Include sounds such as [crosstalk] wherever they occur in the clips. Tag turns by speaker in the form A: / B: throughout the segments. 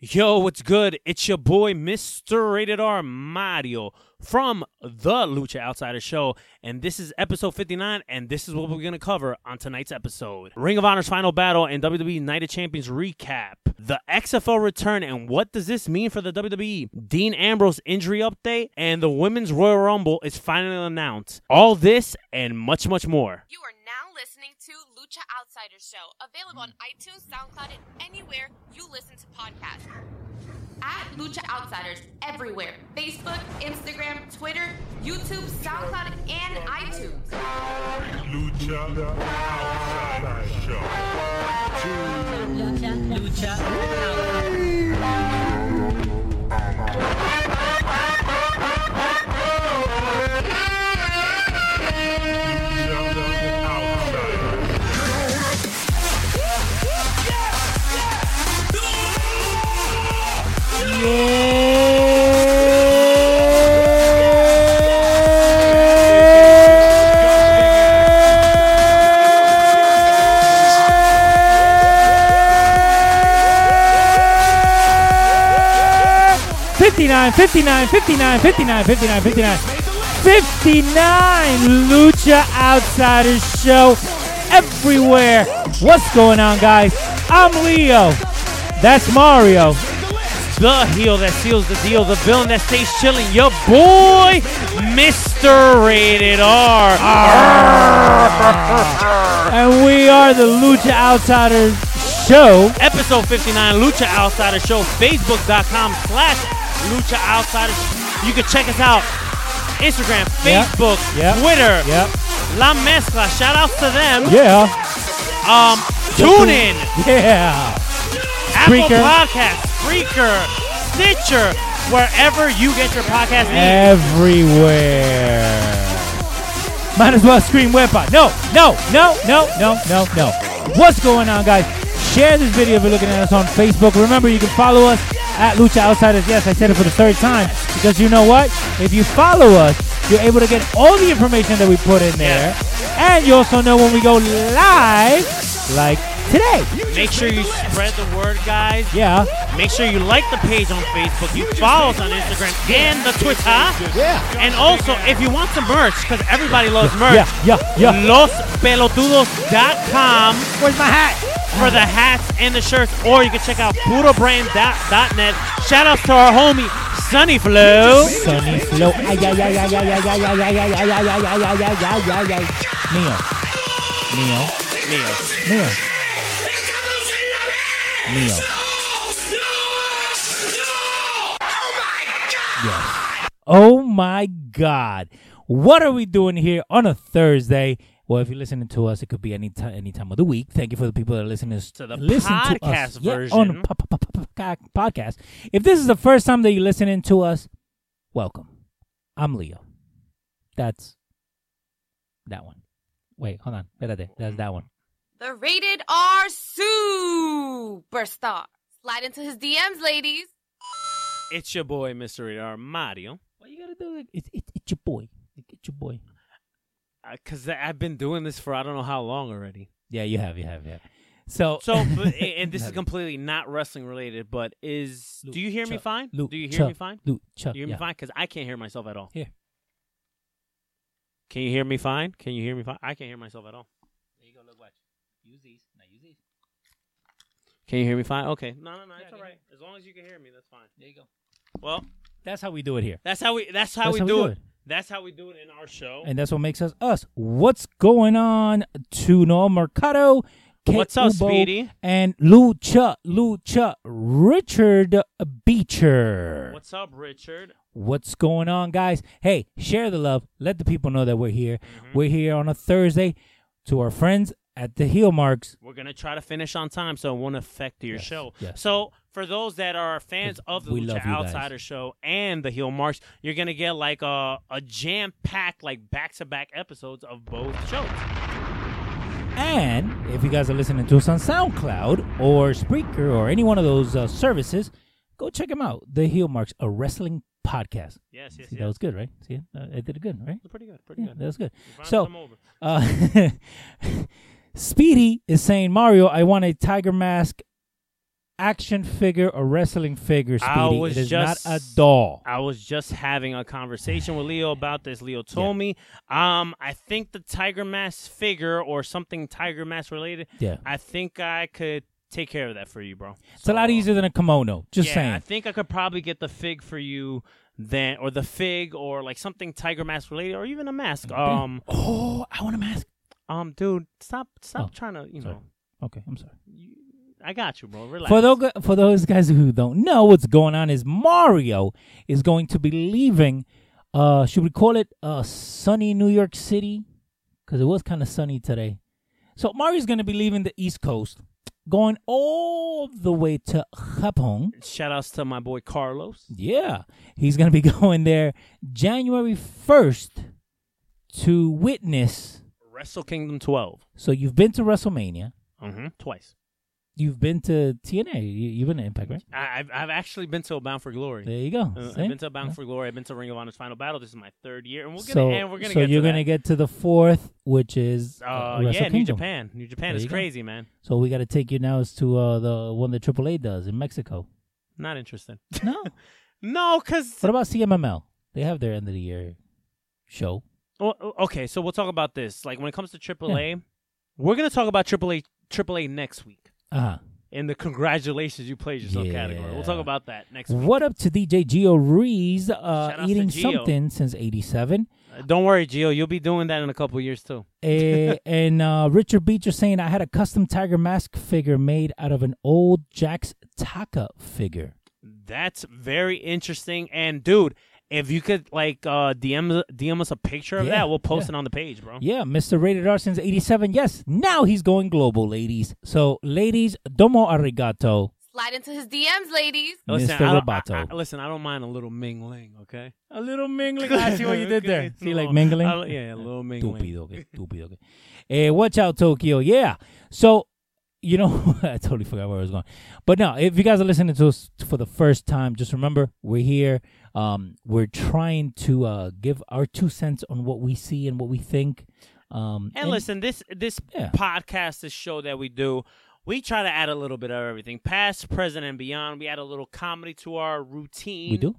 A: Yo, what's good? It's your boy, Mr. Rated R Mario from the Lucha Outsider Show. And this is episode 59, and this is what we're going to cover on tonight's episode Ring of Honor's final battle and WWE Night of Champions recap, the XFL return, and what does this mean for the WWE? Dean Ambrose injury update, and the Women's Royal Rumble is finally announced. All this and much, much more.
B: You are now listening to Lucha Outsiders Show, available on iTunes, SoundCloud, and anywhere you listen to podcasts. At Lucha Outsiders everywhere Facebook, Instagram, Twitter, YouTube, SoundCloud, and iTunes.
C: Lucha Outside Show. Lucha Outside.
D: Fifty-nine, fifty-nine, fifty-nine, fifty-nine, fifty-nine, fifty-nine, fifty-nine. Lucha Outsiders Show everywhere. What's going on, guys? I'm Leo. That's Mario.
A: The heel that seals the deal, the villain that stays chilling, your boy, Mr. Rated R.
D: [laughs] And we are the Lucha Outsiders Show.
A: Episode 59, Lucha Outsider Show, Facebook.com slash Lucha Outsider. You can check us out. Instagram,
D: Yeah.
A: Facebook,
D: Yeah.
A: Twitter,
D: Yep.
A: La Mezcla. Shout outs to them.
D: Yeah.
A: Um, tune in.
D: [laughs] Yeah.
A: Apple
D: Spreaker.
A: Podcasts, Spreaker, Stitcher, wherever you get your podcast needs.
D: Everywhere. Might as well scream wepa. No, no, no, no, no, no, no. What's going on, guys? Share this video if you're looking at us on Facebook. Remember, you can follow us at Lucha Outsiders. Yes, I said it for the third time because you know what? If you follow us, you're able to get all the information that we put in there, and you also know when we go live, like today.
A: Make sure you spread the word, guys.
D: Yeah,
A: Make sure you like the page on Facebook. You follow us on Instagram and the Twitter. Yeah. And also, if you want some merch, because everybody loves merch,
D: yeah, yeah, yeah.
A: lospelotudos.com
D: Where's my hat?
A: for the hats and the shirts, or you can check out purobrand.net. Shout outs to our homie, Sunny Flow.
D: Sunny Flow. Ay, ay, ay, ay, ay, ay, ay, ay, ay, ay, ay, ay, ay, ay, ay, ay, ay, ay. Neo. Neo. Neo. Neo. Yes. Oh my God. What are we doing here on a Thursday? Well, if you're listening to us, it could be any time, any time of the week. Thank you for the people that are listening to,
A: To the
D: listen to us
A: podcast
D: Yeah,
A: version.
D: on po- po- po- po- po- podcast. If this is the first time that you're listening to us, welcome. I'm Leo. That's that one. Wait, hold on. Espérate. That's that one.
B: The rated R superstar. Slide into his DMs, ladies.
A: It's your boy, Mr. Radar Mario.
D: What you gotta do? It, it, it's your boy. It's your boy.
A: Because I've been doing this for I don't know how long already.
D: Yeah, you have. You have. Yeah. So. [laughs]
A: [laughs] So, but, eh, and this is completely not wrestling related, but is. Do you hear me
D: Lucha.
A: fine?
D: Lucha.
A: Do you hear me fine?
D: Lucha.
A: Do you hear
D: yeah.
A: me fine? Because I can't hear myself at all.
D: Here.
A: Can you hear me fine? Can you hear me fine? I can't hear myself at all.
D: There you go. Look. Watch. Use these. Now use these.
A: Can you hear me fine? Okay. No, no, no. It's
D: Yeah, I can
A: all
D: hear
A: right. As long as you can hear me, that's fine.
D: There you go.
A: Well,
D: That's how we do it here,
A: that's how we. That's how,
D: That's
A: we,
D: how we
A: do,
D: do
A: it.
D: it.
A: That's how we do it in our show.
D: and that's what makes us us. What's going on, Tuno Mercado? Kate
A: What's up,
D: Ubo,
A: Speedy?
D: And Lucha, Lucha, Richard Beecher.
A: What's up, Richard?
D: What's going on, guys? Hey, share the love. Let the people know that we're here.
A: Mm-hmm.
D: We're here on a Thursday to our friends at the Heel Marks.
A: We're gonna try to finish on time, so it won't affect your
D: Yes,
A: show.
D: yes.
A: So for those that are fans of the
D: We
A: Lucha
D: love you guys.
A: Outsider show and the Heel March, you're gonna get like a, a jam packed like back to back episodes of both shows.
D: And if you guys are listening to us on SoundCloud or Spreaker or any one of those uh, services, go check them out. The Heel Marks, a wrestling podcast.
A: Yes, yes,
D: See, that
A: yes.
D: was good, right? See, uh, I did it good, right?
A: Pretty good, pretty
D: Yeah,
A: good.
D: that was good.
A: You found
D: So,
A: some over.
D: [laughs] Uh, Speedy is saying, Mario, I want a tiger mask action figure or wrestling figure, Speedy.
A: I was
D: it is
A: just-
D: not a doll.
A: I was just having a conversation with Leo about this. Leo told me, um, I think the Tiger Mask figure or something Tiger Mask related.
D: Yeah.
A: I think I could take care of that for you, bro. uh,
D: It's a lot easier than a kimono. Just
A: yeah,
D: saying.
A: I think I could probably get the fig for you then, or the fig, or like something Tiger Mask related, or even a mask. Um,
D: oh, I want a mask.
A: um, dude, stop, stop
D: Oh,
A: trying to, you
D: sorry.
A: know.
D: Okay, I'm sorry.
A: I got you, bro. Relax.
D: For those for those guys who don't know what's going on, is Mario is going to be leaving. Uh, should we call it uh sunny New York City? Because it was kind of sunny today. So Mario's going to be leaving the East Coast, going all the way to Japón.
A: Shout outs to my boy Carlos.
D: Yeah, he's going to be [laughs] going there January first to witness.
A: Wrestle Kingdom 12.
D: So you've been to WrestleMania.
A: Mm-hmm. Twice.
D: You've been to TNA. You, you've been to Impact, right?
A: I, I've, I've actually been to a Bound for Glory.
D: There you go.
A: Uh, I've
D: See?
A: been to Bound for Glory. I've been to Ring of Honor's Final Battle. This is my third year, and we're gonna
D: so,
A: and we're gonna
D: so
A: get
D: you're
A: to
D: gonna
A: that.
D: get to the fourth, which is uh,
A: Uh,
D: Wrestle
A: yeah, New
D: Kingdom.
A: Japan. New Japan
D: There
A: is
D: you go.
A: crazy, man.
D: So we got to take you now as to uh, the one that AAA does in Mexico.
A: Not interested.
D: No,
A: [laughs] no, cause
D: what about CMML? They have their end of the year show.
A: well, okay. So we'll talk about this. Like when it comes to AAA, we're gonna talk about AAA AAA next week
D: Uh huh.
A: in the congratulations you played yourself
D: Yeah.
A: category. We'll talk about that next week.
D: What up to DJ Gio Rees
A: Shout
D: uh,
A: outs to
D: eating
A: Gio.
D: something since '87,
A: Uh, don't worry, Gio. You'll be doing that in a couple years too.
D: Eh, [laughs] and uh, Richard Beecher saying I had a custom tiger mask figure made out of an old Jack's Taka figure.
A: That's very interesting. And dude, if you could like uh, DM DM us a picture of
D: Yeah,
A: that, we'll post it
D: yeah.
A: on the page, bro.
D: Yeah, Mr. Rated R since 87. Yes, now he's going global, ladies. So, ladies, domo arigato.
B: Slide into his DMs, ladies.
A: Listen,
D: Mr.
A: I don't-
D: Roboto.
A: I- I- listen, I don't mind a little mingling,
D: [laughs]
A: okay?
D: A little mingling.
A: Ah,
D: [laughs]
A: [laughs]
D: See,
A: No,
D: like mingling?
A: I don't- yeah, a [laughs] little mingling.
D: Tupido, okay, tupido, okay. Eh, watch out, Tokyo. Yeah. So, you know, [laughs] I totally forgot where I was going. But no, if you guys are listening to us for the first time, just remember we're here. Um, we're trying to uh, give our two cents on what we see and what we think. Um,
A: And listen, this this
D: Yeah.
A: podcast, this show that we do, we try to add a little bit of everything, past, present, and beyond. We add a little comedy to our routine.
D: we do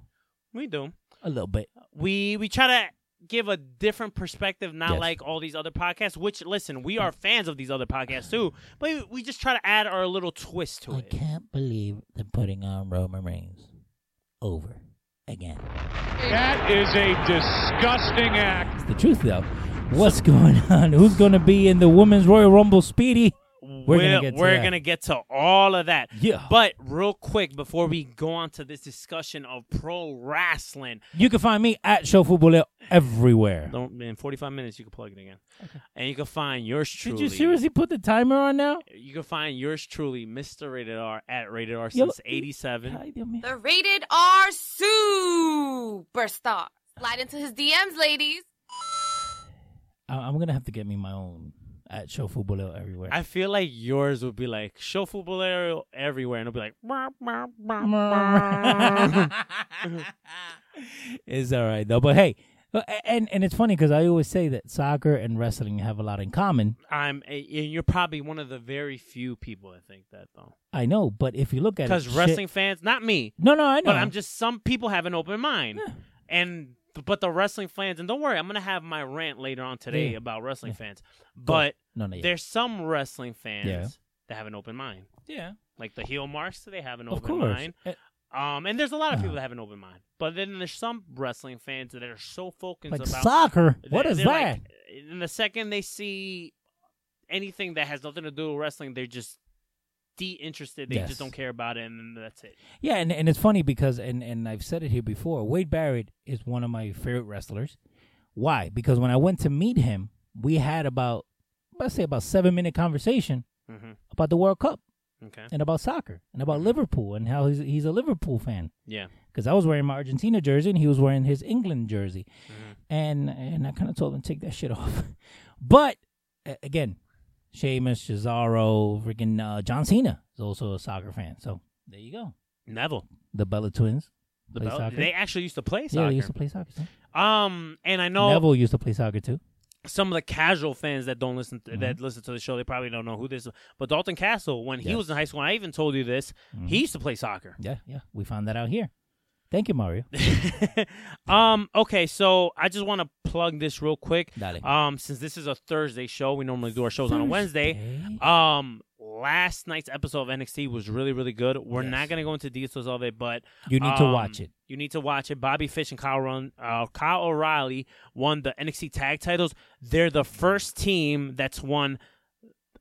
A: we do.
D: a little bit.
A: We we try to give a different perspective, not
D: Yes.
A: like all these other podcasts. Which listen, we are fans of these other podcasts too, but we just try to add our little twist to
D: I
A: it.
D: can't believe they're putting on Roman Reigns over again.
E: That is a disgusting act.
D: It's the truth, though. What's going [laughs] on? Who's going to be in the Women's Royal Rumble? Speedy.
A: We're,
D: gonna get to
A: we're
D: that.
A: gonna get to all of that.
D: Yeah.
A: But real quick before we go on to this discussion of pro wrestling,
D: You can find me at Show Futbolero everywhere.
A: don't in 45 minutes you can plug it again, and you can find yours truly.
D: Did you seriously put the timer on now?
A: You can find yours truly, Mr. Rated R at Rated R
D: Yeah,
A: since
D: but-
A: '87.
B: The rated R superstar. Slide into his DMs, ladies.
D: I- I'm gonna have to get me my own at Show Futbolero everywhere.
A: I feel like yours would be like show footballero everywhere, and it'll be like. "Wah, wah, wah, wah."
D: [laughs] it's all right though. But hey, uh, and and it's funny because I always say that soccer and wrestling have a lot in common.
A: I'm, and you're probably one of the very few people that think that though,
D: I know, but if you look at it,
A: because
D: shit-
A: wrestling fans, not me,
D: No, no, I know.
A: but I'm just some people have an open mind, and but the wrestling fans, and don't worry, I'm gonna have my rant later on today
D: Yeah.
A: about wrestling fans,
D: Go.
A: but
D: no, no, yeah,
A: there's some wrestling fans
D: Yeah.
A: that have an open mind,
D: yeah,
A: like the heel marks, they have an
D: of
A: open
D: course.
A: mind.
D: Uh,
A: Um, and there's a lot of
D: Uh-huh.
A: people that have an open mind, but then there's some wrestling fans that are so focused
D: like
A: about
D: soccer.
A: they-
D: What is
A: they're
D: that?
A: like- in the second they see anything that has nothing to do with wrestling, they're just de-interested. They
D: Yes.
A: just don't care about it, and then that's it.
D: Yeah, and, and it's funny because and, and I've said it here before. Wade Barrett is one of my favorite wrestlers. Why? Because when I went to meet him, we had about let's say about seven minute conversation
A: Mhm.
D: about the World Cup
A: Okay.
D: and about soccer and about Liverpool and how he's he's a Liverpool fan
A: Yeah.
D: because I was wearing my Argentina jersey and he was wearing his England jersey,
A: Mm-hmm.
D: and and I kind of told him take that shit off, [laughs] but a- again, Sheamus, Cesaro, freaking uh, John Cena is also a soccer fan. So there you go
A: Neville.
D: the Bella twins.
A: The
D: play
A: Bell-
D: soccer.
A: They actually used to play
D: yeah,
A: soccer.
D: they used to play soccer. too.
A: Um, and I know
D: Neville used to play soccer too.
A: some of the casual fans that don't listen that listen to the show, they probably don't know who this. is. But Dalton Castle, when he
D: Mm-hmm. Yes. Mm-hmm.
A: was in high school, and I even told you this. He used to play soccer.
D: Yeah, yeah. We found that out here. Thank
A: [laughs]
D: you, Mario.
A: um. Okay. So I just want to plug this real quick.
D: Dale.
A: Um. Since this is a Thursday show, we normally do our shows on a Wednesday.
D: Thursday?
A: Um. Last night's episode of NXT was really, really good. We're not
D: Yes.
A: gonna go into details of it, but
D: You need to
A: um,
D: watch it.
A: You need to watch it. Bobby Fish and Kyle Run, uh, Kyle O'Reilly won the NXT tag titles. They're the first team that's won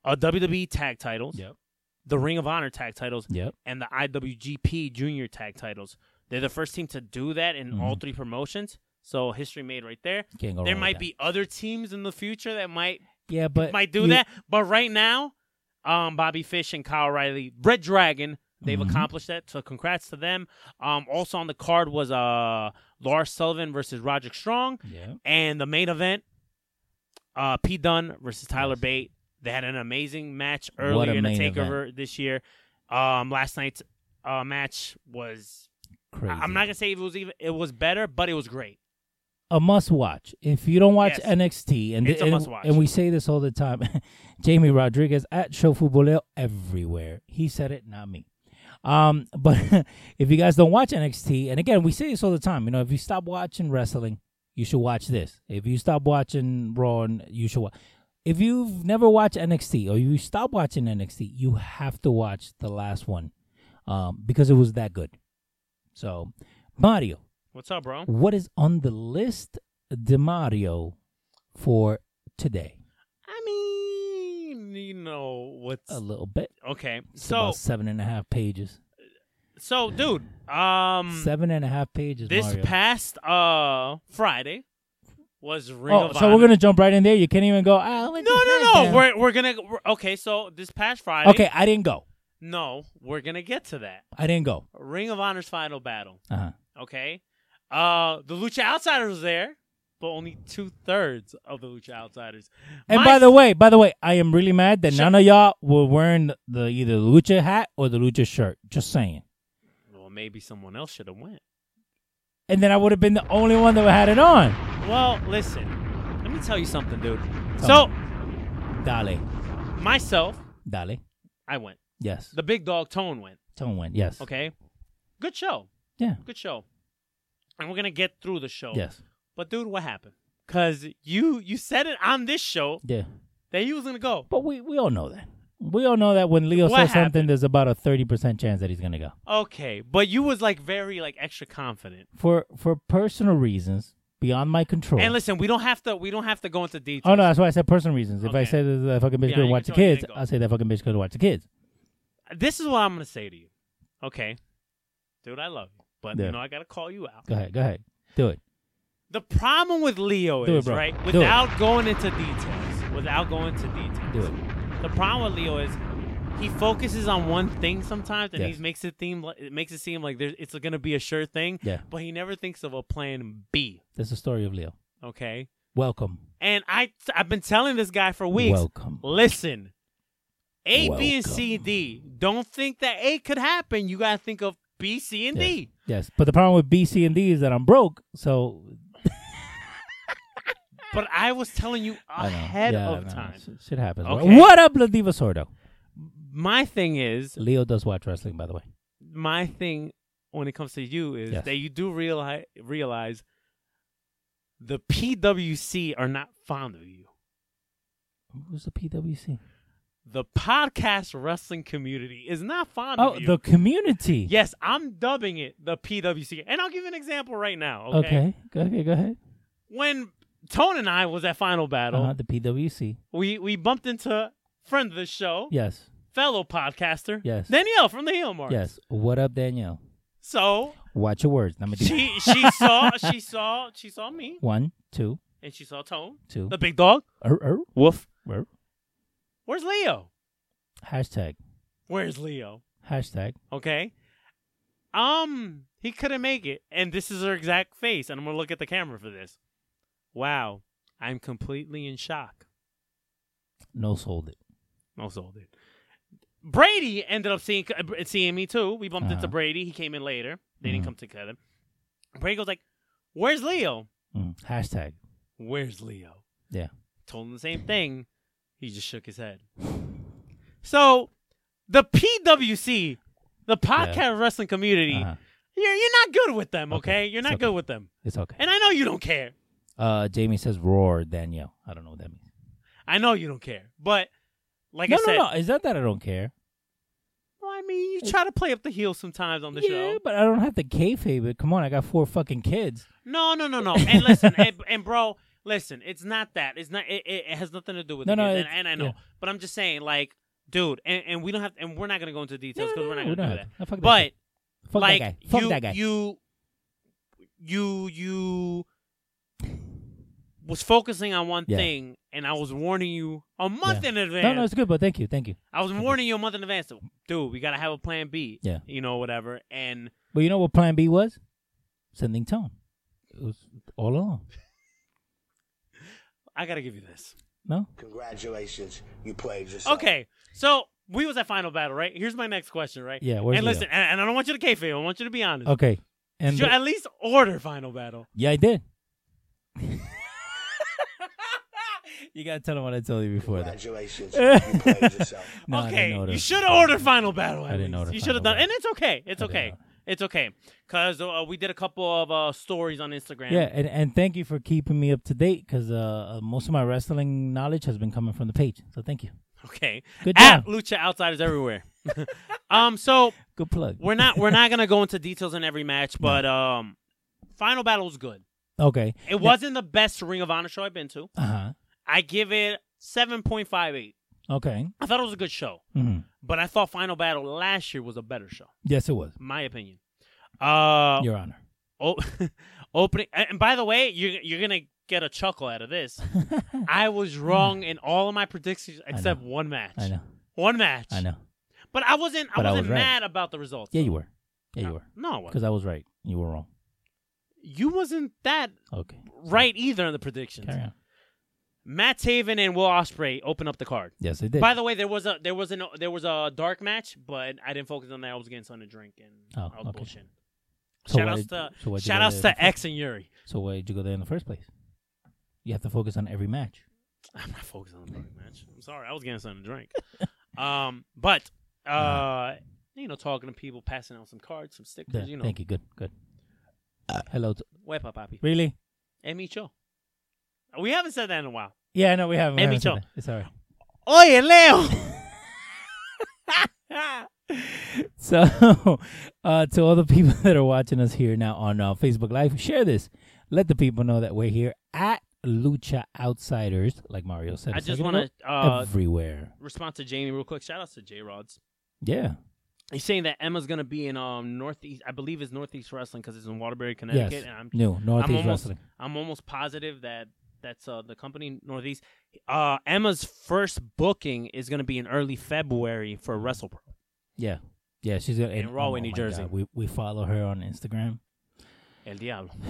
A: a WWE tag titles, the Ring of Honor tag titles,
D: Yep.
A: and the IWGP Junior tag titles. They're the first team to do that in all three promotions. So history made right there.
D: Can't go
A: there
D: wrong with
A: might
D: that.
A: be other teams in the future that might
D: Yeah, but
A: might do
D: Uh, you-
A: that, but right now, um, Bobby Fish and Kyle Riley, Red Dragon, they've accomplished that. So congrats to them. Um, also on the card was uh Lars Sullivan versus Roger Strong,
D: Yeah.
A: and the main event, uh, P Dunn versus Tyler Bate. They had an amazing match
D: What a
A: earlier in the
D: main
A: takeover this year. Um, last night's uh match was I-
D: Crazy.
A: I'm not gonna say it was even it was better, but it was great.
D: a must watch. If you don't watch
A: Yes.
D: NXT, and,
A: It's a
D: and,
A: must watch.
D: and we say this all the time, [laughs] Jamie Rodriguez at Show Futbolero everywhere. He said it, not me. Um, [laughs] but if you guys don't watch NXT, and again, we say this all the time, you know, if you stop watching wrestling, you should watch this. If you stop watching Raw, and you should watch. If you've never watched NXT or you stop watching NXT, you have to watch the last one um, because it was that good. So, Mario,
A: What's up, bro?
D: what is on the list de Mario for today?
A: I mean, you know what's
D: A little bit.
A: Okay.
D: It's
A: So
D: about seven and a half pages.
A: so dude, um
D: seven and a half pages.
A: this
D: Mario.
A: past uh Friday was Ring
D: Oh,
A: of
D: so we're
A: Honor.
D: gonna jump right in there. You can't even go. Ah, what's
A: No,
D: the
A: no, no.
D: SmackDown?"
A: We're we're going to Okay, so this past Friday.
D: okay. I didn't go.
A: No, we're going to get to that.
D: I didn't go.
A: Ring of Honor's final battle,
D: Uh huh.
A: okay? Uh the Lucha Outsiders was there, but only two-thirds of the Lucha Outsiders.
D: And
A: My-
D: by the way, by the way, I am really mad that
A: Sure.
D: none of y'all were wearing the either lucha hat or the lucha shirt. Just saying.
A: well, maybe someone else should have went.
D: And then I would have been the only one that had it on.
A: Well, listen. Let me tell you something, dude.
D: Tell
A: So,
D: Dale,
A: myself,
D: Dale.
A: I went.
D: Yes.
A: The big dog Tone went.
D: Tone went. Yes.
A: Okay. Good show.
D: Yeah.
A: Good show. And we're gonna get through the show.
D: Yes.
A: But dude, what happened? Cause you you said it on this show
D: Yeah.
A: that you was gonna go.
D: But we, we all know that. We all know that when Leo
A: What
D: says something,
A: happened?
D: there's about a thirty percent chance that he's gonna go.
A: Okay. But you was like very like extra confident.
D: For for personal reasons beyond my control.
A: And listen, we don't have to we don't have to go into detail.
D: oh no, that's why I said personal reasons. If I
A: Okay.
D: say that that fucking bitch
A: Yeah,
D: couldn't
A: you
D: watch the
A: can tell you
D: kids,
A: didn't go.
D: I'll say that fucking bitch couldn't watch the kids.
A: This is what I'm gonna say to you. Okay. Dude, I love you. But
D: Yeah.
A: you know I gotta call you out.
D: Go ahead, go ahead. Do it.
A: The problem with Leo
D: Do it,
A: is,
D: bro.
A: right?
D: Do it.
A: Without going into details. Without going into details.
D: Do it.
A: The problem with Leo is he focuses on one thing sometimes, and
D: Yes.
A: he makes it seem like it makes it seem like there's it's going to be a sure thing.
D: Yeah.
A: But he never thinks of a plan B.
D: That's the story of Leo.
A: Okay.
D: Welcome.
A: And I I've been telling this guy for weeks.
D: Welcome.
A: Listen, A, B, and C,
D: Welcome.
A: D. Don't think that A could happen. You gotta think of B, C, and
D: Yes.
A: D.
D: Yes. But the problem with B, C, and D is that I'm broke, so
A: But I was telling you
D: I know.
A: ahead
D: Yeah, I
A: of
D: know.
A: time.
D: Shit- Shit happens.
A: Okay.
D: What up, La Diva Sordo?
A: My thing is,
D: Leo does watch wrestling, by the way.
A: my thing when it comes to you is
D: Yes.
A: that you do realize realize the PWC are not fond of you.
D: Who's the PWC?
A: The podcast wrestling community is not fond
D: Oh,
A: of you.
D: the community.
A: yes, I'm dubbing it the PWC, and I'll give you an example right now. Okay,
D: Okay. Go okay, go ahead.
A: when Tone and I was at Final Battle,
D: Uh, the PWC.
A: we we bumped into friend of the show,
D: Yes.
A: fellow podcaster,
D: Yes.
A: Danielle from the Heel Marks.
D: Yes. What up, Danielle?
A: So
D: Watch your words. Number
A: she
D: [laughs]
A: she saw she saw she saw me,
D: one, two,
A: and she saw Tone,
D: two.
A: the big dog,
D: Er, er,
A: Woof.
D: er.
A: Where's Leo?
D: Hashtag.
A: Where's Leo?
D: Hashtag.
A: Okay. Um, he couldn't make it. And this is her exact face. And I'm going to look at the camera for this. Wow. I'm completely in shock.
D: No sold it.
A: No soul, dude. Brady ended up seeing uh, seeing me too. We bumped
D: Uh-huh.
A: into Brady. He came in later. They didn't
D: Mhm.
A: come together. Brady goes like, "Where's Leo?
D: Mm. Hashtag.
A: Where's Leo?"
D: Yeah.
A: told him the same thing. He just shook his head. So the PWC, the podcast wrestling community,
D: Uh-huh.
A: you're, you're not good with them, okay?
D: Okay,
A: You're
D: it's
A: not
D: okay.
A: good with them.
D: It's okay.
A: And I know you don't care.
D: Uh, Jamie says roar Danielle. I don't know what that means.
A: I know you don't care. But like
D: no,
A: I said,
D: no, no. Is that that I don't care?
A: well, I mean, you try to play up the heel sometimes on the
D: yeah,
A: show.
D: but I don't have to kayfabe it. Come on, I got four fucking kids.
A: No, no,
D: [laughs]
A: no, no. And listen, and, and bro, listen, it's not that. It's not. It, it, it has nothing to do with
D: No,
A: it.
D: no,
A: and,
D: it's-
A: and I know,
D: yeah.
A: but I'm just saying, like, dude, and, and we don't have, and we're not gonna go into details because
D: no,
A: we're not
D: no, we
A: gonna
D: don't
A: do
D: have
A: that.
D: to. No, fuck that
A: but
D: shit. Fuck
A: like,
D: that guy. Fuck
A: you,
D: that guy.
A: you, you, you was focusing on one
D: Yeah.
A: thing, and I was warning you a month
D: Yeah.
A: in advance.
D: no, no, it's good, but thank you, thank you.
A: I was warning you a month in advance, dude. We gotta have a plan B.
D: Yeah.
A: you know, whatever, and.
D: But you know what Plan B was? Sending Tone. It was all along.
A: I gotta give you this.
D: No,
F: Congratulations, you played yourself.
A: Okay, so we was at final battle, right? Here's my next question, right?
D: Yeah, where's
A: and
D: Leo?
A: listen, and, and I don't want you to kayfabe. I want you to be honest.
D: okay. And
A: Did you at least order final battle?
D: yeah, I did. [laughs] you gotta tell him what I told you before. That
F: Congratulations, you played yourself.
D: no, I
A: okay,
D: didn't order.
A: you should have ordered final battle. At
D: I didn't
A: least.
D: order
A: You should have done,
D: Final Battle.
A: and it's okay. It's
D: I didn't
A: okay.
D: order.
A: It's okay because uh, we did a couple of uh, stories on Instagram.
D: Yeah, and, and thank you for keeping me up to date because uh, uh, most of my wrestling knowledge has been coming from the page. So thank you.
A: Okay.
D: Good
A: At
D: job.
A: Lucha Outsiders everywhere. [laughs] um. So
D: Good plug.
A: we're not we're not gonna go into details in every match, but um, final battle was good.
D: okay.
A: It wasn't the best Ring of Honor show I've been to.
D: Uh huh.
A: I give it seven point five eight.
D: Okay.
A: I thought it was a good show,
D: hmm
A: but I thought Final Battle last year was a better show,
D: Yes, it was.
A: my opinion. Uh,
D: Your Honor. [laughs]
A: o- [laughs] opening, and by the way, you're you're gonna get a chuckle out of this. I was wrong in all of my predictions except one match.
D: I know.
A: One match.
D: I know.
A: But I wasn't.
D: But
A: I
D: I
A: wasn't
D: was right.
A: mad about the results.
D: Yeah,
A: though.
D: you were. Yeah, you were.
A: No, I wasn't.
D: Because I was right. You were wrong.
A: you wasn't that
D: Okay.
A: right either in the predictions.
D: Carry on.
A: Matt Taven and Will Osprey open up the card.
D: Yes, it did.
A: By the way, there was a there was an there was a dark match, but I didn't focus on that. I was getting something to drink and
D: Oh,
A: I was
D: okay.
A: bullshitting.
D: So
A: shout
D: why
A: outs
D: did-
A: to
D: so why'd you
A: shout
D: go
A: outs
D: there
A: to X and Yuri. [laughs]
D: so why did you go there in the first place? You have to focus on every match.
A: I'm not focused on the dark match. I'm sorry, I was getting something to
D: [laughs]
A: drink. um, but uh, you know, talking to people, passing out some cards, some stickers.
D: There.
A: you know,
D: Thank you. Good. Good. Hello. To-
A: Wepa papi,
D: really?
A: and Micho. We haven't said that in a while.
D: Yeah, no, we haven't. We
A: Hey,
D: haven't said
A: Micho.
D: that. It's all right.
A: Oye, Leo.
D: [laughs] So, uh, to all the people [laughs] that are watching us here now on uh, Facebook Live, share this. Let the people know that we're here at Lucha Outsiders, like Mario said. a
A: I just
D: second
A: want
D: ago,
A: to uh,
D: everywhere.
A: respond to Jamie real quick. Shout outs to J Rods.
D: Yeah,
A: He's saying that Emma's gonna be in um northeast. I believe it's northeast wrestling because it's in Waterbury, Connecticut.
D: yes.
A: And I'm
D: New Northeast
A: I'm almost
D: Wrestling.
A: I'm almost positive that that's uh the company northeast. Uh, Emma's first booking is gonna be in early February for WrestlePro.
D: Yeah, yeah. She's gonna-
A: In
D: and-
A: Rahway,
D: oh
A: New
D: my
A: Jersey.
D: God, We we follow her on Instagram.
A: El Diablo. [laughs]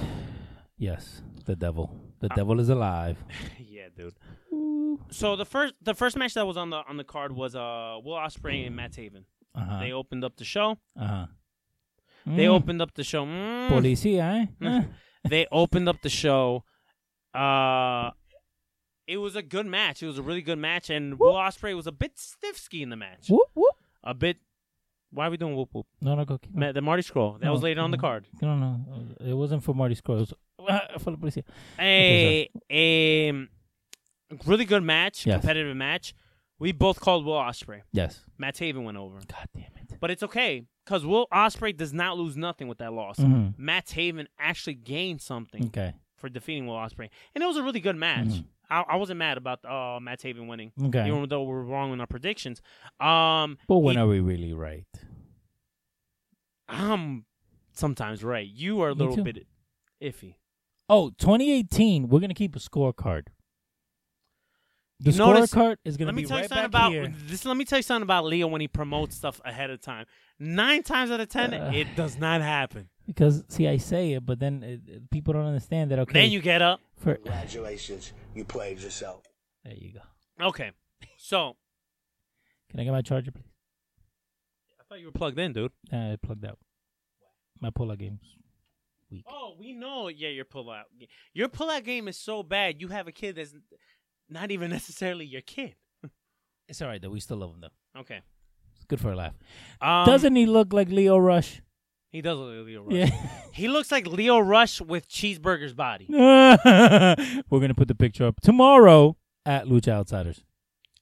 D: Yes, the devil.
A: Uh,
D: The devil is alive.
A: yeah, dude. So the first the first match that was on the on the card was uh Will Ospreay and Matt Taven.
D: Uh huh.
A: They opened up the show.
D: Uh huh.
A: They opened up the show. Mm. [laughs]
D: Hmm. Policia, eh? Eh.
A: they opened up the show. Uh, it was a good match. It was a really good match, and Will Osprey was a bit stiff-ski in the match.
D: whoop whoop.
A: A bit. Why are we doing whoop whoop?
D: No, no, go. Keep on.
A: Ma- The Marty Scroll
D: Oh.
A: that was later
D: Mm-hmm.
A: on the card.
D: No, no, it wasn't for Marty [laughs] Scrolls. for the police.
A: A
D: Okay,
A: um, really good match,
D: Yes.
A: competitive match. We both called Will Osprey.
D: Yes.
A: Matt Taven went over,
D: God damn it.
A: but it's okay because Will Osprey does not lose nothing with that loss.
D: Mhm.
A: Matt Taven actually gained something.
D: Okay.
A: for defeating Will Osprey, and it was a really good match. I, I wasn't mad about uh, Matt Taven winning,
D: Mm-hmm. Okay.
A: even though we were wrong in our predictions. Um,
D: But when
A: he-
D: are we really right?
A: I'm sometimes right. You are a
D: Me
A: little
D: too.
A: bit iffy.
D: Oh, 2018, we're going to keep a scorecard. The
A: You notice-
D: scorecard is going to
A: Let
D: be
A: me tell you
D: right
A: something
D: back
A: about
D: here.
A: this. Let me tell you something about Leo when he promotes stuff ahead of time. Nine times out of ten,
D: Uh.
A: it does not happen.
D: Because, see, I say it, but then it, it- people don't understand that, okay.
A: Then you get up.
D: for,
F: Congratulations, you played yourself.
D: there you go.
A: Okay, so
D: Can I get my charger, please?
A: I thought you were plugged in, dude.
D: Uh, I plugged out. My pull-out games.
A: Oh, we know. Yeah, your pullout, your pullout game is so bad. You have a kid that's not even necessarily your kid.
D: It's all right though. We still love him though.
A: Okay.
D: It's good for a laugh.
A: Um,
D: Doesn't he look like Leo Rush?
A: he does look like Leo Rush?
D: Yeah.
A: He looks like Leo Rush with cheeseburger's body.
D: [laughs] We're gonna put the picture up tomorrow at Lucha Outsiders.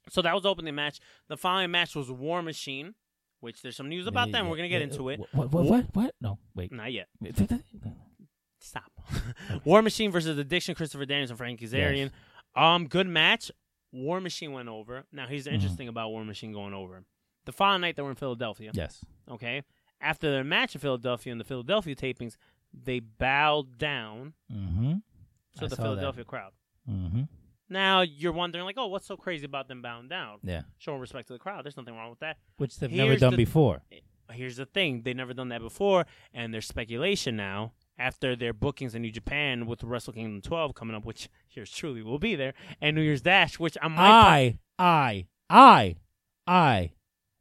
A: So that was the opening match. The following match was War Machine, which there's some news about them. We're gonna get into it.
D: What? What? What? what? No, wait.
A: Not yet.
D: It
A: Stop. [laughs] War Machine versus Addiction, Christopher Daniels and Frank Kazarian. Um, good match. War Machine went over. Now here's the
D: Mm-hmm.
A: interesting about War Machine going over. The following night they were in Philadelphia.
D: Yes.
A: Okay. After their match in Philadelphia and the Philadelphia tapings, they bowed down
D: Mm-hmm.
A: to
D: I
A: the
D: saw that.
A: Philadelphia crowd.
D: Mm-hmm.
A: Now you're wondering, like, oh, what's so crazy about them bowing down?
D: Yeah.
A: Showing respect to the crowd. There's nothing wrong with that.
D: Which they've never
A: Here's
D: done
A: the-
D: before.
A: here's the thing they've never done that before and there's speculation now after their bookings in new japan with wrestle kingdom 12 coming up which [laughs] yours truly will be there and new year's dash which i'm
D: I, I, I, I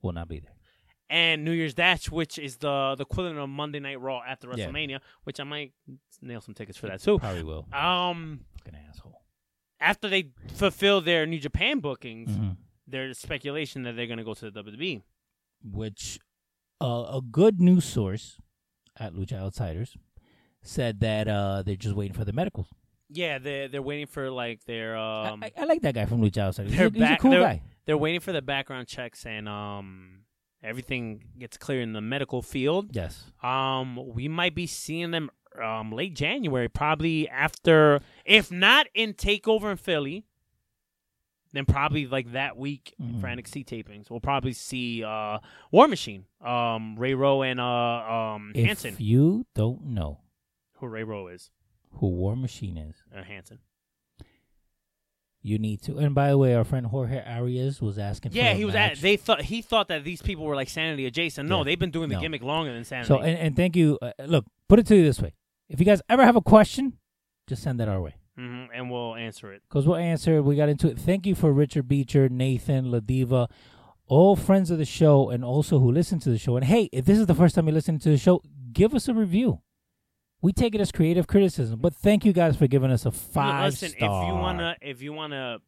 D: will not be there.
A: and new year's dash which is the the equivalent of monday night raw after
D: Yeah.
A: wrestlemania which i might nail some tickets for that too
D: Probably will.
A: um
D: Fucking asshole.
A: after they fulfill their new japan bookings
D: Mhm.
A: there's speculation that they're going to go to the E. wwe
D: Which uh, a good news source at Lucha Outsiders said that uh, they're just waiting for the medicals.
A: yeah they're, they're waiting for like their
D: I-
A: um
D: I, I like that guy from Lucha Outsiders. He's,
A: they're
D: a- he's a
A: back-
D: cool
A: they're-
D: guy.
A: they're waiting for the background checks and um everything gets clear in the medical field.
D: Yes.
A: Um we might be seeing them um late January, probably after if not in takeover in Philly, then probably like that week
D: Mm-hmm.
A: for NXT tapings. We'll probably see uh War Machine, um Ray Rowe and uh um Hanson.
D: If you don't know
A: who Ray Rowe is.
D: who War Machine is,
A: Uh, Hanson.
D: you need to. And by the way, our friend Jorge Arias was asking. for
A: Yeah,
D: a
A: he was
D: match.
A: at they thought he thought that these people were like sanity adjacent. No,
D: Yeah.
A: they've been doing the
D: No.
A: gimmick longer than sanity.
D: So and, and thank you. Uh, look, put it to you this way: if you guys ever have a question, just send that our way
A: Mhm, and we'll answer it.
D: because we'll answer. it. We got into it. Thank you for Richard Beecher, Nathan, Ladiva, all friends of the show, and also who listen to the show. And hey, if this is the first time you're listening to the show, give us a review. We take it as creative criticism, but thank you guys for giving us a five
A: Listen,
D: star.
A: if you wanna, if you wanna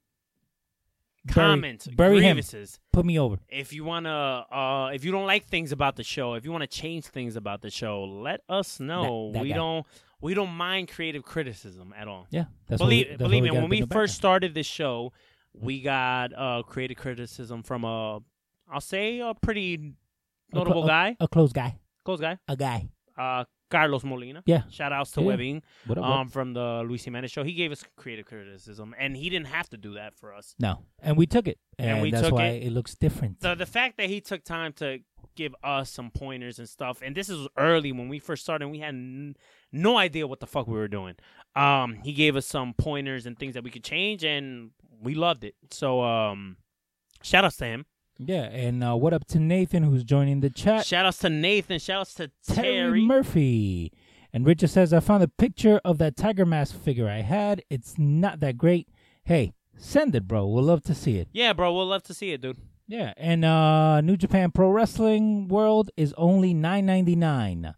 D: Bury-
A: comment
D: bury him.
A: grievances,
D: put me over.
A: if you wanna, uh, if you don't like things about the show, if you wanna change things about the show, let us know.
D: that
A: we
D: guy.
A: don't, we don't mind creative criticism at all.
D: Yeah, that's what we-
A: believe
D: that's what
A: believe me,
D: gotta
A: when
D: bring
A: we
D: it back
A: first
D: now.
A: started this show, we got uh, creative criticism from a, I'll say a pretty
D: A cl-
A: notable
D: a-
A: guy,
D: a close guy,
A: close guy,
D: a guy.
A: uh, Carlos Molina.
D: Yeah.
A: Shout outs to
D: Yeah.
A: Webbing
D: What up? what up?
A: um, from the Luis Jimenez show. He gave us creative criticism, and he didn't have to do that for us.
D: No, and we took it, and,
A: And we
D: that's
A: took
D: why
A: it.
D: it. looks different.
A: the the fact that he took time to give us some pointers and stuff, and this is early when we first started, and we had n- no idea what the fuck we were doing. Um, he gave us some pointers and things that we could change, and we loved it. So, um, shout outs to him.
D: Yeah, and uh, what up to Nathan who's joining the chat?
A: Shout outs to Nathan. Shout outs to Terry.
D: Murphy. And Richard says, I found a picture of that tiger mask figure I had. It's not that great. Hey, send it, bro. We'll love to see it.
A: yeah, bro, we'll love to see it, dude.
D: Yeah, and uh, New Japan Pro Wrestling World is only nine ninety nine.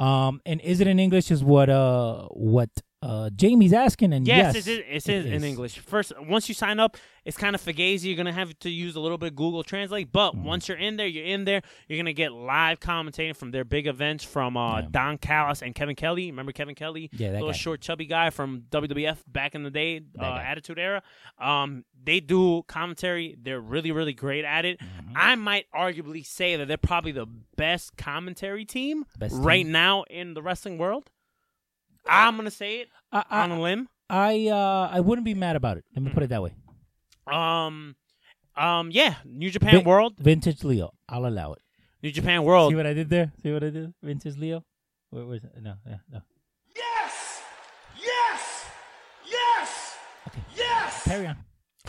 D: Um, and is it in English? Is what uh what uh Jamie's asking? And
A: Yes,
D: yes,
A: it's, it's
D: it
A: in, in
D: is.
A: English. First, once you sign up, it's kind of fugazi. You're gonna have to use a little bit of Google Translate, but
D: Mm-hmm.
A: once you're in there, you're in there. You're gonna get live commentating from their big events from uh,
D: Yeah.
A: Don Callis and Kevin Kelly. Remember Kevin Kelly,
D: Yeah, that
A: little
D: guy.
A: short, chubby guy from WWF back in the day, uh,
D: guy.
A: Attitude Era. Um, they do commentary. They're really, really great at it.
D: Mm-hmm.
A: I might arguably say that they're probably the best commentary team
D: Best
A: right
D: team. Uh,
A: now in the wrestling world. I'm gonna say it
D: I
A: on
D: I,
A: a limb.
D: I uh I wouldn't be mad about it. Let me put it that way.
A: Um, um, yeah, New Japan
D: Vin-
A: World,
D: Vintage Leo. I'll allow it.
A: New Japan
D: See [laughs]
A: World. [laughs]
D: what I did there? See what I did? Vintage Leo? Where was it? No, yeah, no.
C: Yes! Yes! Yes! Yes!
D: Carry on.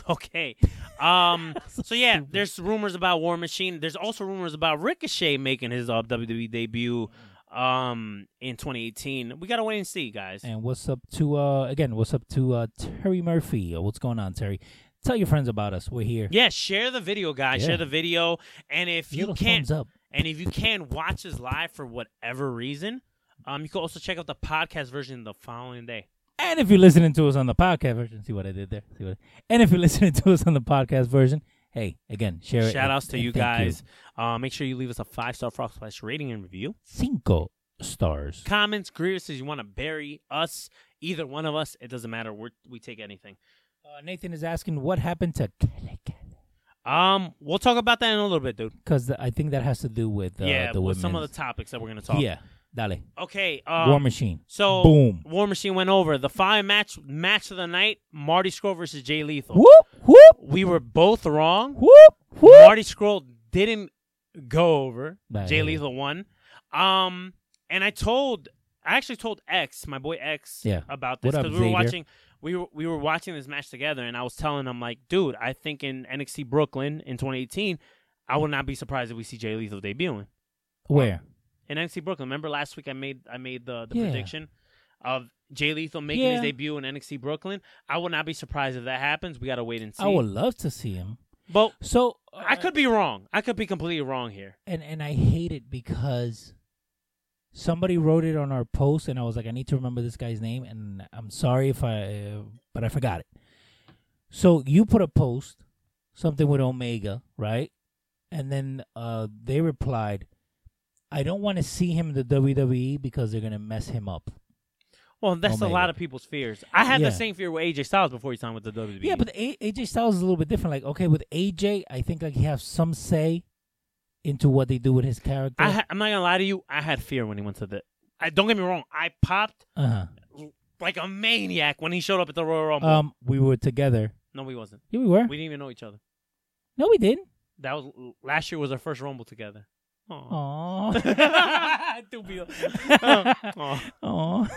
A: Okay,
D: [laughs]
A: um, so yeah, there's rumors about War Machine. There's also rumors about Ricochet making his uh, WWE debut, um, in 2018. We gotta wait and see, guys.
D: And what's up to uh again, what's up to uh Terry Murphy? Uh, What's going on, Terry? Tell your friends about us. We're here.
A: Yeah, share the video, guys.
D: Yeah.
A: Share the video, and if you
D: Little
A: can't,
D: thumbs up.
A: and if you can watch this live for whatever reason, um, you can also check out the podcast version the following day.
D: And if you're listening to us on the podcast version, see what I did there. See what? I- and if you're [laughs] listening to us on the podcast version, hey, again, share it.
A: Shout
D: and-
A: outs to
D: and
A: you
D: thank
A: guys. Uh, make sure you leave us a five star frog slash rating and review.
D: Cinco stars.
A: Comments, grievances, you want to bury us, either one of us, it doesn't matter. We're, we take anything.
D: Uh, Nathan is asking what happened to
A: Um, we'll talk about that in a little bit, dude.
D: because I think that has to do with uh,
A: yeah,
D: the
A: with
D: women.
A: some of the topics that we're gonna talk.
D: yeah, dale.
A: Okay. Um,
D: War Machine.
A: So
D: boom.
A: War Machine went over the five match match of the night. Marty Scroll versus Jay Lethal.
D: Whoop whoop
A: We were both wrong.
D: whoop whoop.
A: Marty Scroll didn't go over.
D: Nah,
A: Jay
D: yeah.
A: Lethal won. Um, and I told, I actually told X, my boy X,
D: Yeah.
A: about
D: What
A: this
D: up,
A: because we were
D: Xavier?
A: watching. We were, we were watching this match together, and I was telling him like, dude, I think in NXT Brooklyn in 2018, I would not be surprised if we see Jay Lethal debuting uh,
D: Where?
A: in NXT Brooklyn. Remember last week I made I made the, the
D: Yeah.
A: prediction of Jay Lethal making his
D: Yeah.
A: debut in NXT Brooklyn. I would not be surprised if that happens. We gotta wait and see.
D: I would love to see him.
A: But
D: So uh,
A: I could be wrong. I could be completely wrong here.
D: and and I hate it because somebody wrote it on our post, and I was like, I need to remember this guy's name, and I'm sorry if I, uh, but I forgot it. So you put a post, something with Omega, right? And then uh, they replied, "I don't want to see him in the WWE because they're gonna mess him up."
A: Well, that's a
D: Omega.
A: lot of people's fears. I had
D: Oh, Yeah.
A: the same fear with AJ Styles before he signed with the E. WWE.
D: Yeah, but A- AJ Styles is a little bit different. Like, okay, with AJ, I think like he has some say into what they do with his character.
A: I ha- I'm not gonna lie to you. I had fear when he went to the. I don't get me wrong. I popped
D: uh-huh.
A: like a maniac when he showed up at the Royal Rumble.
D: Um, we were together.
A: no, we wasn't.
D: Yeah, we were.
A: We didn't even know each other.
D: no, we didn't.
A: That was last year was our first Rumble
D: [laughs]
A: together. Aw. [laughs]
D: Aww. [laughs]
A: Aw.
D: Aww.
A: Um,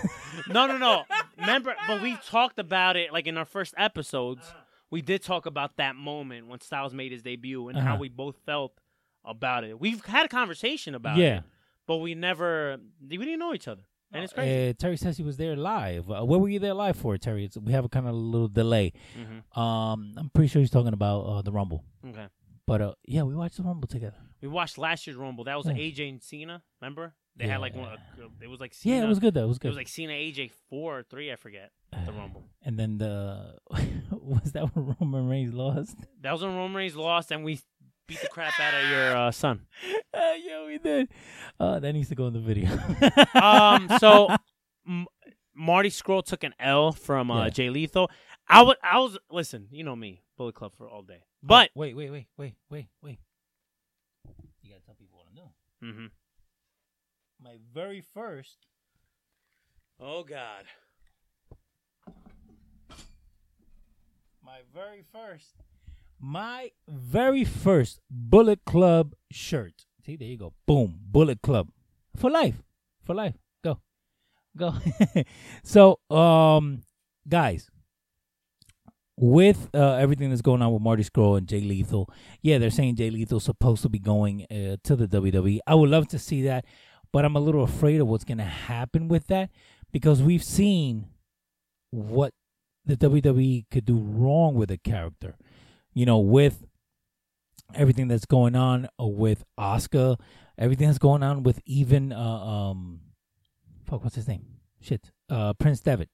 A: No, no, no. Remember, but we talked about it like in our first episodes.
D: Uh-huh.
A: We did talk about that moment when Styles made his debut and how
D: Uh-huh.
A: we both felt about it. We've had a conversation about
D: Yeah.
A: it, but we never we didn't know each other, and it's crazy.
D: Uh, Terry says he was there live. Uh, where were you there live for, Terry? It's, we have a kind of little delay.
A: Mm-hmm.
D: Um, I'm pretty sure he's talking about uh, the Rumble.
A: okay,
D: But uh, yeah, we watched the Rumble together.
A: we watched last year's Rumble. That was
D: Yeah.
A: AJ and Cena. Remember, they had like one. It was like Cena,
D: Yeah, it was good though. It was
A: It
D: good.
A: was like Cena AJ four or three. I forget the Rumble.
D: and then the [laughs] was that when Roman Reigns lost? [laughs]
A: That was when Roman Reigns lost, and we beat the crap out of your uh, son.
D: [laughs] Uh, yeah, we did. Uh, that needs to go in the video.
A: um, so M- Marty Scroll took an L from uh,
D: Yeah.
A: Jay Lethal. I was, I was, listen, you know me, Bullet Club for all day. But
D: Oh, wait, wait, wait, wait, wait, wait. You gotta tell people what I'm doing.
A: Mhm.
D: My very first
A: oh god,
D: My very first. My very first Bullet Club shirt. See, there you go. Boom. Bullet Club. For life. For life. Go. Go. [laughs] so, um, guys, with uh, everything that's going on with Marty Scroll and Jay Lethal, yeah, they're saying Jay Lethal's supposed to be going uh, to the WWE. I would love to see that, but I'm a little afraid of what's going to happen with that because we've seen what the WWE could do wrong with a character. You know, with everything that's going on uh, with Oscar, everything that's going on with even uh, um, fuck, what's his name? Shit, uh, Prince Devitt,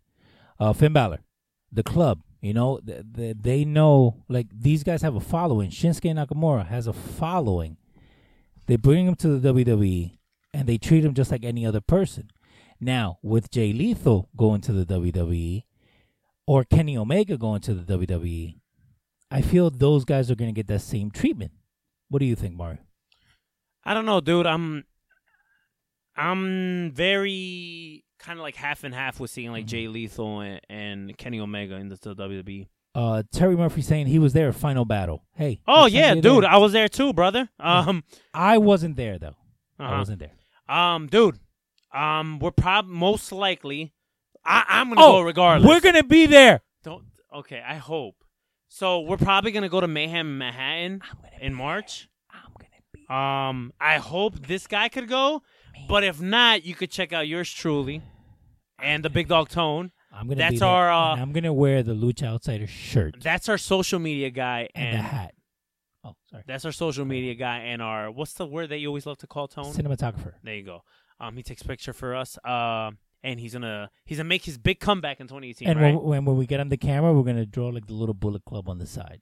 D: uh, Finn Balor, the club. You know, th- th- they know like these guys have a following. Shinsuke Nakamura has a following. They bring him to the WWE and they treat him just like any other person. Now, with Jay Lethal going to the WWE, or Kenny Omega going to the WWE, I feel those guys are going to get that same treatment. What do you think, Mario?
A: I don't know, dude. I'm, I'm very kind of like half and half with seeing like
D: Mm-hmm.
A: Jay Lethal and, and Kenny Omega in the WWE.
D: Uh, Terry Murphy saying he was there at Final Battle. Hey.
A: Oh
D: next time
A: yeah,
D: you're
A: dude,
D: there-
A: I was there too, brother. Um,
D: I wasn't there though. I
A: uh-huh.
D: wasn't there.
A: um, dude, um, we're probably most likely. I, I'm gonna go regardless.
D: Oh, we're gonna be there.
A: Don't. Okay, I hope. So we're probably gonna go to Mayhem in Manhattan in March.
D: I'm gonna be.
A: Um, I hope this guy could go, but if not, you could check out yours truly, and the Big Dog Tone.
D: I'm gonna.
A: That's
D: be there,
A: our, uh,
D: and I'm gonna wear the Lucha Outsider shirt
A: That's our social media guy,
D: and, the
A: and
D: hat. Oh, sorry.
A: that's our social media guy, and our what's the word that you always love to call Tone?
D: Cinematographer.
A: There you go. Um, he takes picture for us. Um, and he's gonna he's gonna make his big comeback in 2018.
D: and
A: right?
D: when, when when we get on the camera, we're gonna draw like the little bullet club on the side.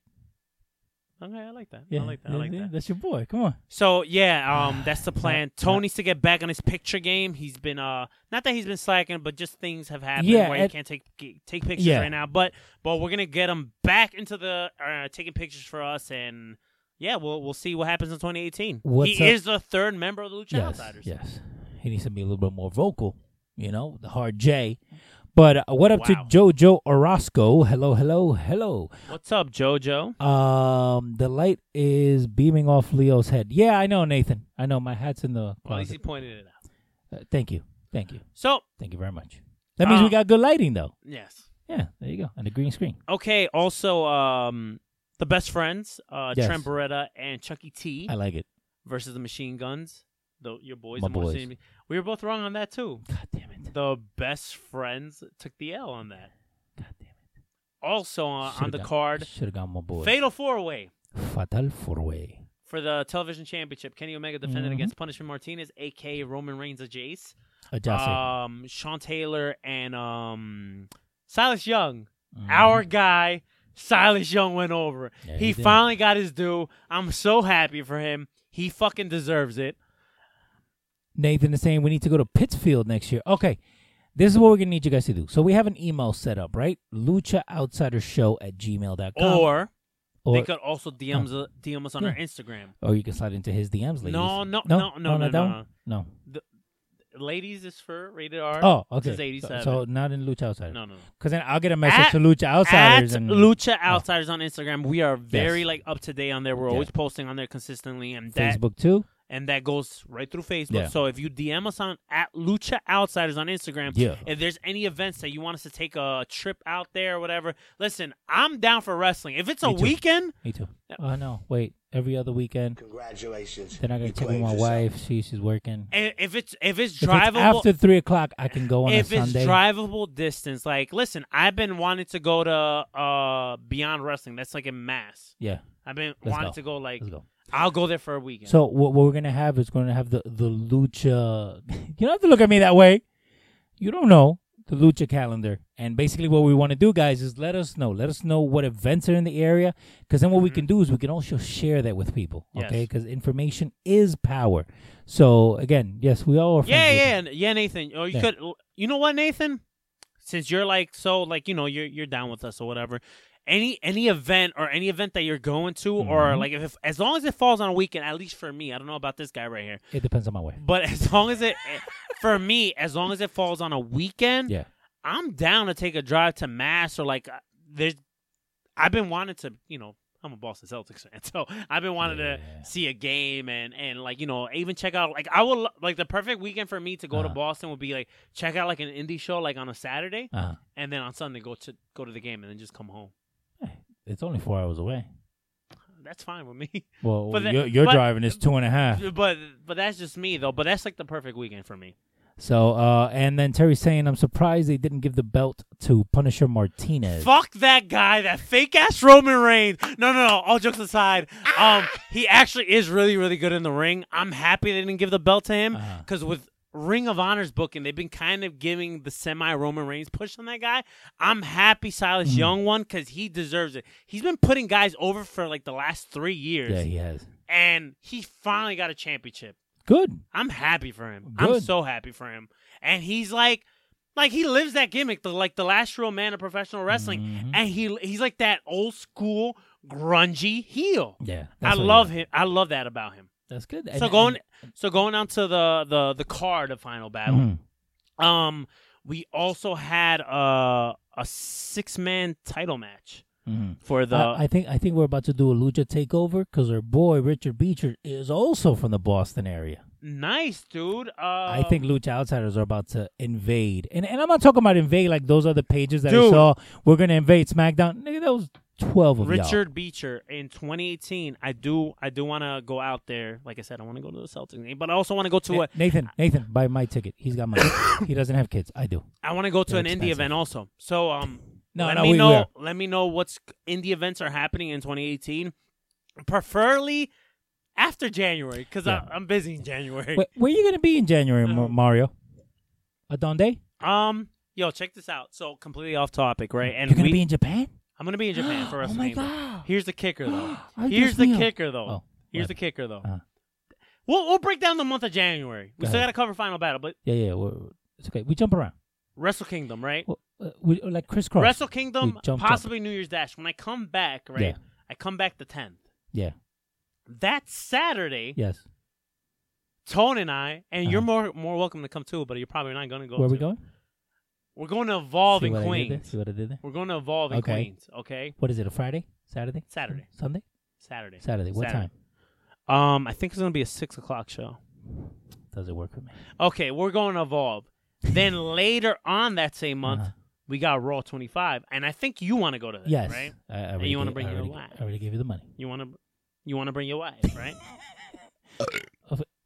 A: okay, I like that.
D: Yeah,
A: I like that. I
D: yeah,
A: like
D: yeah,
A: that.
D: That's your boy. Come on.
A: So yeah,
D: [sighs]
A: um, that's the plan.
D: Yeah.
A: Tony's to get back on his picture game. He's been uh, not that he's been slacking, but just things have happened
D: Yeah,
A: where he
D: and-
A: can't take g- take pictures
D: Yeah.
A: right now. But but we're gonna get him back into the uh, taking pictures for us, and yeah, we'll we'll see what happens in 2018.
D: What's
A: he
D: up-
A: is the third member of the Lucha
D: yes,
A: Outsiders.
D: yes. He needs to be a little bit more vocal. You know, the hard J. But uh, what up to
A: Wow.
D: Jojo Orozco? Hello, hello, hello.
A: What's up, JoJo?
D: Um, the light is beaming off Leo's head. Yeah, I know, Nathan. I know. My hat's in the
A: Well, at least he
D: closet.
A: pointed it out.
D: Uh, thank you, thank you,
A: So
D: thank you very much. That means
A: Uh,
D: we got good lighting, though.
A: yes.
D: Yeah, there you go, and the green screen.
A: Okay. Also, um, the best friends, uh,
D: Yes.
A: Trent Beretta and Chucky T
D: I like it.
A: versus the Machine Guns. The, your boys,
D: My
A: the Motor
D: boys.
A: City- We were both wrong on that too.
D: God damn it!
A: The best friends took the L on that.
D: God damn it!
A: Also on, on the card,
D: should have gone my boy.
A: Fatal Four Way
D: Fatal four way.
A: for the Television Championship. Kenny Omega defended
D: Mhm.
A: against Punishment Martinez, aka Roman Reigns, of Jace.
D: Adjusting.
A: um, Sean Taylor and um, Silas Young. Our guy, Silas Young, went over.
D: Mm-hmm. Yeah,
A: he
D: he did.
A: finally got his due. I'm so happy for him. He fucking deserves it.
D: Nathan is saying we need to go to Pittsfield next year. Okay. This is what we're going to need you guys to do. So we have an email set up, right? LuchaOutsidershow at gmail.com.
A: Or,
D: or, Oh. Hmm.
A: they could also DMs, uh, DM us on our
D: Yeah.
A: Instagram.
D: or you can slide into his DMs, ladies.
A: No, no, no, no, no,
D: not
A: no,
D: that one? no.
A: Ladies is for rated R.
D: Oh, okay.
A: This is 87.
D: So, so not in Lucha Outsiders.
A: no, no. no.
D: Because then I'll get a message
A: At-
D: to Lucha Outsiders.
A: At
D: and oh.
A: Lucha Outsiders on Instagram. We are very
D: Yes.
A: like up to date on there. We're
D: Yeah.
A: always posting on there consistently, and that
D: Facebook too.
A: and that goes right through Facebook.
D: Yeah.
A: So if you DM us on at Lucha Outsiders on Instagram,
D: Yeah.
A: if there's any events that you want us to take a trip out there or whatever, listen, I'm down for wrestling. If it's a
D: Me too.
A: weekend,
D: Me too. Oh, no. Wait. Every other weekend.
F: Congratulations.
D: Then I got
F: you
D: to check with
F: played
D: my
F: yourself.
D: wife. She, she's working.
A: i- eh, if it's if it's
D: If it's
A: drivable,
D: after 3 o'clock, I can go on
A: if
D: a
A: it's
D: Sunday.
A: drivable distance, like listen, I've been wanting to go to uh Beyond Wrestling. That's like in Mass.
D: yeah.
A: I've been
D: Let's
A: wanting
D: go.
A: to go. Like
D: Let's go.
A: I'll go there for a weekend.
D: So what, what we're gonna have is gonna have the the lucha. [laughs] you don't have to look at me that way. You don't know the lucha calendar, and basically what we want to do, guys, is let us know. Let us know what events are in the area, because then what we can do is we can also share that with people.
A: Mm-hmm. Yes.
D: Okay, because information is power. So again, yes, we all are.
A: Yeah,
D: friends with
A: yeah, and- yeah, Nathan. Or you
D: Yeah.
A: could, you know what, Nathan? Since you're like so, like you know, you're you're down with us or whatever. Any any event or any event that you're going to, or
D: Mhm.
A: like if, if as long as it falls on a weekend, at least for me, I don't know about this guy right here,
D: them. It depends on my wife.
A: but [laughs] as long as it eh, for me, as long as it falls on a weekend,
D: Yeah.
A: I'm down to take a drive to Mass or like uh, there's. I've been wanting to, you know, I'm a Boston Celtics fan, [laughs] so I've been wanting
D: Yeah.
A: to see a game and and like you know even check out like I will lo- like the perfect weekend for me to go to
D: Uh-huh.
A: Boston would be like check out like an indie show like on a Saturday
D: Uh,
A: and then on Sunday go to go to the game and then just come home.
D: it's only four hours away.
A: That's fine with me, [laughs]
D: Well,
A: But the-
D: your, your
A: but-
D: driving is two and a half.
A: but but that's just me though. But that's like the perfect weekend for me.
D: So, uh, and then Terry's saying, "I'm surprised they didn't give the belt to Punisher Martinez."
A: Fuck that guy, that fake ass Roman Reigns. No, no, no. All jokes aside,
D: Ah!
A: um, he actually is really, really good in the ring. I'm happy they didn't give the belt to him
D: Uh-huh.
A: because with Ring of Honor's booking, they've been kind of giving the semi Roman Reigns push on that guy. I'm happy Silas
D: Mm.
A: Young won because he deserves it. He's been putting guys over for like the last three years,
D: Yeah, he has.
A: and he finally got a championship.
D: Good.
A: I'm happy for him. I'm
D: Good.
A: so happy for him. And he's like, like he lives that gimmick, the like the last real man of professional wrestling,
D: Mhm.
A: and he he's like that old school grungy heel.
D: Yeah,
A: I love him. I love that about him.
D: That's good.
A: so going, so going on to the the the card of final battle.
D: Mhm.
A: Um, we also had a a six man title match
D: Mhm.
A: for the.
D: I, I think I think we're about to do a lucha takeover because our boy Richard Beecher is also from the Boston area.
A: nice dude. Uh,
D: I think lucha outsiders are about to invade, and and I'm not talking about invade like those other pages that I
A: Dude.
D: saw. We're gonna invade SmackDown. Nigga, that was twelve of y'all.
A: Richard Beecher in 2018. I do I do want to go out there. Like I said, I want to go to the Celtics game, but I also want to go to a
D: Na- Nathan, Nathan, buy my ticket. He's
A: [coughs]
D: got money. he doesn't have kids. I do.
A: I want to go to
D: They're
A: an indie
D: expensive.
A: event also. So um
D: No,
A: let
D: no,
A: me
D: we-
A: know
D: we're-
A: let me know what's indie events are happening in 2018. Preferably after January cuz
D: Yeah.
A: I'm busy in January.
D: Wait, where you gonna be in January, Ma- Mario? A Donde?
A: Um, yo, check this out. So completely off topic, right? And
D: You're gonna
A: we,
D: be in Japan?
A: I'm gonna be in [gasps] Japan for
D: [gasps] Oh
A: WrestleMania.
D: my God.
A: Here's the kicker, though.
D: [gasps] I
A: Here's
D: just
A: the
D: knew.
A: kicker, though.
D: Oh,
A: Here's
D: what?
A: the kicker, though.
D: Uh-huh.
A: We'll we'll break down the month of January. We
D: Go
A: still
D: ahead.
A: gotta cover Final Battle, but
D: Yeah, yeah. we it's okay. We jump around.
A: Wrestle Kingdom, right?
D: Well, uh, we like crisscross.
A: Wrestle Kingdom,
D: We jump,
A: possibly New Year's Dash. When I come back, right?
D: Yeah.
A: I come back the 10th.
D: Yeah.
A: That Saturday,
D: Yes.
A: Tone and I, and
D: Uh-huh.
A: you're more more welcome to come too, but you're probably not gonna go.
D: Where are we
A: to.
D: going?
A: We're going to Evolve
D: See
A: in
D: what I did there?
A: Queens.
D: See what I did there?
A: We're going to Evolve in
D: Okay.
A: Queens. Okay,
D: What is it? A Friday? Saturday?
A: Saturday.
D: Sunday?
A: Saturday.
D: Saturday. What
A: time? Um, I think it's gonna be a six o'clock show.
D: time? Does it work for me?
A: Okay, we're going to Evolve.
D: [laughs]
A: then later on that same month,
D: Uh-huh.
A: we got Raw 25, and I think you want to go to that,
D: Yes.
A: right?
D: I, I already
A: you wanna
D: gave-
A: bring
D: I
A: your
D: already,
A: wife.
D: I already gave you the money.
A: You want to, you want to bring your wife, right? [laughs]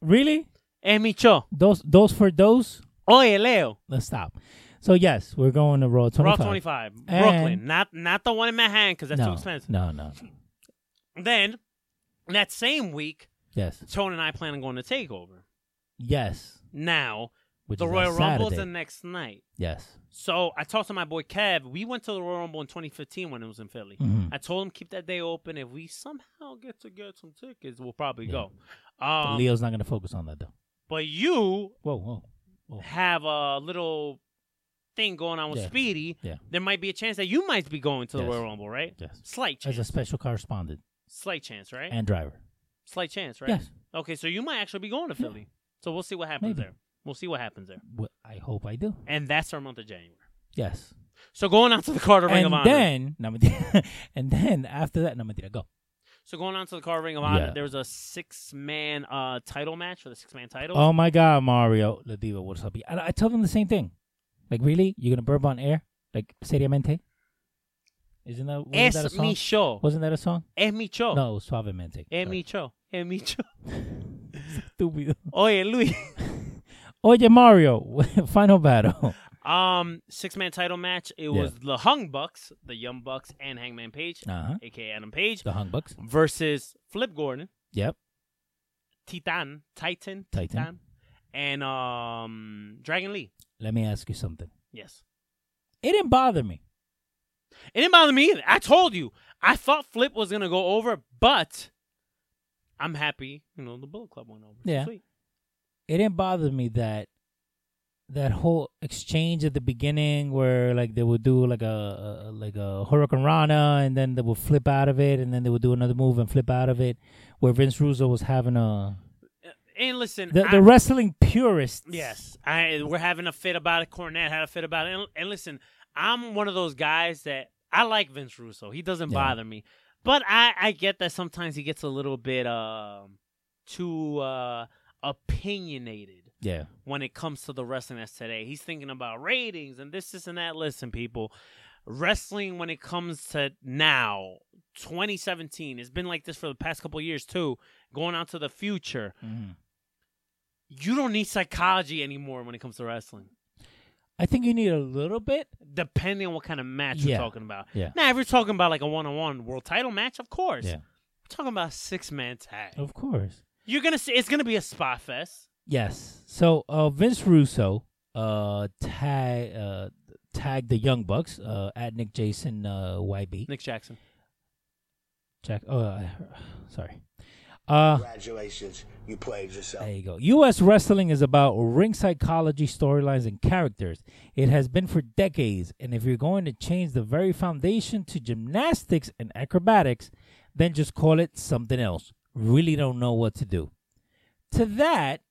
D: Really?
A: hey, Micho.
D: Those those for those?
A: Oye, Leo.
D: Let's stop. So yes, we're going to roll twenty
A: Raw
D: five.
A: 25,
D: And-
A: Brooklyn. Not not the one in Manhattan because that's
D: no,
A: too expensive.
D: No, no.
A: Then that same week,
D: Yes.
A: Tone and I plan on going to Takeover.
D: Yes.
A: Now
D: Which
A: the
D: is
A: Royal
D: on
A: Rumble's the
D: Saturday.
A: next night.
D: Yes.
A: So I talked to my boy Kev. We went to the Royal Rumble in 2015 when it was in Philly.
D: Mhm.
A: I told him keep that day open. If we somehow get to get some tickets, we'll probably
D: Yeah.
A: go. Um,
D: Leo's not gonna focus on that though.
A: but you
D: Whoa, whoa.
A: have a little thing going on with
D: Yeah.
A: Speedy.
D: Yeah.
A: There might be a chance that you might be going to the
D: Yes.
A: Royal Rumble, right?
D: Yes.
A: Slight chance.
D: As a special correspondent
A: Slight chance, right?
D: and driver.
A: Slight chance, right?
D: Yes.
A: Okay, so you might actually be going to Philly. So we'll see what happens
D: Maybe.
A: there. We'll see what happens there.
D: Wh- I hope I do.
A: And that's our month of January.
D: Yes.
A: So going on to the Carter Ring of
D: and
A: Honor.
D: then, [laughs] no, mentira. and then after that, no, mentira, go.
A: so going on to the Carter Ring of Honor,
D: Yeah.
A: there was a six man uh, title match for the six man title.
D: Oh my God, Mario La Diva, what's up? I, I tell them the same thing. Like, really? You're gonna burp on air? Like, seriamente? Isn't that wasn't
A: es
D: that a song?
A: mi show.
D: Wasn't that a song?
A: Es mi show.
D: No, it was suavemente.
A: Es
D: Sorry. [laughs]
A: mi show. Es mi show.
D: Estúpido.
A: [laughs] Oye, Luis.
D: Oye, Mario, [laughs] final battle.
A: Um, six man title match. It was the Hung Bucks, the Young Bucks, and Hangman Page,
D: [laughs] Uh-huh.
A: aka Adam Page,
D: The Hung Bucks.
A: versus Flip Gordon,
D: Yep.
A: Titan, Titan,
D: Titan.
A: and um Dragon Lee.
D: Let me ask you something.
A: Yes,
D: It didn't bother me.
A: it didn't bother me either. I told you, I thought Flip was gonna go over, but I'm happy. You know, the Bullet Club went over.
D: Yeah.
A: Sweet.
D: It didn't bother me that that whole exchange at the beginning where like they would do like a, a like a hurricane rana and then they would flip out of it and then they would do another move and flip out of it where Vince Russo was having a
A: And listen,
D: the,
A: I-
D: the wrestling purists.
A: Yes, I we're having a fit about it. Cornette had a fit about it. And, and listen, I'm one of those guys that I like Vince Russo. He doesn't
D: Yeah.
A: bother me, but I I get that sometimes he gets a little bit um too uh opinionated
D: Yeah.
A: when it comes to the wrestling that's today. He's thinking about ratings and this, this, and that. Listen, people, wrestling when it comes to now, 2017, it's been like this for the past couple of years too. Going out to the future,
D: Mhm.
A: you don't need psychology anymore when it comes to wrestling.
D: I think you need a little bit.
A: Depending on what kind of match
D: Yeah.
A: you're talking about.
D: Yeah.
A: Now, if you're talking about like a one-on-one world title match, of course.
D: Yeah. Oh.
A: We're talking about a six-man tag.
D: Of course.
A: You're gonna see it's gonna be a spot fest.
D: Yes. So uh, Vince Russo uh, tag uh, tagged the Young Bucks uh, at Nick Jason uh, YB.
A: Nick Jackson.
D: Jack. Oh, I- sorry. Uh,
F: Congratulations, you played yourself.
D: there you go. U.S. wrestling is about ring psychology, storylines, and characters. It has been for decades, and if you're going to change the very foundation to gymnastics and acrobatics, then just call it something else. Really don't know what to do. To that,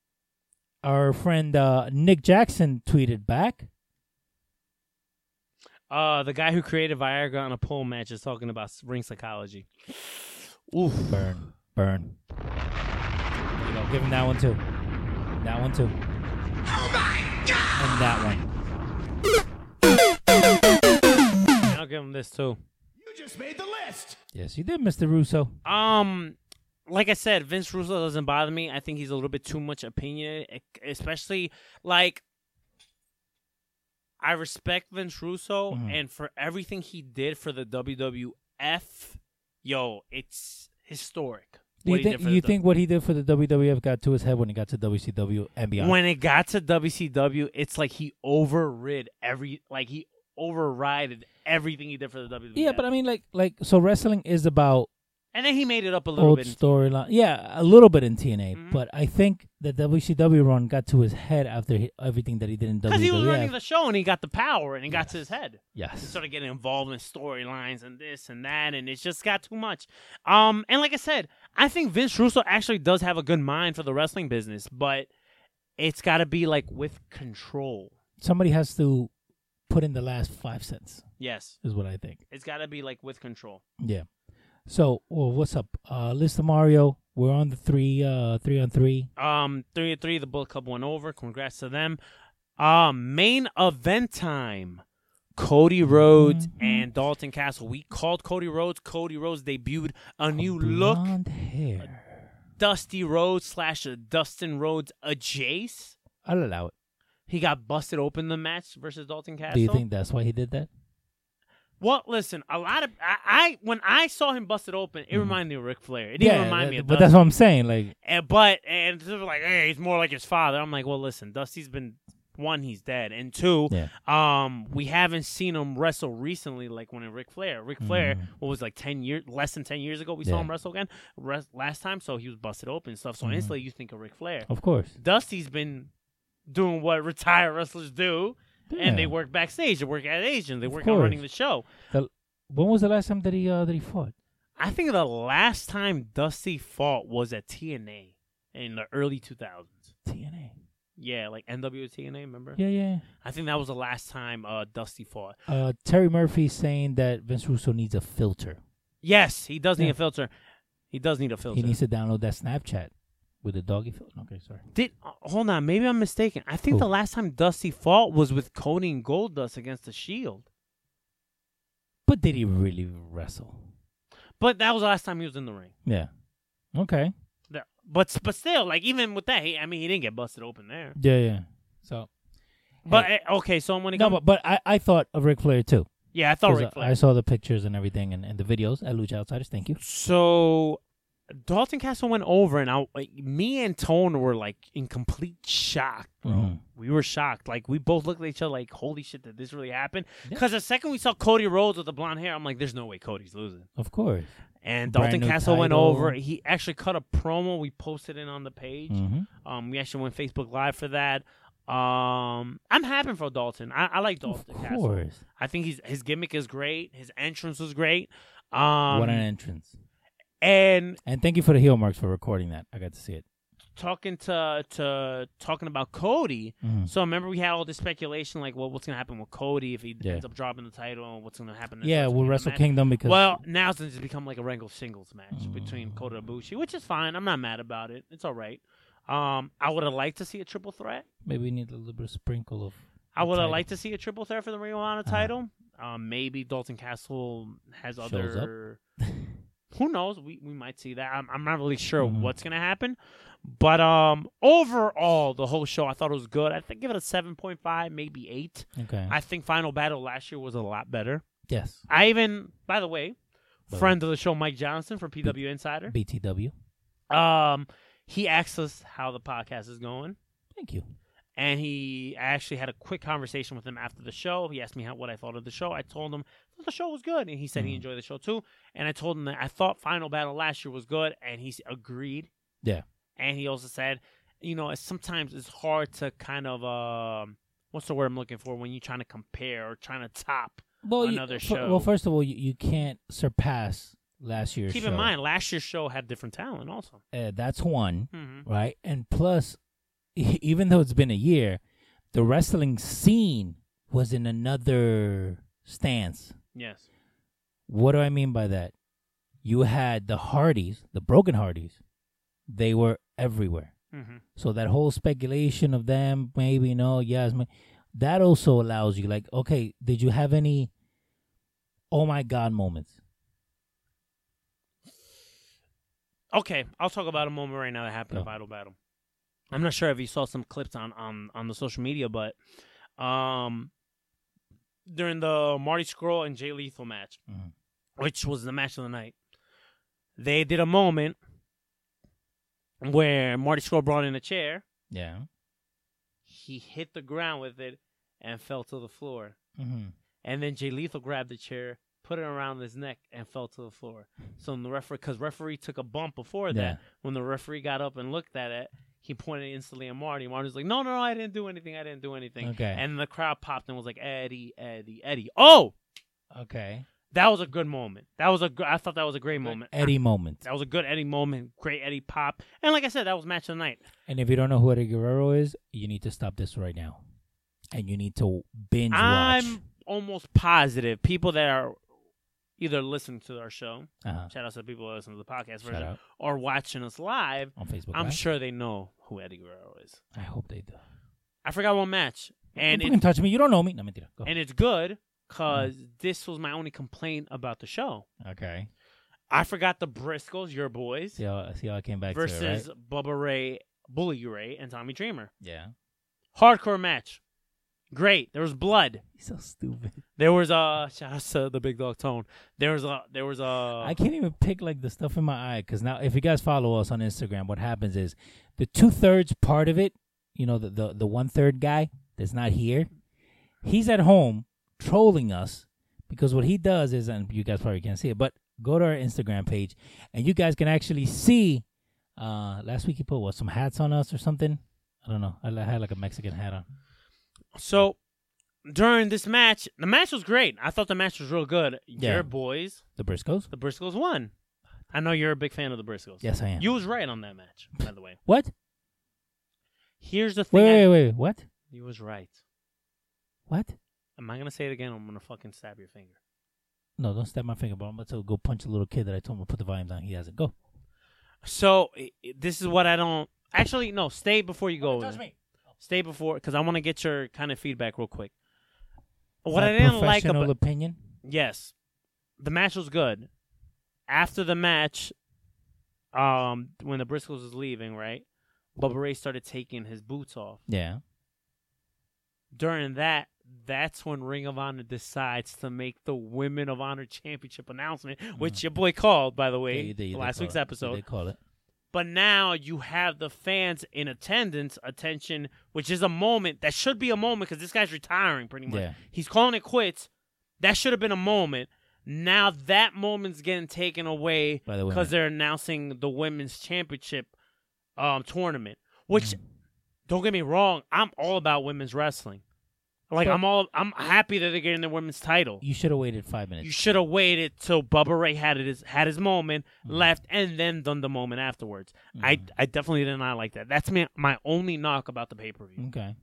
D: our friend uh, Nick Jackson tweeted back.
A: Uh, the guy who created Viagra on a pole match is talking about ring psychology.
D: Oof. Burn. Burn. There you go. Give him that one too. That one too. And that one.
A: And I'll give him this too.
C: You just made the list.
D: Yes, you did, Mr. Russo.
A: Um, like I said, Vince Russo doesn't bother me. I think he's a little bit too much opinionated, e- especially like I respect Vince Russo
D: Mhm.
A: and for everything he did for the WWF. Yo, it's historic.
D: Do
A: What
D: you
A: he
D: think
A: did for
D: you
A: the-
D: think what he did for the WWF got to his head when he got to WCW and beyond?
A: When it got to WCW, it's like he overrid every, like he overrided everything he did for the WWE.
D: yeah, but I mean, like, like so wrestling is about
A: and then he made it up a Mm-hmm. little
D: old
A: bit. in-
D: storyline. Yeah, a little bit in TNA, but I think the WCW run got to his head after he, everything that he did in WWF.
A: Because he was running the show and he got the power and it got to his head.
D: Yes.
A: He started getting involved in storylines and this and that, and it just got too much. Um, and like I said, I think Vince Russo actually does have a good mind for the wrestling business, but it's got to be like with control.
D: Somebody has to put in the last five cents,
A: Yes,
D: is what I think.
A: it's got to be like with control.
D: Yeah. So, well, what's up, uh, Lista Mario? We're on the three, uh, three on three.
A: Um, three to three, the Bullet Club went over. Congrats to them. Um, main event time. Cody Rhodes and Dalton Castle. We called Cody Rhodes. Cody Rhodes debuted a new look.
D: Blonde hair.
A: Dusty Rhodes slash a Dustin Rhodes a Jace.
D: I'll allow it.
A: He got busted open the match versus Dalton Castle.
D: Do you think that's why he did that?
A: Well, listen, a lot of I, I when I saw him busted open, it reminded me of Ric Flair. It didn't remind
D: that-
A: me of
D: Mm-hmm. but
A: Dusty.
D: that's what I'm saying. Like,
A: And, but and they were like, hey, he's more like his father. I'm like, well, listen, Dusty's been one, he's dead, and two,
D: Yeah.
A: um, we haven't seen him wrestle recently, like when in Ric Flair. Ric Flair, what was it, like ten years, less than ten years ago, we
D: Mm-hmm. Yeah. Mm-hmm.
A: saw him wrestle again res- last time, so he was busted open and stuff. So instantly, you think of Ric Flair.
D: of course.
A: Dusty's been doing what retired wrestlers do, and
D: Yeah.
A: they work backstage, they work at Asian, they
D: Of
A: work on running the
D: course.
A: show.
D: The, when was the last time that he uh, that he fought?
A: I think the last time Dusty fought was at TNA in the early 2000s.
D: TNA.
A: Yeah, like NWA TNA, remember?
D: Yeah, yeah.
A: I think that was the last time uh, Dusty fought.
D: Uh, Terry Murphy saying that Vince Russo needs a filter.
A: Yes, he does need
D: Yeah.
A: a filter. He does need a filter.
D: He needs to download that Snapchat with the doggy filter. Okay, sorry.
A: Did uh, hold on? Maybe I'm mistaken. I think
D: Who?
A: the last time Dusty fought was with Cody and Goldust against the Shield.
D: But did he really wrestle?
A: But that was the last time he was in the ring.
D: Yeah. Okay.
A: There. But but still, like even with that, he, I mean, he didn't get busted open there.
D: Yeah, yeah. So
A: But eh, okay, so when it
D: no,
A: come-
D: but, but I, I thought of Ric Flair too.
A: yeah, I thought
D: 'Cause
A: Ric Flair.
D: I saw the pictures and everything and, and the videos at Lucha Outsiders. Thank you.
A: so Dalton Castle went over, and I, like, me and Tone were like in complete shock, bro.
D: Mhm.
A: We were shocked. Like we both looked at each other, like, "Holy shit, did this really happen?" Because the second we saw Cody Rhodes with the blonde hair, I'm like, "There's no way Cody's losing."
D: Of course.
A: And
D: Brand
A: Dalton
D: new
A: Castle went
D: title.
A: over. He actually cut a promo. We posted it on the page.
D: hmm
A: Um, we actually went Facebook Live for that. Um, I'm happy for Dalton. I, I like
D: Of
A: Dalton Castle.
D: course.
A: I think he's his gimmick is great. His entrance was great. Um,
D: what an entrance.
A: and
D: And thank you for the heel marks for recording that. I got to see it.
A: talking to to talking about Cody.
D: Mhm.
A: So remember we had all this speculation like, well, what's gonna happen with Cody if he
D: Yeah.
A: ends up dropping the title? and What's gonna happen?
D: Yeah,
A: next
D: we'll
A: week?
D: Wrestle
A: Match-
D: Kingdom Mm. because
A: Well, now since it's become like a regular singles match between Kota Ibushi, which is fine. I'm not mad about it. It's all right. Um, I would have liked to see a triple threat.
D: maybe we need a little bit of sprinkle of.
A: I
D: the
A: would have
D: title. Uh-huh.
A: liked to see a triple threat for the Ring of Honor title. Um, maybe Dalton Castle has
D: Shows [laughs]
A: other. Who knows? We we might see that. I'm I'm not really sure
D: Mhm.
A: what's gonna happen, but um, overall the whole show I thought it was good. I think give it a seven point five, maybe eight.
D: Okay.
A: I think Final Battle last year was a lot better.
D: yes.
A: I even, by the way,
D: By the
A: friend of the show Mike Johnson from PW Insider.
D: BTW.
A: Um, he asked us how the podcast is going
D: Thank you.
A: and he I actually had a quick conversation with him after the show. He asked me how, what I thought of the show. I told him that the show was good, and he said he enjoyed the show too. And I told him that I thought Final Battle last year was good, and he s- agreed.
D: Yeah.
A: And he also said, you know, it's, sometimes it's hard to kind of um, what's the word I'm looking for when you're trying to compare or trying to top.
D: Well, you-
A: Another
D: fir-
A: show.
D: well, first of all, you, you can't surpass last year's.
A: Keep
D: show.
A: in mind, last year's show had different talent also.
D: uh, that's one,
A: Mhm.
D: right? And plus, [laughs] e- even though it's been a year, the wrestling scene was in another stance.
A: Yes.
D: What do I mean by that? You had the Hardys, the Broken Hardys. They were everywhere.
A: hmm
D: So that whole speculation of them, maybe no, yes, ma- that also allows you. Like, okay, did you have any? Oh my God, moments.
A: Okay, I'll talk about a moment right now that happened
D: Go.
A: in Vital Battle. I'm not sure if you saw some clips on on on the social media, but um during the Marty Scroll and Jay Lethal match,
D: Mhm.
A: which was the match of the night, they did a moment where Marty Scroll brought in a chair.
D: Yeah.
A: He hit the ground with it and fell to the floor.
D: Mm-hmm.
A: And then Jay Lethal grabbed the chair, put it around his neck, and fell to the floor. So when the referee, because referee took a bump before
D: Yeah.
A: that, when the referee got up and looked at it, he pointed instantly at Marty. Marty was like, "No, no, no, I didn't do anything. I didn't do anything."
D: Okay.
A: And the crowd popped and was like, "Eddie, Eddie, Eddie." Oh,
D: Okay.
A: that was a good moment. That was a. Gr- I thought that was a great moment.
D: Eddie moment.
A: That was a good Eddie moment. Great Eddie pop. And like I said, that was match of the night.
D: And if you don't know who Eddie Guerrero is, you need to stop this right now, and you need to binge watch.
A: I'm almost positive people that are either listening to our show,
D: Uh-huh.
A: shout out to the people that listen to the podcast
D: Shout
A: version,
D: out
A: or watching us live,
D: on Facebook.
A: I'm
D: Live.
A: sure they know who Eddie Guerrero is.
D: I hope they do.
A: I forgot one match, and
D: Don't
A: it,
D: fucking touch me. You don't know me. No, mentira. Go.
A: and it's good because
D: Mm.
A: this was my only complaint about the show.
D: okay.
A: I forgot the Briscoes, your boys,
D: See how see how I came back to it, right?
A: versus Bubba Ray, Bully Ray, and Tommy Dreamer.
D: Yeah.
A: Hardcore match, great. There was blood.
D: He's so
A: [laughs]
D: stupid.
A: There was a shout out to the big dog tone. There was a there was uh, a
D: I can't even pick like the stuff in my eye because now, if you guys follow us on Instagram, what happens is the two thirds part of it, you know, the the, the one third guy that's not here, he's at home trolling us because what he does is, and you guys probably can't see it, but go to our Instagram page and you guys can actually see. Uh, last week he put what some hats on us or something. I don't know. I li- had like a Mexican hat on.
A: so during this match, the match was great. I thought the match was real good.
D: Yeah.
A: Your boys,
D: The Briscoes.
A: the Briscoes won. I know you're a big fan of the Briscoes.
D: Yes, I am.
A: You was right on that match, by the way.
D: what?
A: Here's the thing.
D: Wait,
A: I-
D: wait, wait. What?
A: You was right.
D: What?
A: Am I gonna say it again? I'm gonna fucking stab your finger.
D: No, don't stab my finger, but I'm about to go punch a little kid that I told him to put the volume down. He hasn't. Go.
A: So i- i- this is what I don't. Actually, no. Stay before you go. in. Stay before, because I want to get your kind of feedback real quick. What
D: My
A: I didn't like
D: professional
A: about
D: opinion.
A: Yes. The match was good. After the match, um, when the Briscoes was leaving, right? Bubba Ray started taking his boots off.
D: Yeah.
A: During that, that's when Ring of Honor decides to make the Women of Honor Championship announcement,
D: Mm.
A: which your boy called, by the way,
D: They- they- they
A: last
D: call
A: week's
D: it- They
A: episode.
D: call it.
A: But now you have the fans in attendance, attention, which is a moment that should be a moment because this guy's retiring pretty much.
D: Yeah.
A: He's calling it quits. That should have been a moment. Now that moment's getting taken away
D: By the women.
A: because they're announcing the women's championship um, tournament. Which,
D: Mm.
A: don't get me wrong, I'm all about women's wrestling. Like
D: But-
A: I'm all I'm happy that they're getting the women's title.
D: You should have waited five minutes.
A: You should have waited till Bubba Ray had his had his moment,
D: Mm-hmm.
A: left, and then done the moment afterwards. I I definitely did not like that. That's me my only knock about the pay per view,
D: okay.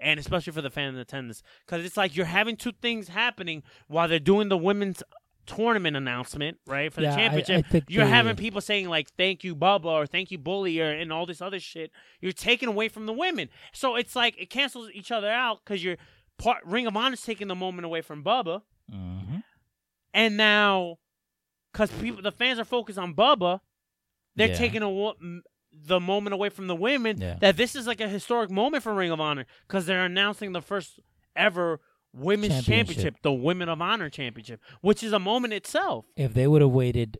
A: and especially for the fan in attendance, because it's like you're having two things happening while they're doing the women's tournament announcement, right for
D: Yeah, I-
A: the
D: I
A: championship.
D: think
A: you're
D: they-
A: having people saying like "Thank you, Bubba" or "Thank you, Bully" or and all this other shit. You're taking away from the women, so it's like it cancels each other out because you're part Ring of Honor's taking the moment away from Bubba.
D: hmm
A: And now, because people, the fans are focused on Bubba, they're
D: Yeah.
A: taking awa- m the moment away from the women.
D: Yeah.
A: That this is like a historic moment for Ring of Honor because they're announcing the first ever women's championship.
D: Championship.
A: the Women of Honor Championship, which is a moment itself.
D: If they would have waited,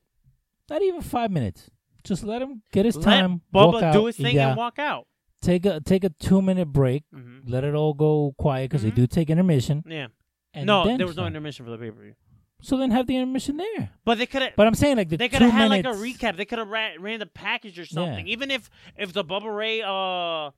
D: not even five minutes, just let him get his
A: Let
D: time. walk
A: Bubba
D: out.
A: do his thing
D: yeah.
A: and walk out.
D: Take a take a two minute break.
A: Mhm.
D: Let it all go quiet because they do take intermission.
A: Yeah. Mm-hmm.
D: And
A: no,
D: then
A: there was no
D: start.
A: intermission for the pay per view.
D: So then have the intermission there.
A: But they could have.
D: But I'm saying like the
A: They could
D: two
A: have had like a
D: minutes-
A: recap. They could have ran, ran the package or something.
D: Yeah.
A: Even if if the Bubba Ray, uh,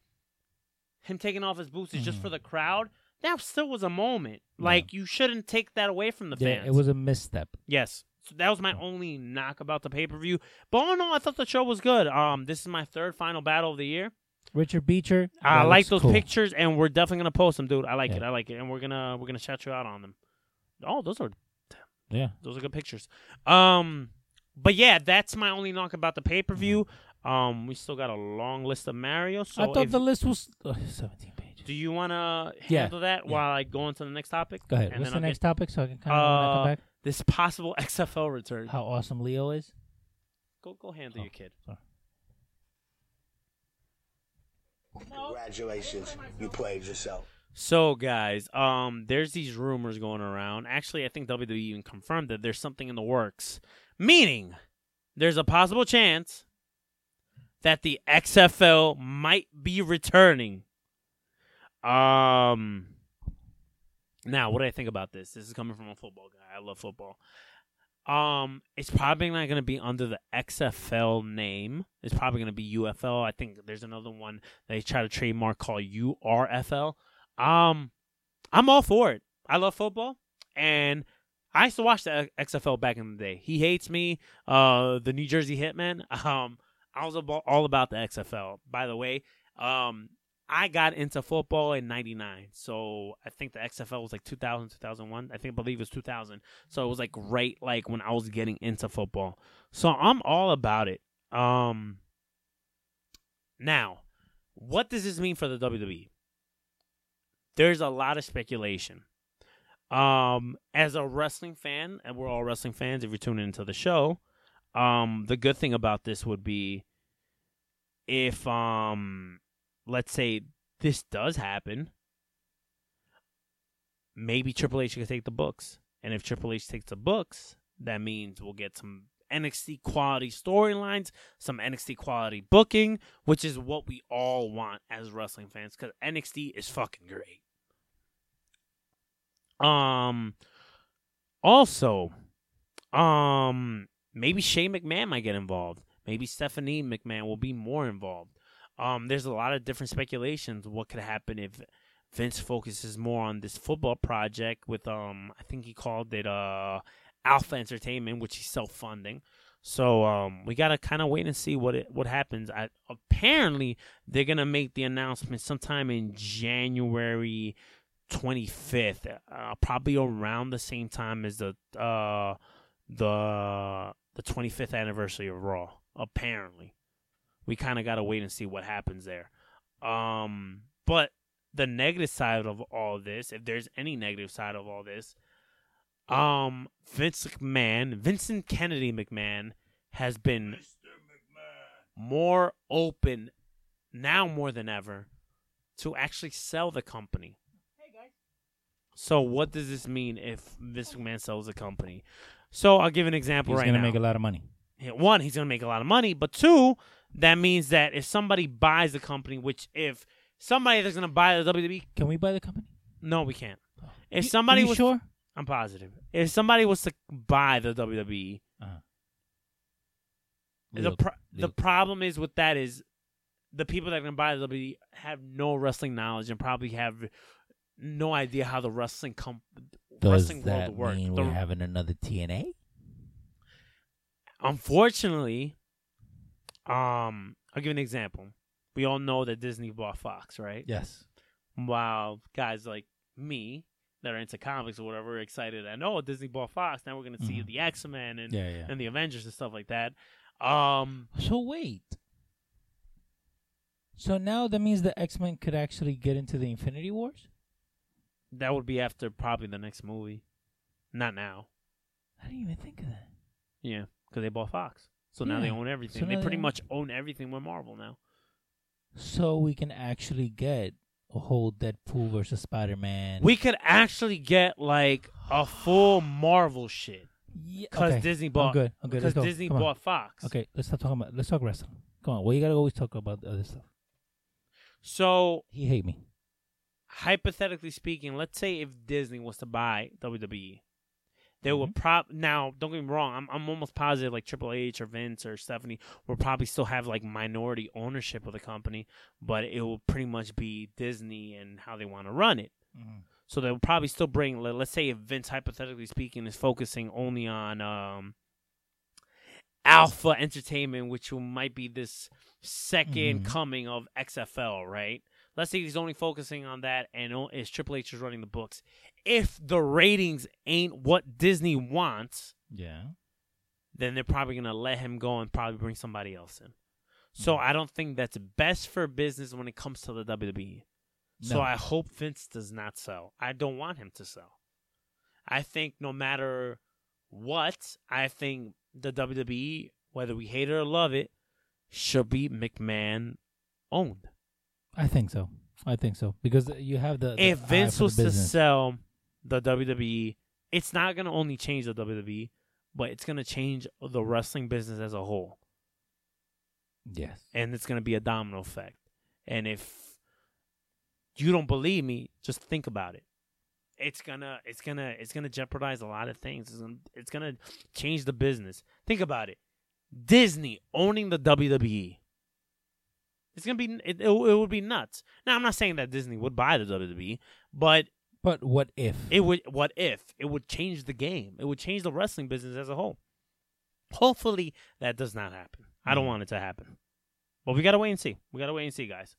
A: him taking off his boots is just
D: Mm-hmm.
A: for the crowd, that still was a moment. Like you shouldn't take that away from the
D: Yeah,
A: fans.
D: it was a misstep.
A: yes. So that was my only knock about the pay per view. But all in all, I thought the show was good. Um, this is my third final battle of the year.
D: Richard Beecher.
A: I
D: that
A: like
D: looks
A: those
D: cool.
A: pictures, and we're definitely gonna post them, dude. I like
D: Yeah.
A: it. I like it, and we're gonna we're gonna shout you out on them. Oh, those are
D: Yeah.
A: those are good pictures. Um, but yeah, that's my only knock about the pay per view. Um, we still got a long list of Mario. So
D: Mm-hmm. I thought
A: if-
D: the list was ugh, 17 pages.
A: do you want to
D: Yeah,
A: handle that
D: yeah.
A: while I go on to the next topic?
D: Go ahead.
A: And
D: What's the
A: then I'll
D: next
A: get-
D: topic so I can kind of come
A: Uh,
D: back?
A: This possible [laughs] XFL return.
D: How awesome Leo is.
A: Go go handle
D: Oh.
A: your kid.
F: Congratulations, you played yourself.
A: So guys, um, there's these rumors going around. Actually, I think WWE even confirmed that there's something in the works, meaning there's a possible chance that the XFL might be returning. Um, now what do I think about this? This is coming from a football guy. I love football. Um, it's probably not going to be under the XFL name. It's probably going to be UFL. I think there's another one they try to trademark called URFL. Um, I'm all for it. I love football, and I used to watch the XFL back in the day. He hates me. Uh, the New Jersey Hitman. [laughs] Um, I was abo- all about the XFL. By the way, um, I got into football in '99, so I think the XFL was like 2000, 2001. I think I believe it was 2000. So it was like right like when I was getting into football. So I'm all about it. Um, now, what does this mean for the E? WWE? There's a lot of speculation. Um, as a wrestling fan, and we're all wrestling fans if you're tuning into the show, um, the good thing about this would be if um let's say this does happen, maybe Triple H could take the books. And if Triple H takes the books, that means we'll get some NXT quality storylines, some NXT quality booking, which is what we all want as wrestling fans because NXT is fucking great. Um, also, um, maybe Shane McMahon might get involved. Maybe Stephanie McMahon will be more involved. Um, there's a lot of different speculations what could happen if Vince focuses more on this football project with um I think he called it uh Alpha Entertainment, which he's self funding. So um we gotta kinda wait and see what it what happens. I, apparently they're gonna make the announcement sometime in January 25th, uh, probably around the same time as the uh, the the 25th anniversary of Raw. Apparently, we kind of gotta wait and see what happens there. Um, but the negative side of all this, if there's any negative side of all this, um, Vince McMahon, Vincent Kennedy McMahon, has been more open now more than ever to actually sell the company. So what does this mean if Vince McMahon sells a company? So I'll give an example
D: He's
A: right
D: gonna
A: now.
D: make a lot of money.
A: Yeah, one, he's going to make a lot of money, but two, that means that if somebody buys the company, which if somebody that's going to buy the WWE,
D: Can we buy the company?
A: no, we can't. If
D: You-
A: somebody
D: you
A: was,
D: sure?
A: I'm positive. If somebody was to buy the WWE, the
D: Real-
A: pro- the
D: real-
A: problem is with that is the people that are going to buy the WWE have no wrestling knowledge and probably have no idea how the wrestling com-
D: Does
A: wrestling
D: that
A: world works.
D: mean
A: The-
D: we're having another TNA?
A: unfortunately, um, I'll give an example. We all know that Disney bought Fox, right?
D: Yes.
A: While guys like me that are into comics or whatever are excited and oh Disney bought Fox, now we're gonna see
D: Mhm.
A: the X Men and
D: Yeah, yeah.
A: and the Avengers and stuff like that. Um,
D: So wait. So now that means the X Men could actually get into the Infinity Wars?
A: that would be after probably the next movie, not now.
D: I didn't even think of that.
A: Yeah, because they bought Fox, so now they
D: Yeah.
A: own everything.
D: So
A: they
D: now they
A: pretty
D: own-
A: much own everything with Marvel now.
D: So we can actually get a whole Deadpool versus Spider Man.
A: We could actually get like a
D: [sighs]
A: full Marvel shit. Because Disney bought.
D: I'm good. I'm good.
A: Because
D: Let's go.
A: Disney
D: Come on.
A: bought Fox.
D: Okay, let's stop talking about. Let's talk wrestling. Come on. Well, you gotta always talk about the other stuff.
A: So
D: He hate me.
A: hypothetically speaking, let's say if Disney was to buy WWE, they
D: Mm-hmm.
A: would prop. Now, don't get me wrong. I'm I'm almost positive like Triple H or Vince or Stephanie will probably still have like minority ownership of the company, but it will pretty much be Disney and how they want to run it. So they'll probably still bring. let- Let's say if Vince, hypothetically speaking, is focusing only on um, Alpha Entertainment, which will- might be this 2nd
D: Mhm.
A: coming of XFL, right? Let's say he's only focusing on that, and o- is Triple H is running the books. If the ratings ain't what Disney wants,
D: Yeah.
A: then they're probably gonna let him go and probably bring somebody else in.
D: Mm.
A: So I don't think that's best for business when it comes to the WWE. So
D: No.
A: I hope Vince does not sell. I don't want him to sell. I think no matter what, I think the WWE, whether we hate it or love it, should be McMahon owned.
D: I think so. I think so because you have the, the
A: if
D: eye
A: Vince
D: for the
A: was to
D: business.
A: sell the WWE, it's not going to only change E, the WWE, but it's going to change the wrestling business as a whole.
D: Yes.
A: and it's going to be a domino effect. And if you don't believe me, just think about it. It's gonna, it's gonna, it's gonna jeopardize a lot of things. It's gonna, it's gonna change the business. Think about it. Disney owning the WWE. It's gonna be, it, it, it would be nuts. Now, I'm not saying that Disney would buy the WWE, but
D: But what if?
A: it would. What if it would change the game? It would change the wrestling business as a whole. Hopefully, that does not happen. I
D: Mm.
A: don't want it to happen, but we gotta wait and see. We gotta wait and see, guys.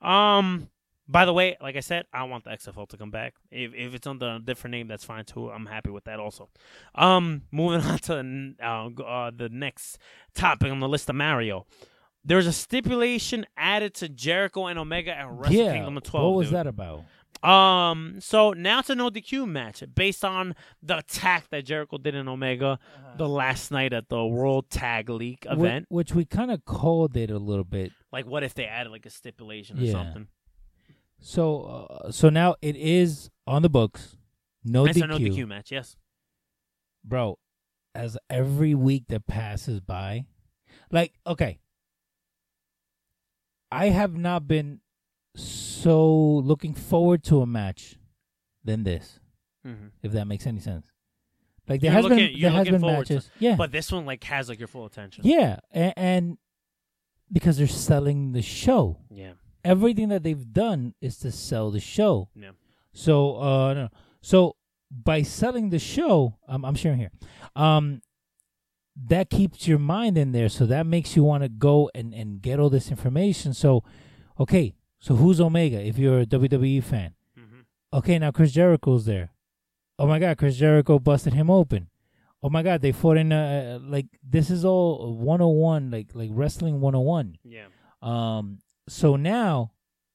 A: Um. By the way, like I said, I want the XFL to come back. If if it's under a different name, that's fine too. I'm happy with that also. Um, moving [laughs] on to uh, g- uh, the next topic on the list of Mario. There's a stipulation added to Jericho and Omega at Wrestle
D: yeah.
A: Kingdom 12.
D: what was
A: dude.
D: that about?
A: Um, so now it's a no DQ match based on the attack that Jericho did in Omega the last night at the World Tag League
D: Wh-
A: event.
D: Which, we kind of called it a little bit.
A: like, what if they added like a stipulation or
D: Yeah.
A: something?
D: So uh, so now it is on the books. No
A: That's
D: DQ.
A: a no DQ match, yes.
D: Bro, as every week that passes by, like, okay. I have not been so looking forward to a match than this,
A: Mm-hmm.
D: if that makes any sense. Like there
A: You're
D: has
A: looking-
D: been
A: you're
D: there has
A: looking
D: been
A: forward to-
D: matches. yeah.
A: But this one like has like your full attention.
D: Yeah, and, and because they're selling the show,
A: Yeah.
D: everything that they've done is to sell the show.
A: Yeah.
D: So, uh, no, so by selling the show, um, I'm sharing here. Um, that keeps your mind in there, so that makes you want to go and and get all this information. So, okay, so who's Omega? If you're a WWE fan, okay, now Chris Jericho's there. Oh my God, Chris Jericho busted him open. Oh my God, they fought in uh, like this is all 101, like like wrestling 101.
A: Yeah.
D: Um, so now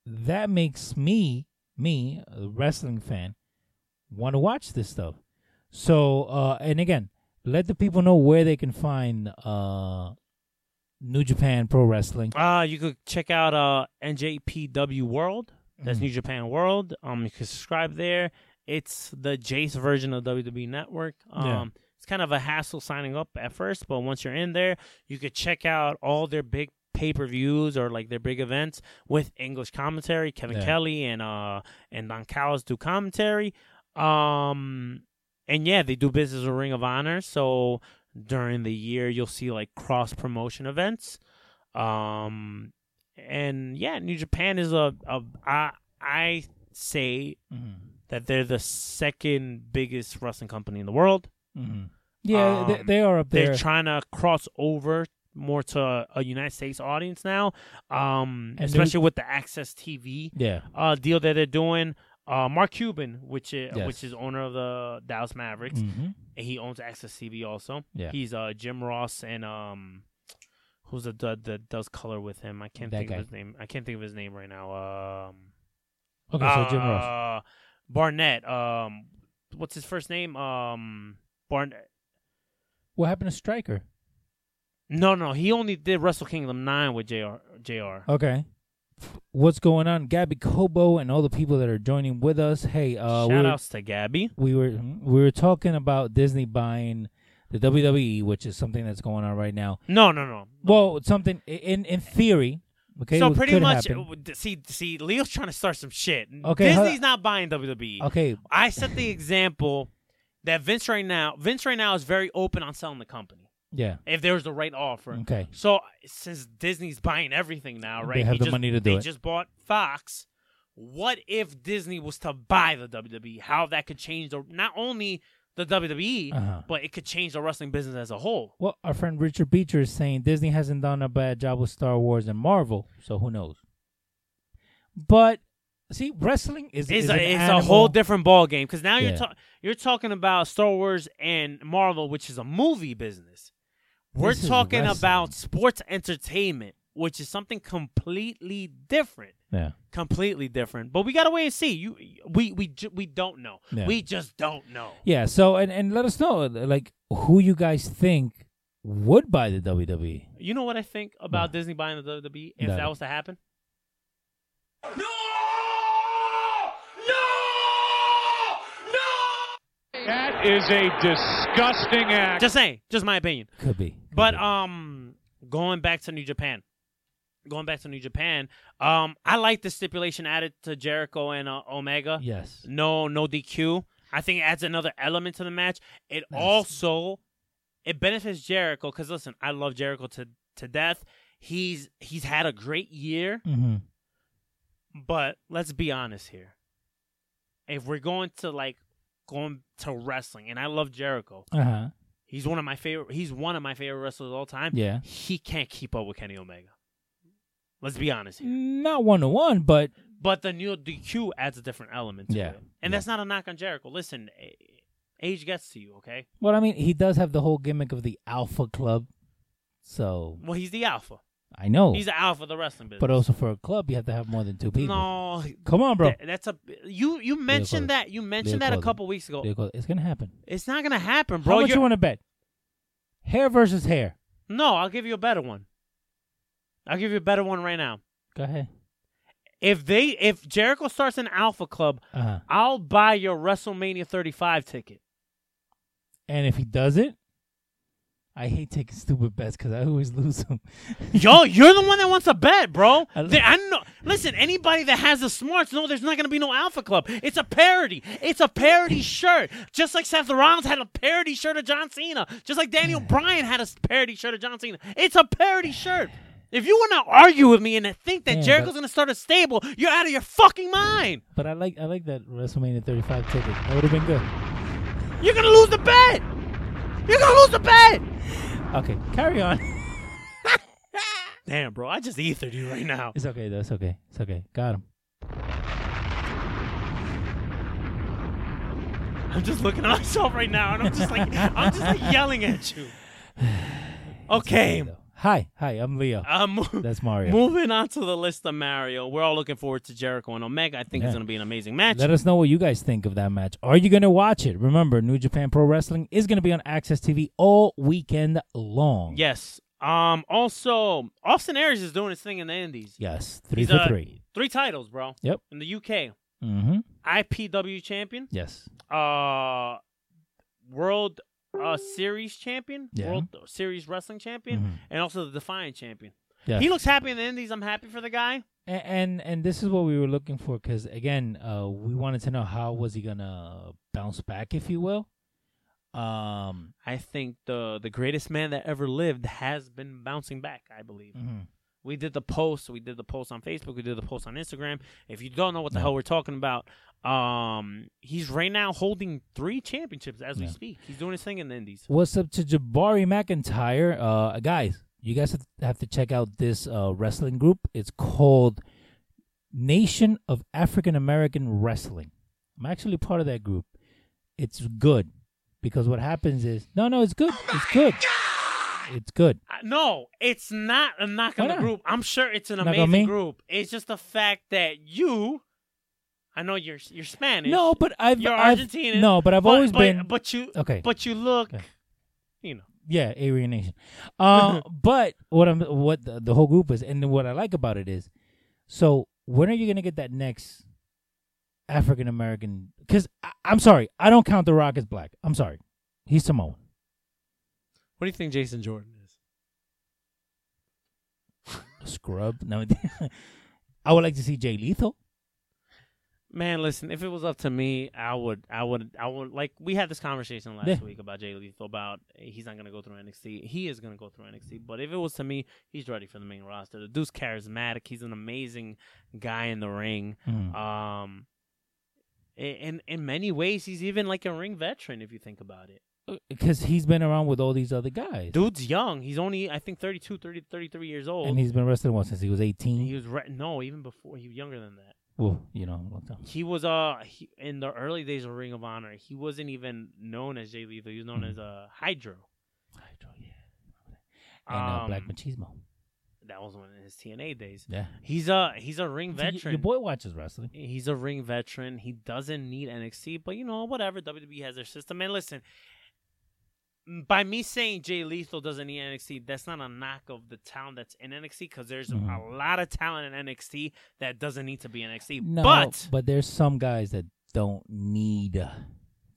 D: that makes me, me, a wrestling fan, want to watch this stuff. So, uh, and again, let the people know where they can find uh, New Japan Pro Wrestling.
A: Uh you could check out uh NJPW World. That's
D: Mm-hmm.
A: New Japan World. Um you can subscribe there. It's the Jace version of WWE Network. Um
D: Yeah.
A: it's kind of a hassle signing up at first, but once you're in there, you could check out all their big pay-per-views or like their big events with English commentary. Kevin
D: Yeah.
A: Kelly and uh and Don Callis do commentary. Um and yeah, they do business with Ring of Honor, so during the year you'll see like cross promotion events. Um, and yeah, New Japan is a, a I, I say that they're the second biggest wrestling company in the world.
D: Mm-hmm. Yeah, they,
A: Um,
D: they are up
A: They're,
D: there.
A: trying to cross over more to a, United States audience now, um,
D: And
A: especially with the Access TV
D: yeah,
A: uh, deal that they're doing. Uh, Mark Cuban, which is,
D: Yes.
A: which is owner of the Dallas Mavericks,
D: hmm
A: and he owns Access TV also.
D: Yeah.
A: He's uh Jim Ross and um who's the dud that does color with him? I can't
D: That
A: think
D: guy.
A: of his name. I can't think of his name right now. Um
D: Okay, so Jim Ross.
A: uh, Barnett. Um what's his first name? Um Barnett
D: What happened to Striker?
A: No, no, he only did Wrestle Kingdom 9 with JR JR.
D: Okay. What's going on, Gabby Kobo, and all the people that are joining with us? Hey, uh, we
A: Shout
D: were,
A: outs to Gabby.
D: we were
A: Mm-hmm.
D: we were talking about Disney buying the WWE, which is something that's going on right now.
A: No, no, no. no.
D: Well, something i- in in theory. Okay,
A: so
D: what
A: pretty
D: could
A: much,
D: happen-
A: uh, see, see, Leo's trying to start some shit.
D: Okay, hold-
A: Disney's not buying WWE.
D: okay,
A: I set the example that Vince right now, Vince right now is very open on selling the company
D: yeah,
A: if there was the right offer.
D: okay,
A: So since Disney's buying everything now,
D: They
A: right?
D: have
A: he
D: the
A: just-
D: money to do
A: they
D: it.
A: just bought Fox. What if Disney was to buy the WWE? How that could change the not only the WWE,
D: Uh-huh.
A: but it could change the wrestling business as a whole.
D: Well, our friend Richard Beecher is saying Disney hasn't done a bad job with Star Wars and Marvel, so who knows? But see, wrestling is
A: It's,
D: is
A: a,
D: an
A: it's a
D: animal-
A: whole different ball game because now
D: Yeah.
A: you're ta- you're talking about Star Wars and Marvel, which is a movie business. We're
D: This is
A: talking
D: wrestling.
A: about sports entertainment, which is something completely different.
D: Yeah,
A: Completely different, but we gotta wait and see. You, we, we, ju- we don't know.
D: Yeah.
A: We just don't know.
D: yeah. So and and let us know like who you guys think would buy the E. WWE.
A: You know what I think about
D: What?
A: Disney buying the WWE? If
D: No.
A: that was to happen,
C: No! No! No!
E: That is a disgusting act.
A: just saying, just my opinion.
D: Could be, Could
A: But uh,
D: be.
A: um, going back to New Japan, going back to New Japan, um, I like the stipulation added to Jericho and uh, Omega.
D: Yes.
A: No, no DQ. I think it adds another element to the match. It
D: Nice.
A: also it benefits Jericho because listen, I love Jericho to to death. He's he's had a great year,
D: Mm-hmm.
A: but let's be honest here. If we're going to like going to wrestling, and I love Jericho,
D: Uh huh.
A: he's one of my favorite. He's one of my favorite wrestlers of all time.
D: Yeah.
A: he can't keep up with Kenny Omega. Let's be honest here.
D: Not one to one, but
A: But the new DQ adds a different element to
D: Yeah.
A: it. And that's not a knock on Jericho. Listen, a- age gets to you, okay?
D: well, I mean, he does have the whole gimmick of the Alpha Club. So
A: Well, he's the alpha.
D: I know,
A: He's the alpha of the wrestling business.
D: Oh. but also for a club, you have to have more than two people.
A: no,
D: Come on, bro.
A: that- that's a you. You mentioned
D: call it.
A: that. You mentioned
D: They'll
A: that a
D: call it.
A: couple weeks ago.
D: Because It's gonna happen.
A: It's not gonna happen, bro.
D: How much
A: You're-
D: you want to bet? Hair versus hair.
A: no, I'll give you a better one. I'll give you a better one right now.
D: Go ahead.
A: If they, if Jericho starts an Alpha Club,
D: Uh huh.
A: I'll buy your WrestleMania 35 ticket.
D: And if he does it, I hate taking stupid bets because I always [laughs] lose
A: [laughs]
D: them.
A: Yo, you're the one that wants to bet, bro.
D: I lo-
A: They- I know. Listen, anybody that has the smarts know there's not going to be no Alpha Club. It's a parody. It's a parody shirt. Just like Seth Rollins had a parody shirt of John Cena. Just like
D: [sighs]
A: Daniel Bryan had a s- parody shirt of John Cena. It's a parody shirt. If you want to argue with me and think that
D: Yeah,
A: Jericho's
D: but-
A: going to start a stable, you're out of your fucking mind.
D: But I like I like that WrestleMania 35 ticket. That would have been good.
A: You're going to lose the bet. You're going to lose the bet.
D: Okay, carry on.
A: [laughs] Damn, bro, I just ethered you right now.
D: It's okay though. It's okay. It's okay. Got him.
A: I'm just looking at myself right now, and I'm just like, I'm just like yelling at
D: [sighs]
A: you. Okay,
D: Though. Hi, hi. I'm Leo.
A: um, [laughs]
D: That's Mario.
A: moving on to the list of Mario. We're all looking forward to Jericho and Omega. I think
D: Yeah.
A: it's going to be an amazing match.
D: Let us know what you guys think of that match. Are you going to watch it? Remember, New Japan Pro Wrestling is going to be on Access TV all weekend long.
A: yes. Um. Also, Austin Aries is doing his thing in the Indies.
D: Yes. Three
A: He's,
D: for
A: uh,
D: three.
A: Three titles, bro.
D: Yep.
A: In the UK,
D: Mm-hmm.
A: IPW champion,
D: Yes.
A: uh, World uh Series champion,
D: Yeah.
A: World uh, Series Wrestling champion,
D: Mhm.
A: and also the Defiant champion.
D: Yeah.
A: He looks happy in the Indies. I'm happy for the guy.
D: A- and and this is what we were looking for because again uh we wanted to know how was he gonna bounce back if you will um
A: I think the the greatest man that ever lived has been bouncing back. I believe
D: mhm.
A: we did the post. We did the post on Facebook. We did the post on Instagram. If you don't know what the
D: Yeah.
A: hell we're talking about, um, he's right now holding three championships as we
D: Yeah.
A: speak. He's doing his thing in the Indies.
D: what's up to jabari mcintyre uh guys you guys have- have to check out this uh wrestling group it's called nation of african american wrestling i'm actually part of that group it's good because what happens is no no it's good it's good it's good
A: Uh, no, it's not a knock on
D: Why
A: the
D: not?
A: group. I'm sure it's an
D: Knock on me?
A: amazing group. It's just the fact that you, I know you're you're Spanish.
D: no but i've
A: you're
D: I've-
A: Argentinian.
D: no but i've always
A: but,
D: been
A: But you
D: Okay.
A: But you look,
D: Okay.
A: you know.
D: Yeah, Aryan Nation.
A: [laughs]
D: Uh, but what I'm what the, the whole group is, and what I like about it is, so when are you gonna get that next African American? Because I'm sorry, I don't count the Rock as black. I'm sorry, he's Samoan.
A: What do you think Jason Jordan is?
D: Scrub. No, [laughs] I would like to see Jay Lethal.
A: Man, listen, if it was up to me, I would I would I would like we had this conversation last
D: Yeah.
A: week about Jay Lethal about eh, he's not gonna go through NXT. He is gonna go through NXT. But if it was to me, he's ready for the main roster. The dude's charismatic, he's an amazing guy in the ring.
D: Mm.
A: Um i- in in many ways he's even like a ring veteran if you think about it.
D: Because he's been around with all these other guys,
A: Dude's young. He's only I think 32, 30, 33 years old.
D: and he's been wrestling what since he was 18.
A: he was re- no, even before he was younger than that.
D: well, you know, long time.
A: he was uh he, in the early days of Ring of Honor. He wasn't even known as Jay Lethal. He was known as
D: Mm-hmm.
A: uh Hydro.
D: And uh, Black
A: Um,
D: Machismo.
A: That was one of his TNA days.
D: Yeah,
A: He's a he's a ring
D: See, y-
A: veteran.
D: Your boy watches wrestling.
A: He's a ring veteran. He doesn't need NXT, but you know whatever. WWE has their system. And listen, by me saying Jay Lethal doesn't need NXT, that's not a knock of the talent that's in NXT because there's
D: Mhm.
A: a lot of talent in NXT that doesn't need to be in NXT.
D: No,
A: but
D: but there's some guys that don't need uh,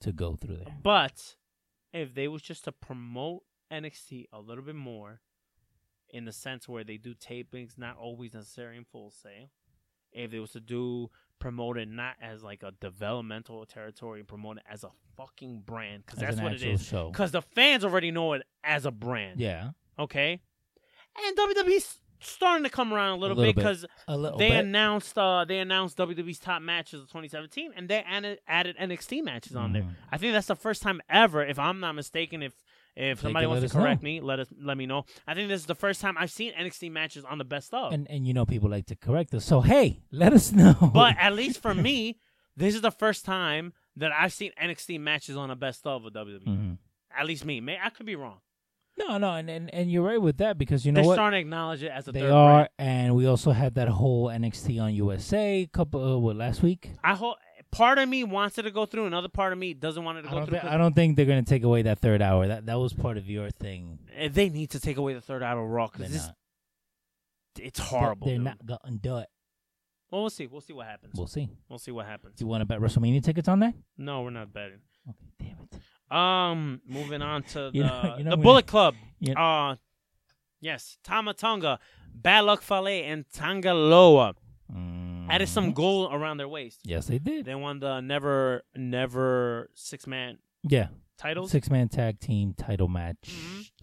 D: to go through there.
A: But if they was just to promote NXT a little bit more, in the sense where they do tapings, not always necessary in full sale. If they was to do promote it not as like a developmental territory, promote it as a fucking brand, because
D: As
A: that's
D: an
A: what it
D: actual
A: is.
D: show.
A: Because the fans already know it as a brand.
D: Yeah.
A: Okay. And WWE's starting to come around a little,
D: A little
A: bit
D: bit.
A: because
D: A little
A: they
D: bit.
A: announced uh, they announced WWE's top matches of 2017, and they added, added NXT matches on there.
D: Mhm.
A: I think that's the first time ever, if I'm not mistaken. If if
D: They
A: somebody
D: can
A: wants
D: let
A: to
D: us
A: correct
D: know.
A: me, let us let me know. I think this is the first time I've seen NXT matches on the best of.
D: And and you know people like to correct us. So hey, let us know. [laughs]
A: but at least for me, [laughs] this is the first time that I've seen NXT matches on the best of with WWE.
D: Mhm.
A: At least me, May I could be wrong.
D: no, no, and, and and you're right with that because you know
A: They're
D: what
A: starting to acknowledge it as a
D: they
A: third
D: are,
A: brand.
D: and we also had that whole NXT on USA couple uh, what last week.
A: I hope part of me wants it to go through, another part of me doesn't want it to
D: I
A: go
D: don't,
A: through.
D: thi- I don't think they're gonna take away that third hour. That that was part of your thing.
A: Uh, They need to take away the third hour of Raw
D: They're
A: because it's,
D: not.
A: it's horrible.
D: They're
A: dude.
D: not gonna do it.
A: Well, we'll see. We'll see what happens.
D: We'll see.
A: We'll see what happens.
D: Do you want to bet WrestleMania tickets on there?
A: No, we're not betting.
D: Okay, damn it.
A: Um, moving on to the
D: You know- you know
A: the
D: when-
A: Bullet Club.
D: you-
A: uh, yes, Tama Tonga, Bad Luck Fale, and Tangaloa added some gold around their waist.
D: Mm-hmm. Yes, they did.
A: They won the never, never six man
D: Yeah,
A: titles. Mm-hmm.
D: six man tag team title match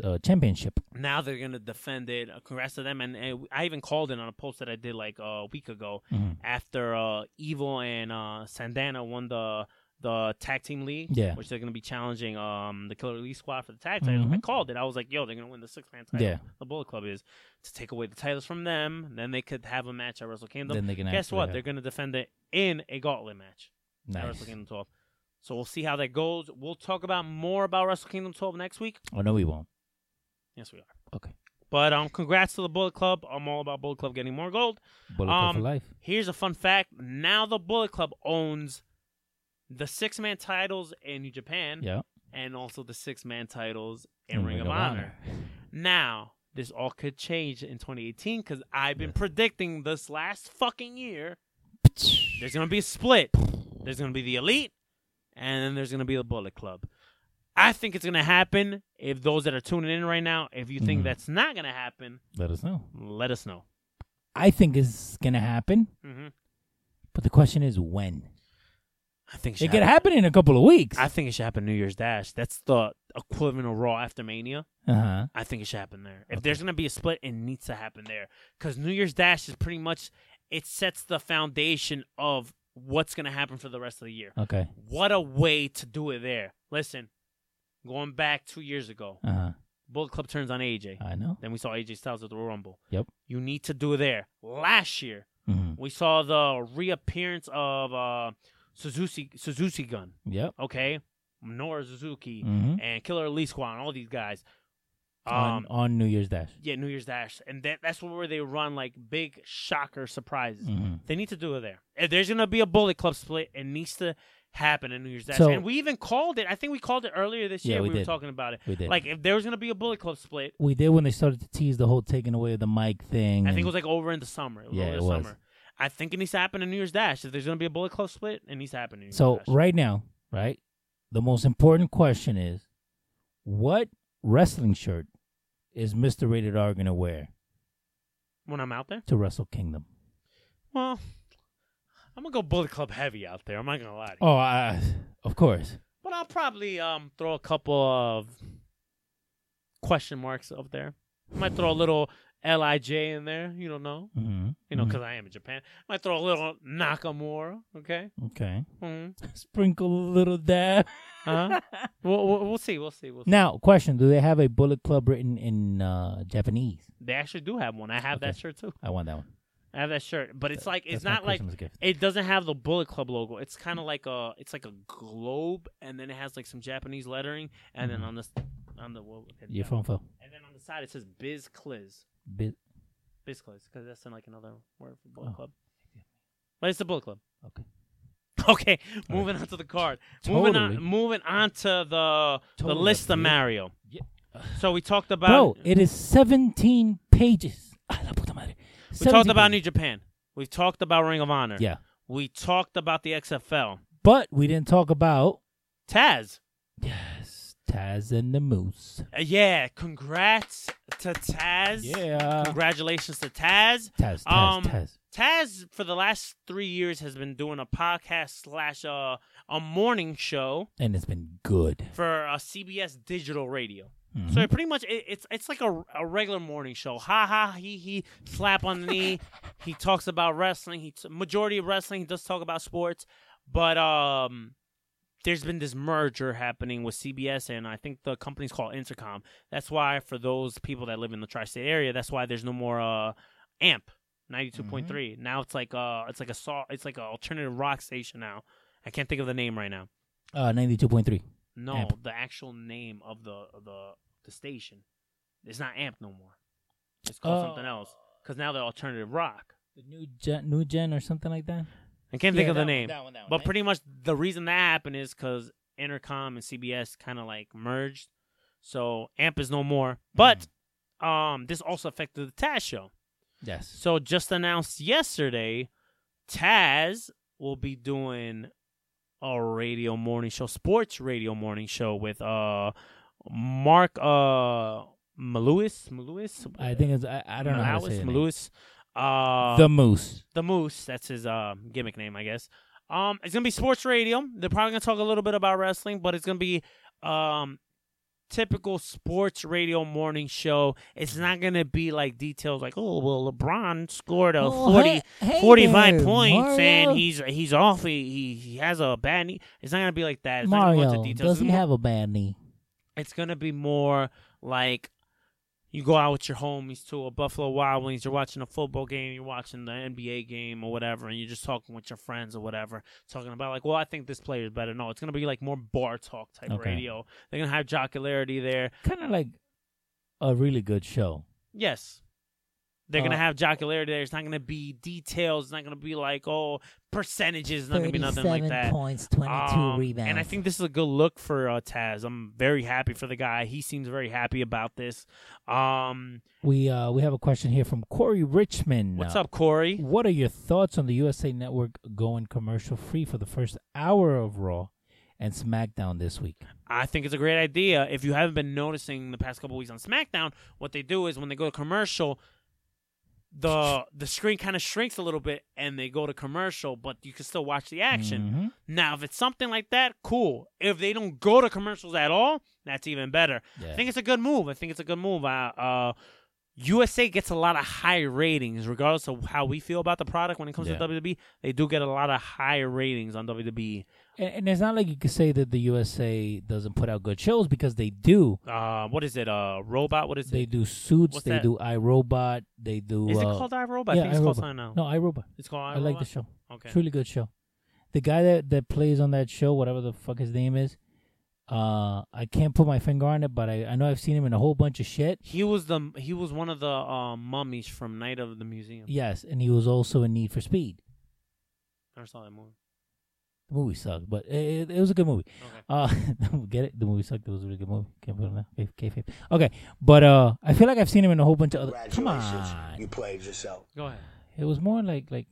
D: uh, championship.
A: Now they're gonna defend it. Uh, Congrats to them. And, and I even called it on a post that I did like a week ago
D: Mhm.
A: after uh, Evil and uh, Sandana won the the tag team league.
D: Yeah.
A: which they're gonna be challenging um the Killer Elite Squad for the tag title. I
D: Mhm.
A: called it. I was like, yo, they're gonna win the six man title.
D: Yeah.
A: the Bullet Club is to take away the titles from them. Then they could have a match at Wrestle Kingdom.
D: Then they can
A: Guess
D: actually
A: what?
D: have-
A: They're gonna defend it in a gauntlet match at
D: Nice.
A: Wrestle Kingdom 12. So we'll see how that goes. We'll talk about more about Wrestle Kingdom 12 next week.
D: Oh no, we won't.
A: Yes, we are.
D: Okay.
A: But um, congrats to the Bullet Club. I'm all about Bullet Club getting more gold.
D: Bullet
A: Um,
D: Club for life.
A: Here's a fun fact: now the Bullet Club owns the six man titles in New Japan,
D: Yeah. Mm,
A: and also the six man titles in Ring, of, Honor. Now this all could change in 2018 because I've been predicting this last fucking year. There's gonna be a split. There's gonna be the Elite, and then there's gonna be the Bullet Club. I think it's gonna happen. If those that are tuning in right now, if you think
D: Mhm.
A: that's not gonna happen,
D: Let us know.
A: let us know.
D: I think it's gonna happen,
A: hmm
D: but the question is when.
A: I think
D: It could happen in a couple of weeks.
A: I think it should happen New Year's Dash. That's the equivalent of Raw after Mania.
D: Uh huh.
A: I think it should happen there. If there's gonna be a split, it needs to happen there because New Year's Dash is pretty much it sets the foundation of what's gonna happen for the rest of the year.
D: Okay.
A: What a way to do it there. Listen, going back two years ago,
D: Uh huh.
A: Bullet Club turns on AJ.
D: I know.
A: Then we saw AJ Styles at the Royal Rumble.
D: Uh, Yep.
A: You need to do it there. Last year,
D: hmm
A: we saw the reappearance of uh, Suzuki Suzuki Gun.
D: Yep.
A: Okay, Minoru Suzuki
D: hmm
A: and Killer Elite Squad and all these guys. Um,
D: on, on New Year's Dash.
A: yeah, New Year's Dash, and that, that's where they run like big shocker surprises.
D: hmm
A: They need to do it there. If there's gonna be a Bullet Club split, it needs to happen in New Year's Dash.
D: So-
A: and we even called it. I think we called it earlier this
D: Yeah,
A: year.
D: we
A: were
D: did.
A: talking about it.
D: We did.
A: Like if there was gonna be a Bullet Club split,
D: we did when they started to tease the whole taking away of the mic thing.
A: I think
D: and-
A: it was like over in the summer. It was
D: Mm-hmm. Yeah,
A: over
D: it
A: the
D: was.
A: summer. I think it needs to happen in New Year's Dash. If there's gonna be a Bullet Club split, it needs to happen in New Year's
D: So
A: Dash.
D: right now, right, the most important question is, what wrestling shirt is Mister Rated R gonna wear
A: when I'm out there,
D: to Wrestle Kingdom?
A: well, I'm gonna go Bullet Club heavy out there. I'm not gonna lie. To you.
D: Oh, I, of course.
A: But I'll probably um throw a couple of question marks up there. I might throw a little Lij in there. You don't know,
D: Mm-hmm.
A: you know, because I am in Japan. I might throw a little Nakamura. Okay.
D: Mm-hmm. okay, [laughs]
A: Mm.
D: sprinkle a little dab.
A: Uh-huh. we'll, we'll we'll see. We'll see. We'll see.
D: Now, question: Do they have a Bullet Club written in uh, Japanese?
A: They actually do have one. I have that
D: Okay.
A: shirt too.
D: I want that one.
A: I have that shirt, but it's like it's
D: That's my
A: not like
D: Christmas gift.
A: it doesn't have the Bullet Club logo. It's kind of like a it's like a globe, and then it has like some Japanese lettering, and then on this on the well,
D: Mm-hmm. Your phone fell.
A: and then on the side it says Biz Cliz.
D: Bit.
A: Basically, because that's in like another word for bullet
D: Oh.
A: club. But it's the bullet club. [laughs]
D: Okay.
A: Okay, moving on to the card. Moving
D: Totally.
A: on, moving on to the the
D: Totally,
A: list of
D: dude.
A: Mario.
D: Yeah.
A: So we talked about
D: Bro, it is 17 pages. Ah, la puta madre.
A: we talked
D: 17
A: about New
D: pages.
A: Japan. We've talked about Ring of Honor.
D: Yeah.
A: We talked about the XFL.
D: But we didn't talk about
A: Taz.
D: yes, Taz and the Moose.
A: Uh, yeah, congrats to Taz.
D: Yeah.
A: Congratulations to Taz.
D: Taz, Taz,
A: Um,
D: Taz.
A: Taz for the last three years has been doing a podcast slash uh, a morning show
D: And it's been good.
A: for uh, CBS Digital Radio.
D: Mhm.
A: So it pretty much it, it's it's like a, a regular morning show. Ha ha he he slap on the knee. He talks about wrestling. He t- majority of wrestling. He does talk about sports, but um, there's been this merger happening with CBS and I think the company's called Intercom. That's why for those people that live in the tri-state area, that's why there's no more uh AMP ninety two point three. Now it's like uh it's like a saw it's like an alternative rock station now. I can't think of the name right now.
D: Uh, 92.3.
A: No,
D: Amp.
A: the actual name of the of the the station. It's not Amp no more. It's
D: Oh.
A: called something else because now they're alternative rock.
D: The new gen, new gen or something like that.
A: I can't
D: Yeah,
A: think of the
D: that one,
A: name.
D: that one, that one, eh?
A: but
D: right?
A: pretty much the reason that happened is because Intercom and CBS kind of like merged, so Amp is no more. But
D: Mm-hmm.
A: um, this also affected the Taz show.
D: Yes.
A: So just announced yesterday, Taz will be doing a radio morning show, sports radio morning show with uh Mark uh Malouis, Malouis.
D: I think it's I, I don't know how to say the, name.
A: Malouis, Malouis. Uh,
D: the Moose.
A: the Moose. That's his uh, gimmick name, I guess. Um, it's gonna be sports radio. They're probably gonna talk a little bit about wrestling, but it's gonna be um typical sports radio morning show. It's not gonna be like details like, oh well, LeBron scored a
D: Oh,
A: 40,
D: hey- hey
A: 45
D: there,
A: points
D: Mario.
A: and he's he's off. He, he he has a bad knee. It's not gonna be like that. It's not gonna go
D: Mario
A: into details.
D: does he
A: It's more-
D: have a bad knee?
A: it's gonna be more like you go out with your homies to a Buffalo Wild Wings, you're watching a football game, you're watching the NBA game or whatever, and you're just talking with your friends or whatever, talking about like, well, I think this player is better. No, it's gonna be like more bar talk type
D: Okay.
A: radio. They're gonna have jocularity there.
D: Kind of like a really good show.
A: Yes. They're gonna
D: Uh,
A: have jocularity there. It's not gonna be details. It's not gonna be like oh percentages. It's not gonna be nothing like that.
D: points, 22
A: Um, And I think this is a good look for uh, Taz. I'm very happy for the guy. He seems very happy about this. Um,
D: we uh we have a question here from Corey Richmond.
A: what's
D: Uh,
A: up, Corey?
D: What are your thoughts on the USA Network going commercial free for the first hour of Raw and SmackDown this week?
A: I think it's a great idea. If you haven't been noticing the past couple weeks on SmackDown, what they do is when they go to commercial, the the screen kind of shrinks a little bit and they go to commercial, but you can still watch the action.
D: Mhm.
A: Now, if it's something like that, cool. If they don't go to commercials at all, that's even better.
D: Yeah.
A: I think it's a good move. I think it's a good move. Uh, uh, USA gets a lot of high ratings, regardless of how we feel about the product when it comes
D: Yeah.
A: to WWE. They do get a lot of high ratings on E. WWE.
D: And, and it's not like you could say that the USA doesn't put out good shows because they do.
A: Uh, what is it? Uh, Robot? What is
D: They
A: it?
D: do suits.
A: What's
D: they
A: that?
D: do iRobot. They do.
A: Is it
D: uh,
A: called iRobot? I
D: yeah,
A: think it's called
D: iRobot.
A: something now.
D: No, iRobot.
A: It's called iRobot?
D: I like the show.
A: Okay.
D: It's really good show. The guy that, that plays on that show, whatever the fuck his name is, uh, I can't put my finger on it, but I, I know I've seen him in a whole bunch of shit.
A: He was the he was one of the uh, mummies from Night of the Museum.
D: Yes, and he was also in Need for Speed.
A: Never saw that movie.
D: The movie sucked, but it, it was a good movie.
A: Okay.
D: Uh, [laughs] get it? The movie sucked. It was a really good movie. Can't put him now. K- kayfabe. Okay, but uh, I feel like I've seen him in a whole bunch of other. Oh, Come
F: Congratulations.
D: on,
F: You played yourself.
A: Go ahead.
D: it was more like like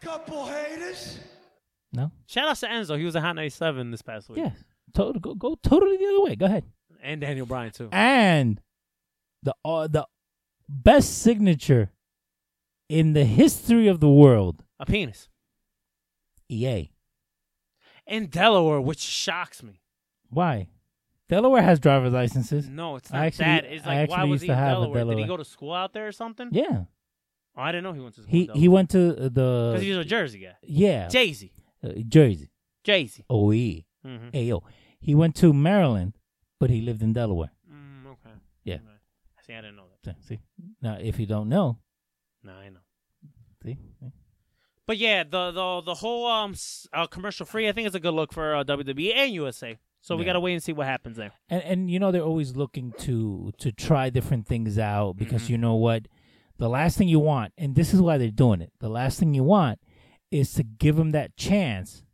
C: Couple haters.
D: no.
A: Shout out to Enzo. He was a Hot 97 this past week.
D: Yes, to- go, go totally the other way. Go ahead.
A: And Daniel Bryan, too.
D: and the uh, the best signature in the history of the world. E
A: A penis.
D: EA.
A: In Delaware, which shocks me.
D: Why? Delaware has driver's licenses.
A: No, it's
D: I
A: not
D: actually-
A: that. It's
D: I
A: like, why
D: actually
A: was
D: used
A: he
D: to
A: in
D: have a
A: Delaware? Did he
D: Delaware.
A: go to school out there or something?
D: Yeah,
A: Oh, I didn't know he went to school.
D: he he went to uh,
A: Because he's
D: the
A: a Jersey guy.
D: yeah
A: Jay Z.
D: uh, Jersey.
A: Jay Z.
D: OE
A: Mm-hmm.
D: AO. He went to Maryland, but he lived in Delaware.
A: Mm, okay.
D: Yeah.
A: Okay. See, I didn't know that.
D: So, See now, if you don't know,
A: No, I know.
D: see
A: But yeah, the the the whole um s- uh, commercial free, I think is a good look for uh, WWE and USA. So we
D: Yeah.
A: gotta wait and see what happens there.
D: and and you know they're always looking to to try different things out because you know what the last thing you want and this is why they're doing it the last thing you want is to give them that chance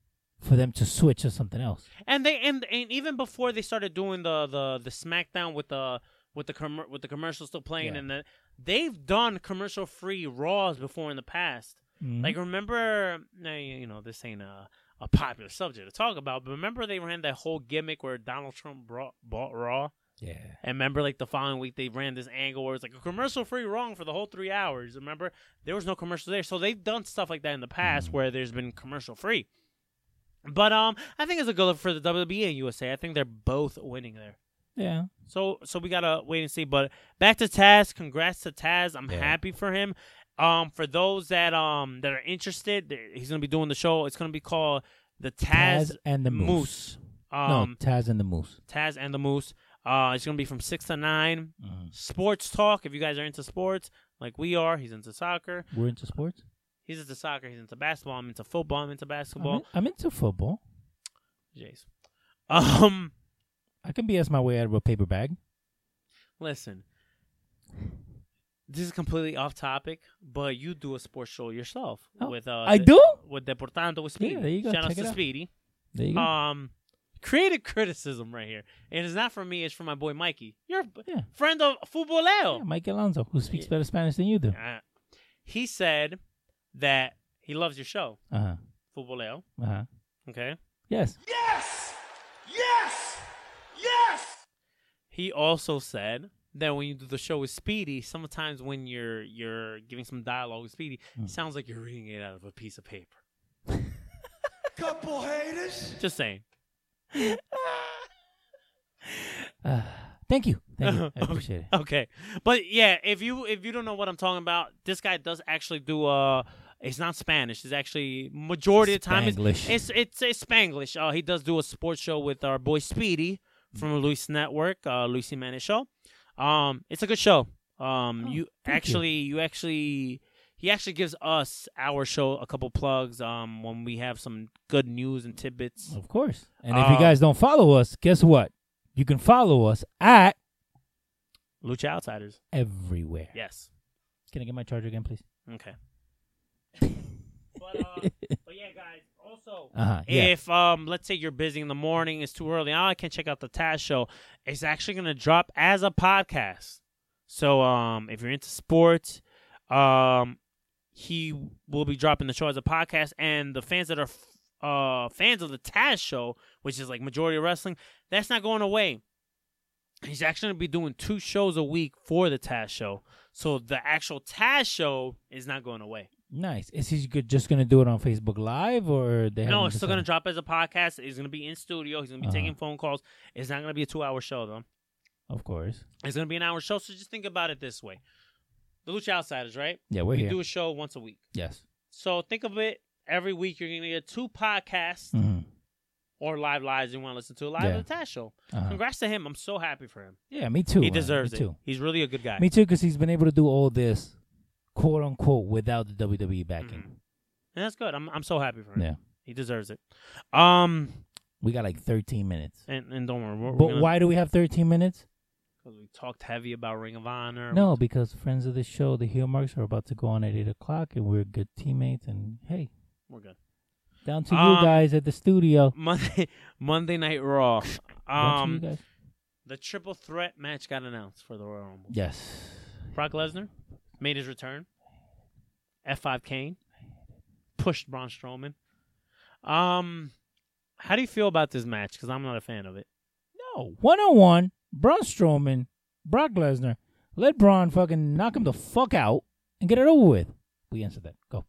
D: for them to switch to something else
A: And they and, and even before they started doing the the the SmackDown with the with the com- with the commercial still playing
D: Yeah.
A: and the, they've done commercial
D: Mm-hmm.
A: free Raws before in the past. Like remember, now you you know this ain't a a popular subject to talk about. But remember, they ran that whole gimmick where Donald Trump brought, bought Raw,
D: Yeah.
A: and remember, like the following week, they ran this angle where it's like a commercial-free wrong for the whole three hours. Remember, there was no commercial there, so they've done stuff like that in the
D: Mm-hmm.
A: past where there's been commercial-free. But um, I think it's a good look for the WWE and USA. I think they're both winning there.
D: Yeah.
A: So so we gotta wait and see. But back to Taz. Congrats to Taz. I'm
D: Yeah.
A: happy for him. Um, for those that um that are interested, th- he's gonna be doing the show. It's gonna be called the Taz,
D: Taz and the Moose.
A: Um,
D: no, Taz and the Moose.
A: Taz and the Moose. Uh, it's gonna be from six to 9
D: Mm-hmm.
A: Sports talk. If you guys are into sports, like we are, he's into soccer.
D: We're into sports.
A: He's into soccer. He's into basketball. I'm into football. I'm into
D: I'm,
A: basketball.
D: in- I'm into football. Uh-huh.
A: Jays. Um, [laughs]
D: I can BS my way out of a paper bag.
A: listen. This is completely off topic, but you do a sports show yourself
D: Oh,
A: with uh
D: I
A: the-
D: do.
A: with Deportando with Speedy.
D: there you go.
A: Shout
D: Check
A: out
D: it
A: to
D: out.
A: Speedy.
D: There you go.
A: Um, creative criticism right here, and it's not from me; it's from my boy Mikey. You're a b-
D: Yeah.
A: friend of
D: yeah,
A: Futbolero.
D: Mike Alonso, who speaks better Spanish than you do.
A: Uh, he said that he loves your show,
D: Uh huh.
A: Futbolero.
D: Uh huh.
A: Okay.
D: Yes.
C: Yes! Yes! Yes!
A: He also said that when you do the show with Speedy, sometimes when you're you're giving some dialogue with Speedy, it sounds like you're reading it out of a piece of paper.
C: Couple haters.
A: Just saying. [laughs]
D: Thank you.
A: [laughs]
D: Thank you. I
A: Okay.
D: appreciate it.
A: Okay, but yeah, if you if you don't know what I'm talking about, this guy does actually do uh It's not Spanish. It's actually majority of the time
D: Spanglish.
A: it's it's it's, it's Spanglish. Uh, he does do a sports show with our boy Speedy from
D: Mm.
A: Luis Network, uh, Luis Jimenez show. Um, it's a good show. Um,
D: Oh,
A: you
D: thank you.
A: actually you actually he actually gives us our show a couple plugs. Um, when we have some good news and tidbits.
D: Of course. And if you
A: Uh,
D: guys don't follow us, guess what? You can follow us at
A: Lucha Outsiders.
D: everywhere.
A: Yes.
D: Can I get my charger again, please? [laughs]
A: Okay. but, uh, but yeah, guys. Also,
D: Uh huh. Yeah.
A: if um, let's say you're busy in the morning, it's too early. Oh, I can't check out the Taz show. It's actually gonna drop as a podcast. So um, if you're into sports, um, he will be dropping the show as a podcast, and the fans that are f- uh fans of the Taz show, which is like majority of wrestling, that's not going away. He's actually gonna be doing two shows a week for the Taz show. So the actual Taz show is not going away.
D: nice. Is he good- just gonna do it on Facebook Live or they?
A: No,
D: haven't
A: it's still gonna
D: decided?
A: drop as a podcast. It's gonna be in studio. He's gonna be
D: Uh-huh.
A: taking phone calls. It's not gonna be a two hour show though.
D: Of course.
A: It's gonna be an hour show. So just think about it this way: the Lucha Outsiders, right?
D: Yeah, we're
A: We
D: here.
A: do a show once a week.
D: yes.
A: So think of it every week. You're gonna get two podcasts
D: Mhm.
A: or live lives you want to listen to live
D: Yeah.
A: of the Tash show.
D: Uh-huh.
A: Congrats to him. I'm so happy for him.
D: Yeah, me too.
A: he
D: man.
A: deserves
D: me
A: it.
D: Too.
A: He's really a good guy.
D: Me too, because he's been able to do all this, quote unquote, without the WWE
A: Mm-hmm.
D: backing.
A: and that's good. I'm I'm so happy for him.
D: Yeah,
A: He deserves it. Um,
D: we got like 13 minutes.
A: and, and don't worry. We're, we're
D: But
A: gonna-
D: why do we have 13 minutes?
A: 'cause we talked heavy about Ring of Honor.
D: No, because friends of the show, the heel marks, are about to go on at 8 o'clock, and we're good teammates. And hey,
A: we're good.
D: down to you
A: Um,
D: guys at the studio.
A: Monday [laughs] Monday Night Raw.
D: Down to you
A: Um,
D: guys.
A: the triple threat match got announced for the Royal Rumble.
D: Yes.
A: Brock Lesnar made his return. F5 Kane pushed Braun Strowman. Um, how do you feel about this match? Because I'm not a fan of it.
D: No. One on one, Braun Strowman, Brock Lesnar, let Braun fucking knock him the fuck out and get it over with. We answered that. Go.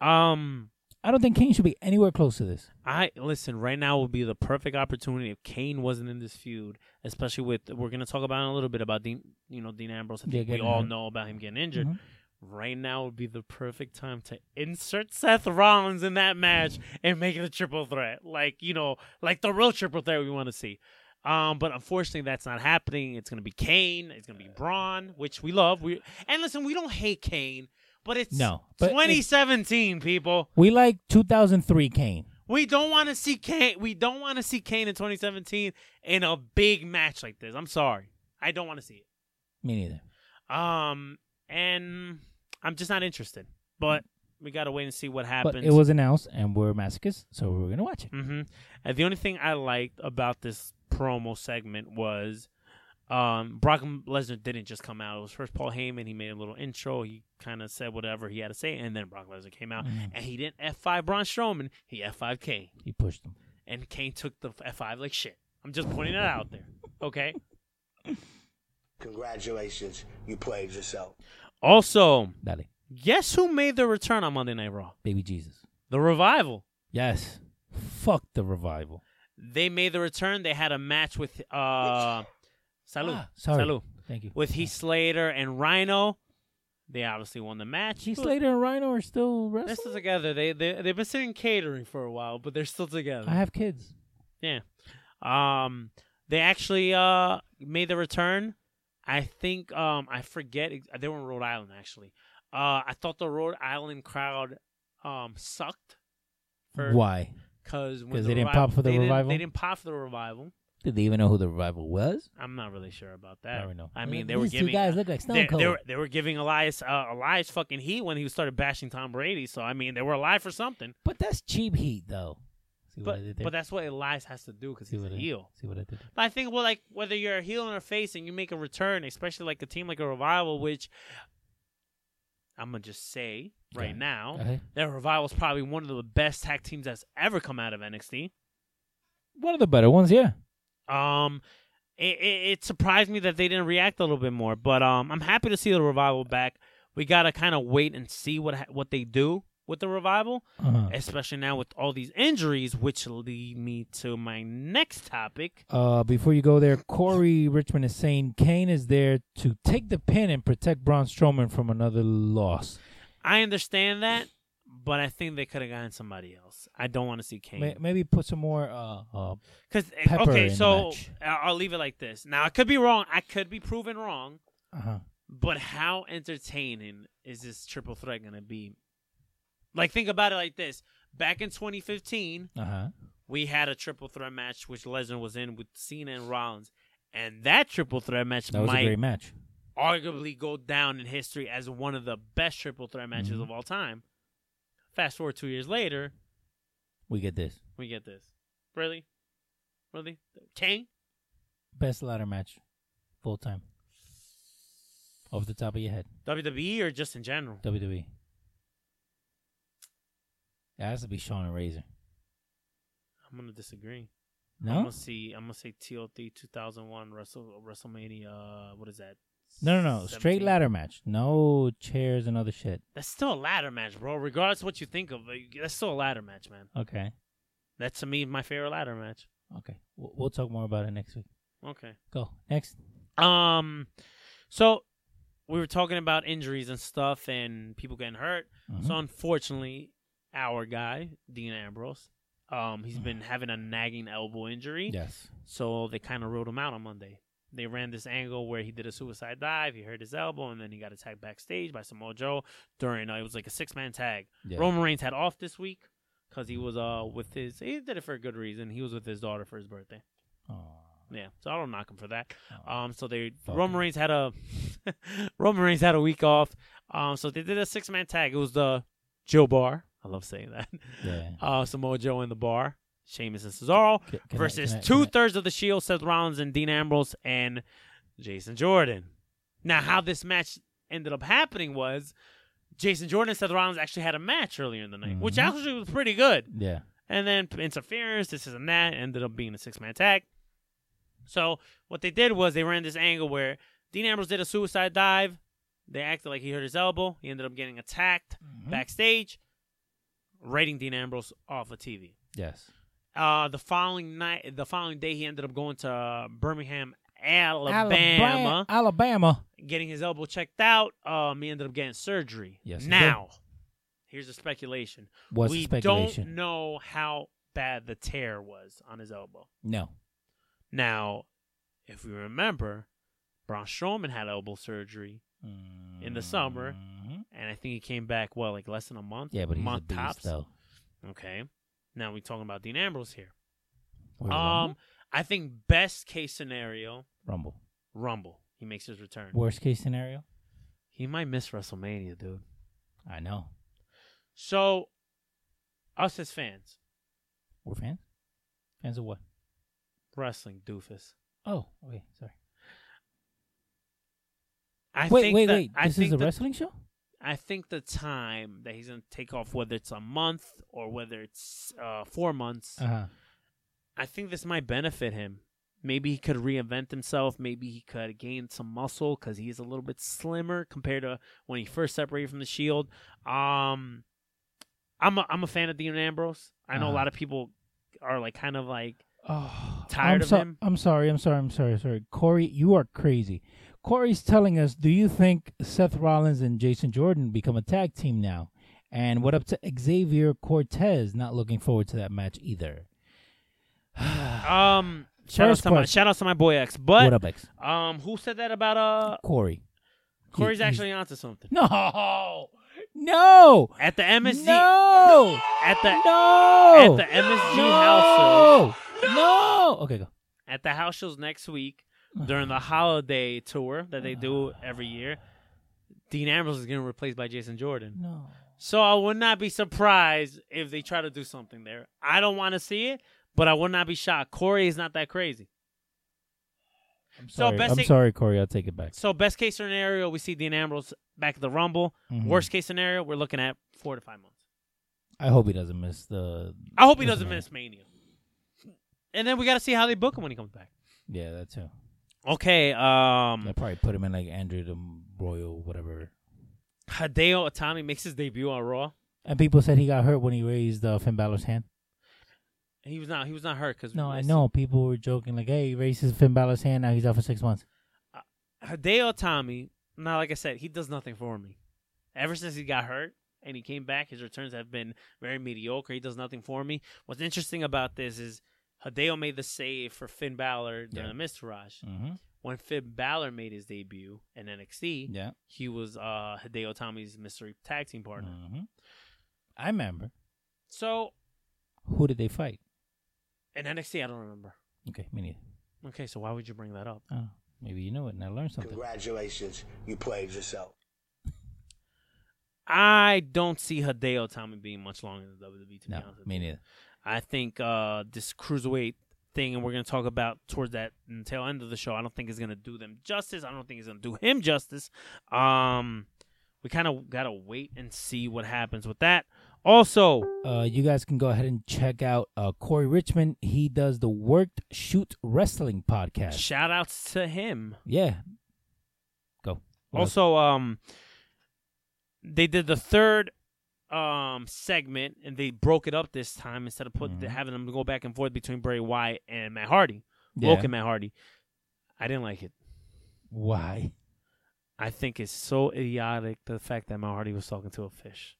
A: Um,
D: I don't think King should be anywhere close to this.
A: I listen right now would be the perfect opportunity if Kane wasn't in this feud, especially with we're gonna talk about in a little bit about Dean, you know, Dean Ambrose. I
D: Yeah,
A: think we
D: getting
A: all
D: hurt.
A: know about him getting injured.
D: Mhm.
A: Right now would be the perfect time to insert Seth Rollins in that match and make it a triple threat, like you know, like the real triple threat we want to see. Um, but unfortunately, that's not happening. It's gonna be Kane. It's gonna
D: Uh,
A: be Braun, which we love. We and listen, we don't hate Kane, but it's
D: No, but it-
A: 2017, people.
D: We like 2003 Kane.
A: We don't want to see Kane. We don't want to see Kane in 2017 in a big match like this. I'm sorry, I don't want to see
D: Me neither.
A: it. Um, and I'm just not interested. But we gotta wait and see what happens.
D: But it was announced, and we're masochists, so we're gonna watch it.
A: Mm-hmm. And the only thing I liked about this promo segment was, um, Brock Lesnar didn't just come out. It was first Paul Heyman. He made a little intro. He kind of said whatever he had to say, and then Brock Lesnar came out,
D: Mm-hmm.
A: and he didn't F5 Braun Strowman. He F5 Kane,
D: He pushed him.
A: and Kane took the F5 like shit. I'm just pointing it out
D: [laughs]
A: there. Okay.
F: Congratulations, you played yourself.
A: Also,
D: Dale.
A: guess who made the return on Monday Night Raw?
D: Baby Jesus.
A: The Revival.
D: Yes. Fuck the revival.
A: They made the return. They had a match with uh, Salud.
D: Ah, sorry.
A: Salud.
D: Thank you.
A: with Heath Slater and Rhino. They obviously won the match.
D: Heath Slater and Rhino are still
A: They're
D: wrestling.
A: still together. They they they've been sitting catering for a while, but they're still together.
D: I have kids.
A: yeah. Um. They actually uh made the return. I think um I forget ex- they were in Rhode Island actually. Uh, I thought the Rhode Island crowd um sucked. For,
D: Why?
A: Because
D: 'Cause they didn't pop for the revival?
A: They didn't pop for the revival.
D: Did they even know who the revival was?
A: I'm not really sure about that.
D: Probably not.
A: I
D: Well,
A: mean, they
D: these
A: were
D: two
A: giving uh,
D: guys look like Stone
A: they,
D: Cold.
A: They were, they were giving Elias uh, Elias fucking heat when he started bashing Tom Brady. So I mean, they were alive for something.
D: But that's cheap heat, though. See what I did
A: But
D: there?
A: but that's what Elias has to do because
D: see
A: he's a
D: what I,
A: heel.
D: See what I did? there?
A: But I think well, like whether you're a heel or a face, and you make a return, especially like a team like a revival, which I'm gonna just say right
D: Yeah.
A: now
D: Okay.
A: that revival is probably one of the best tag teams that's ever come out of NXT.
D: One of the better ones, yeah.
A: Um, it, it, it surprised me that they didn't react a little bit more, but um, I'm happy to see the revival back. We gotta kind of wait and see what ha- what they do with the revival,
D: Uh-huh.
A: especially now with all these injuries, which lead me to my next topic.
D: Uh, before you go there, Corey Richmond is saying Kane is there to take the pin and protect Braun Strowman from another loss.
A: I understand that, but I think they could have gotten somebody else. I don't want to see
D: May-
A: Kane
D: maybe put some more. Uh, uh,
A: because
D: Pepper in
A: okay,
D: the
A: so
D: match.
A: I- I'll leave it like this. Now I could be wrong. I could be proven wrong.
D: uh-huh.
A: But how entertaining is this triple threat gonna be? Like, think about it like this: back in 2015,
D: Uh-huh.
A: we had a triple threat match which Lesnar was in with Cena and Rollins, and that triple threat match
D: That was a
A: might
D: great match.
A: arguably go down in history as one of the best triple threat matches
D: Mm-hmm.
A: of all time. Fast forward two years later,
D: We get this.
A: we get this. Really, really, Kane.
D: Best ladder match, full time. Off the top of your head,
A: WWE E or just in general?
D: WWE. It has to be Shawn and Razor.
A: I'm gonna disagree.
D: No,
A: I'm gonna see. I'm gonna say TLT 2001 Wrestle WrestleMania. What is that?
D: no, no, no.
A: 17?
D: Straight ladder match. No chairs and other shit.
A: That's still a ladder match, bro. Regardless of what you think of, it, that's still a ladder match, man.
D: Okay,
A: That's to me my favorite ladder match.
D: okay. We'll, we'll talk more about it next week.
A: Okay.
D: Go next.
A: Um, so we were talking about injuries and stuff, and people getting hurt.
D: Mhm.
A: So unfortunately, our guy Dean Ambrose, um, he's been having a nagging elbow injury.
D: Yes.
A: So they kind of ruled him out on Monday. They ran this angle where he did a suicide dive, he hurt his elbow, and then he got attacked backstage by Samoa Joe during uh, it was like a six man tag.
D: Yeah.
A: Roman Reigns had off this week because he was uh with his he did it for a good reason. He was with his daughter for his birthday.
D: Aw.
A: Yeah, so I don't knock him for that. Um, so they
D: Fuck
A: Roman
D: him.
A: Reigns had a [laughs] Roman Reigns had a week off. Um, so they did a six man tag. It was the Joe Bar. I love saying that.
D: Yeah.
A: [laughs] Uh, Samoa Joe in the bar. Sheamus and Cesaro
D: Can- can I-
A: versus
D: can I- can I-
A: two thirds of the Shield, Seth Rollins and Dean Ambrose and Jason Jordan. Now, how this match ended up happening was Jason Jordan and Seth Rollins actually had a match earlier in the night, which
D: Mhm.
A: actually was pretty good.
D: Yeah.
A: And then p- interference, this is and that, ended up being a six man tag. So what they did was they ran this angle where Dean Ambrose did a suicide dive. They acted like he hurt his elbow. He ended up getting attacked backstage, rating Dean Ambrose off of TV.
D: Yes.
A: Uh, the following night, the following day, he ended up going to uh, Birmingham, Alabama,
D: Alabama. Alabama.
A: getting his elbow checked out. Um, he ended up getting surgery.
D: Yes, he did.
A: Now, here's the speculation.
D: What's the
A: we
D: speculation?
A: don't know how bad the tear was on his elbow.
D: No.
A: Now, if we remember, Braun Strowman had elbow surgery, In the summer.
D: Mhm.
A: and I think he came back what, like less than a month.
D: Yeah, but he's
A: month
D: a beast
A: tops.
D: though.
A: Okay. Now we're talking about Dean Ambrose here.
D: Wait,
A: Um, I think best case scenario,
D: Rumble.
A: Rumble. He makes his return.
D: Worst case scenario.
A: He might miss WrestleMania, dude.
D: I know.
A: So, us as fans,
D: We're fans. Fans of what?
A: wrestling doofus.
D: Oh, wait, sorry.
A: I
D: wait,
A: think
D: wait,
A: that-
D: wait.
A: I
D: this
A: think
D: is a
A: that-
D: wrestling show?
A: I think the time that he's gonna take off, whether it's a month or whether it's uh, four months,
D: huh.
A: I think this might benefit him. Maybe he could reinvent himself. Maybe he could gain some muscle because he is a little bit slimmer compared to when he first separated from the Shield. Um, I'm a, I'm a fan of Dean Ambrose. I know a
D: Uh-huh.
A: lot of people are like kind of like
D: Oh,
A: Tired
D: I'm
A: of him?
D: I'm sorry. I'm sorry. I'm sorry. Sorry, Corey, you are crazy. Corey's telling us, do you think Seth Rollins and Jason Jordan become a tag team now? And what up to Xavier Cortez? Not looking forward to that match either.
A: um. Shout out,
D: First
A: to my,
D: question.
A: shout out to my boy X. But
D: what up, X?
A: um, who said that about uh?
D: Corey.
A: Corey's
D: he's-
A: actually onto something.
D: No, no,
A: At the MSG,
D: no,
A: at the at
D: no,
A: the MSG
D: no!
A: house shows,
D: no. Okay, go.
A: at the house shows next week during
D: [sighs]
A: the holiday tour that they do every year. Dean Ambrose is getting replaced by Jason Jordan.
D: No.
A: So I would not be surprised if they try to do something there. I don't want to see it, but I would not be shocked. Corey is not that crazy.
D: I'm
A: So
D: sorry.
A: best
D: I'm
A: thing-
D: sorry, Corey. I'll take it back.
A: So best case scenario, we see Dean Ambrose back at the Rumble.
D: Mhm.
A: Worst case scenario, we're looking at four to five months.
D: I hope he doesn't miss the.
A: I hope he doesn't
D: Mania.
A: miss Mania. And then we got to see how they book him when he comes back.
D: Yeah, that too.
A: Okay,
D: They
A: um,
D: probably put him in like Andrew the Royal, whatever.
A: Hideo Itami makes his debut on Raw.
D: And people said he got hurt when he raised uh, Finn Balor's hand.
A: He was not. He was not hurt because
D: No, I know people were joking like, "Hey, he raises Finn Balor's hand. Now he's out for six months."
A: Hideo Itami. Now, like I said, he does nothing for me. Ever since he got hurt and he came back, his returns have been very mediocre. He does nothing for me. What's interesting about this is Hideo made the save for Finn Balor during
D: Yeah.
A: the Mistourage.
D: Mm-hmm.
A: When Finn Balor made his debut in NXT,
D: Yeah.
A: he was uh, Hideo Itami's mystery tag team partner.
D: Mhm. I remember.
A: So
D: Who did they fight?
A: in NXT, I don't remember.
D: Okay, me neither.
A: Okay, so why would you bring that up?
D: Oh, maybe you know it and I learned something.
F: Congratulations, you played yourself.
A: I don't see Hideo Tommy being much longer in the WWE. E, To
D: No,
A: be honest with
D: me
A: you.
D: neither.
A: I think uh, this cruiserweight thing, and we're going to talk about towards that tail end of the show. I don't think it's going to do them justice. I don't think it's going to do him justice. Um, we kind of got to wait and see what happens with that. Also,
D: Uh, you guys can go ahead and check out uh, Corey Richmond. He does the Worked Shoot Wrestling podcast.
A: shout outs to him.
D: yeah. Go. What else?
A: Also, um, they did the third um segment, and they broke it up this time instead of put
D: Mhm.
A: having them go back and forth between Bray Wyatt and Matt Hardy.
D: Yeah.
A: Woke and Matt Hardy. I didn't like it.
D: Why?
A: I think it's so idiotic the fact that Matt Hardy was talking to a fish,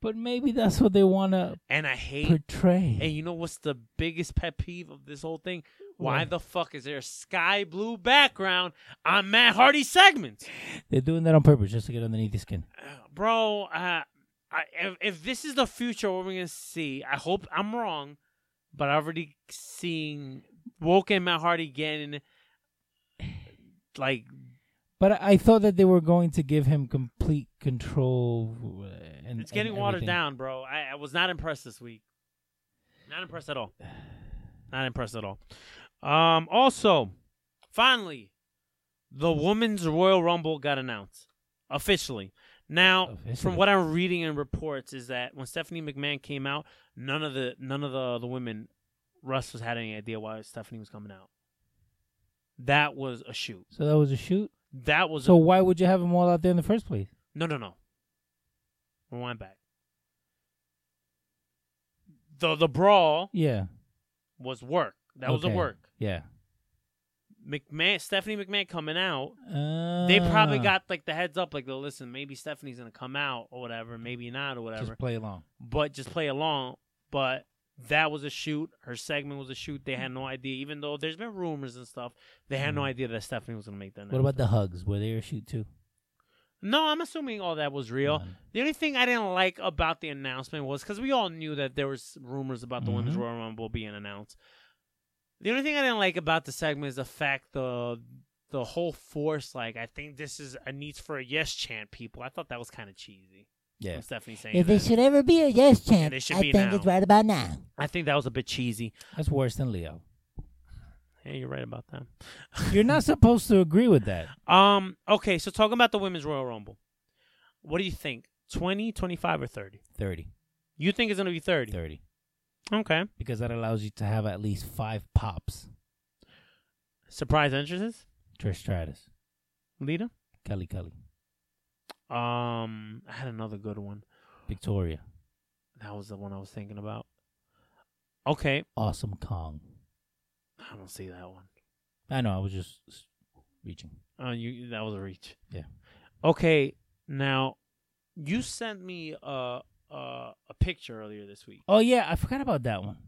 D: But maybe that's what they want to
A: and I hate.
D: portray.
A: and you know what's the biggest pet peeve of this whole thing? Why
D: What?
A: the fuck is there a sky blue background on Matt Hardy segments?
D: They're doing that on purpose just to get underneath your skin.
A: bro. Uh, I, if, if this is the future, what we're gonna see, I hope I'm wrong, but I already seeing Woke and Matt Hardy getting like
D: But I, I thought that they were going to give him complete control. uh, And
A: it's getting
D: and
A: watered
D: everything.
A: down, bro. I, I was not impressed this week. Not impressed at all. [sighs] Not impressed at all. Um. Also, finally, the women's Royal Rumble got announced officially. Now,
D: Officially.
A: from what I'm reading in reports, is that when Stephanie McMahon came out, none of the none of the the women wrestlers had any idea why Stephanie was coming out. That was a shoot.
D: So that was a shoot.
A: That was
D: So
A: a
D: why would you have him all out there in the first place?
A: no, no, no. Rewind back. The the brawl
D: Yeah.
A: was work. That was a
D: Okay.
A: work.
D: Yeah.
A: McMahon, Stephanie McMahon coming out.
D: Uh,
A: They probably got like the heads up, like, listen, maybe Stephanie's gonna come out or whatever, maybe not or whatever.
D: Just play along.
A: but just play along. But that was a shoot. Her segment was a shoot. They had no idea, even though there's been rumors and stuff. They had no idea that Stephanie was gonna make that.
D: Hmm. What about the hugs? Were they a shoot too?
A: No, I'm assuming all that was real.
D: None.
A: The only thing I didn't like about the announcement was because we all knew that there was rumors about the women's
D: Mhm.
A: Royal Rumble being announced. The only thing I didn't like about the segment is the fact the the whole force. Like, I think this is a needs for a yes chant. People, I thought that was kind of cheesy.
D: Yeah.
A: from Stephanie saying
G: If
A: that.
G: it should ever be a yes chant, I
A: It should be
G: think
A: now.
G: it's right about now.
A: [laughs] I think that was a bit cheesy.
D: That's worse than Leo.
A: Hey, you're right about that.
D: You're not supposed to agree with that.
A: Um, okay, so talking about the women's Royal Rumble. What do you think? 20, 25 or 30?
D: 30.
A: You think it's going to be 30?
D: 30.
A: Okay.
D: Because that allows you to have at least five pops.
A: Surprise entrances?
D: Trish Stratus,
A: Lita?
D: Kelly Kelly,
A: Um, I had another good one.
D: Victoria,
A: That was the one I was thinking about. Okay,
D: Awesome Kong.
A: I don't see that one.
D: I know, I was just s- reaching.
A: Oh, you that was a reach.
D: Yeah.
A: Okay, now you sent me a a, a picture earlier this week.
D: Oh, yeah, I forgot about that one.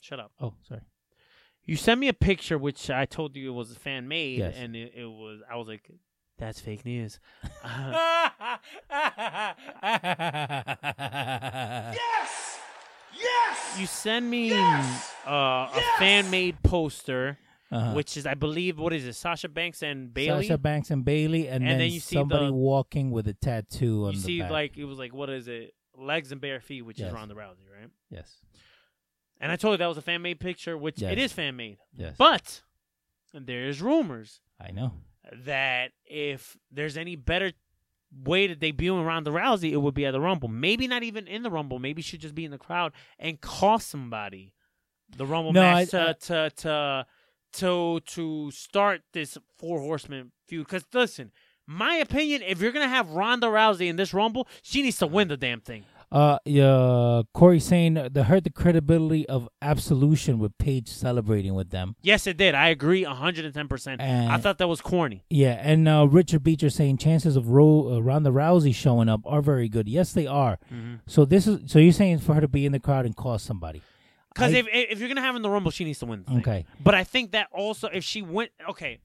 A: Shut up.
D: Oh,
A: [laughs]
D: sorry. [laughs]
A: You sent me a picture which I told you it was fan made,
D: Yes.
A: and it, it was. I was like, "That's fake
D: [laughs]
A: news." Uh,
C: Yes! Yes!
A: you send me
C: Yes!
A: uh, a
C: Yes!
A: fan made poster,
D: Uh-huh.
A: which is, I believe, what is it? Sasha Banks and Bailey.
D: Sasha Banks and Bailey, and,
A: And
D: then,
A: then you see
D: somebody
A: the-
D: walking with a tattoo on
A: you
D: the
A: see,
D: back.
A: like it was like what is it? Legs and bare feet, which
D: Yes.
A: is Ronda Rousey, right?
D: yes,
A: And I told you that was a fan made picture, which
D: Yes.
A: it is fan made.
D: yes,
A: But there's rumors
D: I know.
A: that if there's any better way to debut in Ronda Rousey, it would be at the Rumble. Maybe not even in the Rumble. Maybe she should just be in the crowd and cost somebody the Rumble
D: No,
A: match
D: I-
A: to, to to to to start this four horsemen feud. Because listen, my opinion, if you're gonna have Ronda Rousey in this Rumble, she needs to win the damn thing.
D: Uh, yeah, Corey saying they hurt the credibility of Absolution with Paige celebrating with them.
A: Yes, it did. I agree 110%. I
D: And-
A: thought that was corny.
D: Yeah, and uh, Richard Beecher saying chances of Ro- uh, Ronda Rousey showing up are very good. Yes, they are.
A: Mm-hmm.
D: So this is so you're saying for her to be in the crowd and call somebody.
A: Because
D: I-
A: if if you're gonna have her in the rumble, she needs to win. The thing.
D: Okay.
A: But I think that also if she went, okay,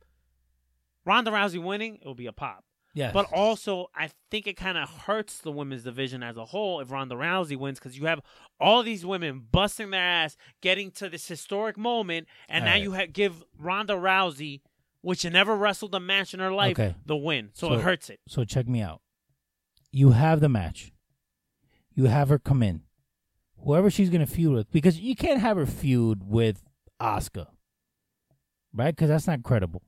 A: Ronda Rousey winning, it will be a pop.
D: Yes.
A: But also, I think it kind of hurts the women's division as a whole if Ronda Rousey wins because you have all these women busting their ass, getting to this historic moment, and now
D: Alright.
A: you ha- give Ronda Rousey, which never wrestled a match in her life,
D: Okay.
A: the win. so it hurts it.
D: So check me out. You have the match. You have her come in. Whoever she's gonna feud with, because you can't have her feud with Oscar, right? Because that's not credible.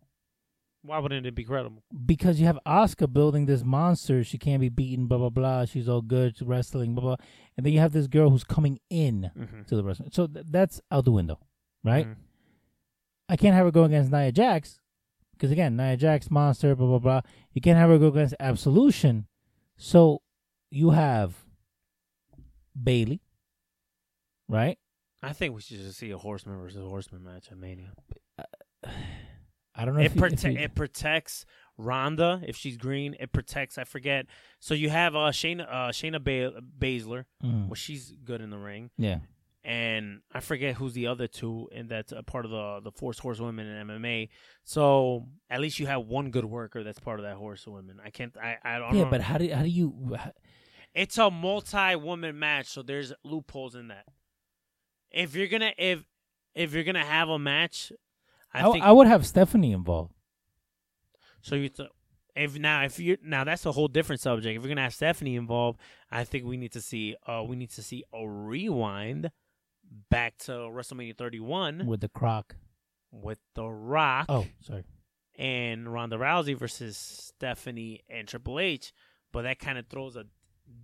A: Why wouldn't it be credible?
D: because you have Oscar building this monster. She can't be beaten. Blah blah blah. She's all good. She's wrestling. Blah blah. And then you have this girl who's coming in
A: Mm-hmm.
D: to the wrestling. So th- that's out the window, right?
A: Mhm.
D: I can't have her go against Nia Jax because again, Nia Jax monster. Blah blah blah. You can't have her go against Absolution. So you have Bailey, right?
A: I think we should just see a horseman versus horseman match at Mania.
D: I don't know. if
A: It,
D: you- if
A: prote-
D: you-
A: it protects Rhonda if she's green. It protects I forget. So you have uh, Shayna uh, Shayna ba- Baszler.
D: Mhm.
A: Well, she's good in the ring,
D: yeah.
A: and I forget who's the other two, and that's a part of the the Force Horsewomen in MMA. So at least you have one good worker that's part of that horsewoman. I can't. I I don't.
D: Yeah,
A: know.
D: but how do how do you?
A: It's a multi woman match, so there's loopholes in that. If you're gonna if if you're gonna have a match, I,
D: I,
A: think
D: I would have Stephanie involved.
A: So you, th- if now if you now that's a whole different subject. If you're gonna have Stephanie involved, I think we need to see uh we need to see a rewind back to WrestleMania 31
D: with the croc.
A: with The Rock [laughs]
D: Oh, sorry.
A: and Ronda Rousey versus Stephanie and Triple H. But that kind of throws a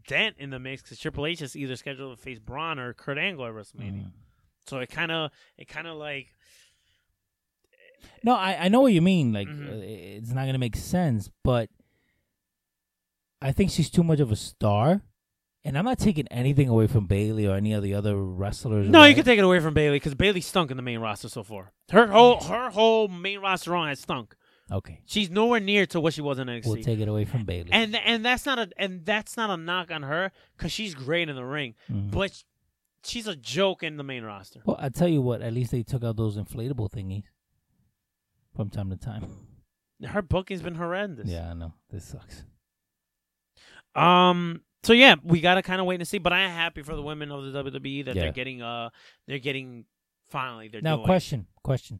A: dent in the mix because Triple H is either scheduled to face Braun or Kurt Angle at WrestleMania.
D: Mm-hmm. Uh,
A: So it kind of it kind of like
D: No, I, I know what you mean. Like,
A: Mhm.
D: uh, it's not gonna make sense, but I think she's too much of a star. And I'm not taking anything away from Bailey or any of the other wrestlers.
A: No, you
D: right?
A: can take it away from Bailey because Bailey stunk in the main roster so far. Her whole her whole main roster on has stunk.
D: Okay,
A: She's nowhere near to what she was in NXT.
D: we'll take it away from Bailey.
A: and and that's not a and that's not a knock on her because she's great in the ring,
D: Mhm.
A: but she's a joke in the main roster.
D: well, I tell you what. At least they took out those inflatable thingies from time to time.
A: Her booking's been horrendous.
D: Yeah, I know this sucks.
A: Um. So yeah, we gotta kind of wait and see. But I'm happy for the women of the WWE that
D: Yeah.
A: they're getting uh they're getting finally they're
D: Now,
A: doing.
D: question, question: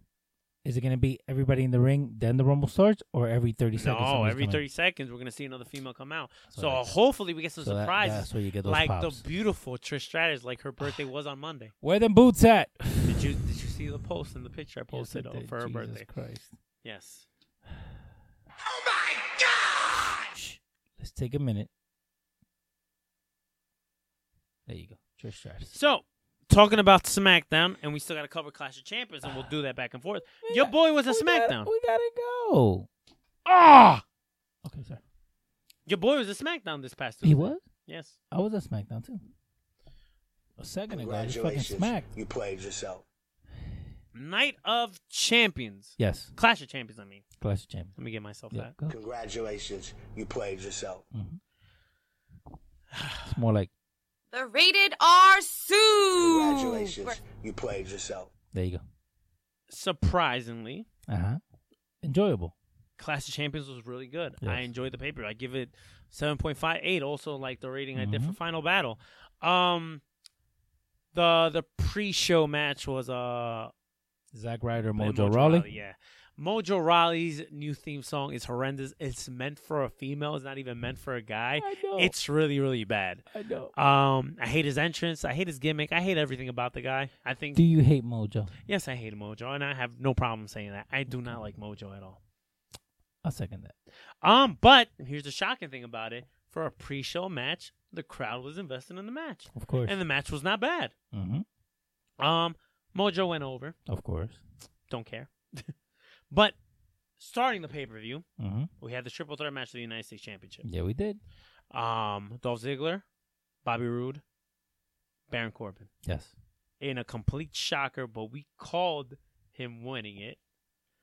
D: Is it gonna be everybody in the ring, then the rumble starts, or every thirty seconds?
A: No,
D: somebody's
A: every
D: coming?
A: 30 seconds we're gonna see another female come out.
D: So
A: So,
D: that's-
A: hopefully we get some
D: so that-
A: surprises.
D: that's where you get those
A: like
D: pops.
A: the beautiful Trish Stratus, like her birthday was on Monday.
D: Where them boots at? [laughs]
A: Did Did you did you see the post and the picture I posted
D: Yes, I did.
A: for her
D: Jesus
A: birthday?
D: Christ.
A: Yes.
C: Oh my God!
D: Shh. Let's take a minute. There you go. Trish Stratus.
A: So talking about SmackDown, and we still got to cover Clash of Champions, and we'll do that back and forth. Your boy was a
D: We gotta-
A: SmackDown.
D: We gotta go.
A: Ah,
D: Okay, sorry.
A: your boy was a SmackDown this past.
D: He
A: Tuesday.
D: was?
A: Yes.
D: I was at SmackDown too. A second ago, I just fucking
F: Congratulations,
D: smacked.
F: you played yourself.
A: Night of Champions.
D: Yes,
A: Clash of Champions. I mean,
D: Clash of Champions.
A: let me get myself
D: Yeah,
A: that.
D: go.
F: Congratulations, you played yourself.
D: It's more like
B: The rated R Sue.
F: Congratulations, you played yourself.
D: there you go.
A: Surprisingly,
D: Uh huh. Enjoyable.
A: Clash of Champions was really good.
D: Yes.
A: I enjoyed the paper. I give it seven point five eight. Also, like the rating
D: Mm-hmm.
A: I did for Final Battle. Um, the the pre show match was uh
D: Zack Ryder,
A: by
D: Mojo, Rawley.
A: yeah. Mojo Rawley's new theme song is horrendous. It's meant for a female. It's not even meant for a guy.
D: I know.
A: It's really, really bad.
D: I know.
A: Um, I hate his entrance. I hate his gimmick. I hate everything about the guy. I think
D: Do you hate Mojo?
A: yes, I hate Mojo, and I have no problem saying that. I do not like Mojo at all.
D: I'll second that.
A: Um, but here's the shocking thing about it: for a pre-show match, the crowd was invested in the match,
D: Of course.
A: and the match was not bad.
D: mm-hmm.
A: Um, Mojo went over.
D: Of course.
A: Don't care. [laughs] but starting the pay-per-view,
D: Mm-hmm.
A: we had the triple threat match of the United States Championship.
D: Yeah, we did.
A: Um, Dolph Ziggler, Bobby Roode, Baron Corbin.
D: Yes,
A: In a complete shocker, but we called him winning it.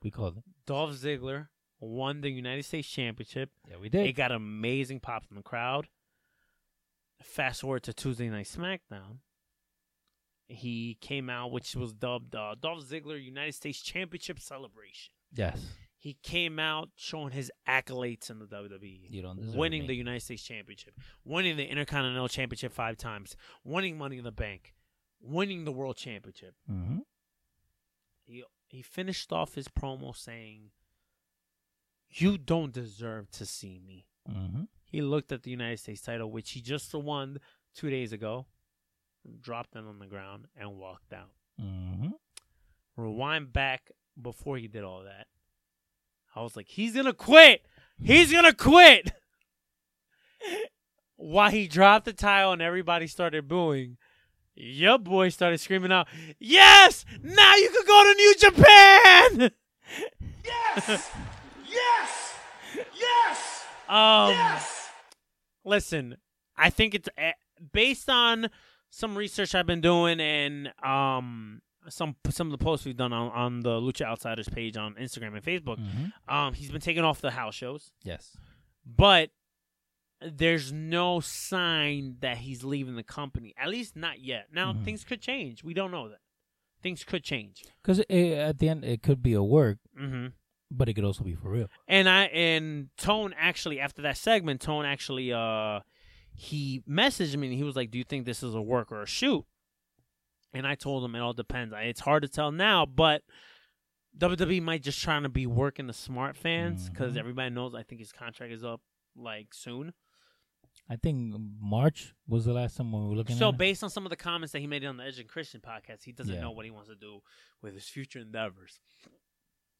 D: we called it.
A: Dolph Ziggler won the United States Championship.
D: Yeah, we did.
A: It got amazing pop from the crowd. Fast forward to Tuesday Night SmackDown. He came out, which was dubbed uh, Dolph Ziggler United States Championship Celebration.
D: yes,
A: He came out showing his accolades in the WWE,
D: You don't deserve
A: winning
D: me.
A: the United States Championship, winning the Intercontinental Championship five times, winning Money in the Bank, winning the World Championship.
D: mm-hmm.
A: He he finished off his promo saying, "You don't deserve to see me."
D: Mm-hmm.
A: he looked at the United States title, which he just won two days ago, dropped it on the ground, and walked out.
D: Mm-hmm.
A: Rewind back before he did all that. I was like, he's gonna quit. He's gonna quit. While he dropped the title and everybody started booing, your boy started screaming out, "Yes! Now you can go to New Japan!"
E: [laughs]
C: Yes! yes! Yes!
A: Um,
C: Yes!
A: listen, I think it's eh, based on some research I've been doing and um some some of the posts we've done on, on the Lucha Outsiders page on Instagram and Facebook.
D: Mm-hmm.
A: Um, he's been taking off the house shows,
D: Yes.
A: but there's no sign that he's leaving the company. At least not yet. Now
D: Mhm.
A: things could change. We don't know that. Things could change.
D: Because at the end, it could be a work,
A: Mm-hmm.
D: but it could also be for real.
A: And I and Tone actually after that segment, Tone actually uh he messaged me and he was like, "Do you think this is a work or a shoot?" And I told him it all depends. I- It's hard to tell now, but WWE might just trying to be working the smart fans because
D: Mhm.
A: everybody knows. I think his contract is up like soon.
D: I think March was the last time we were looking
A: So
D: at. it.
A: based on some of the comments that he made on the Edge and Christian podcast, he doesn't
D: Yeah.
A: know what he wants to do with his future endeavors.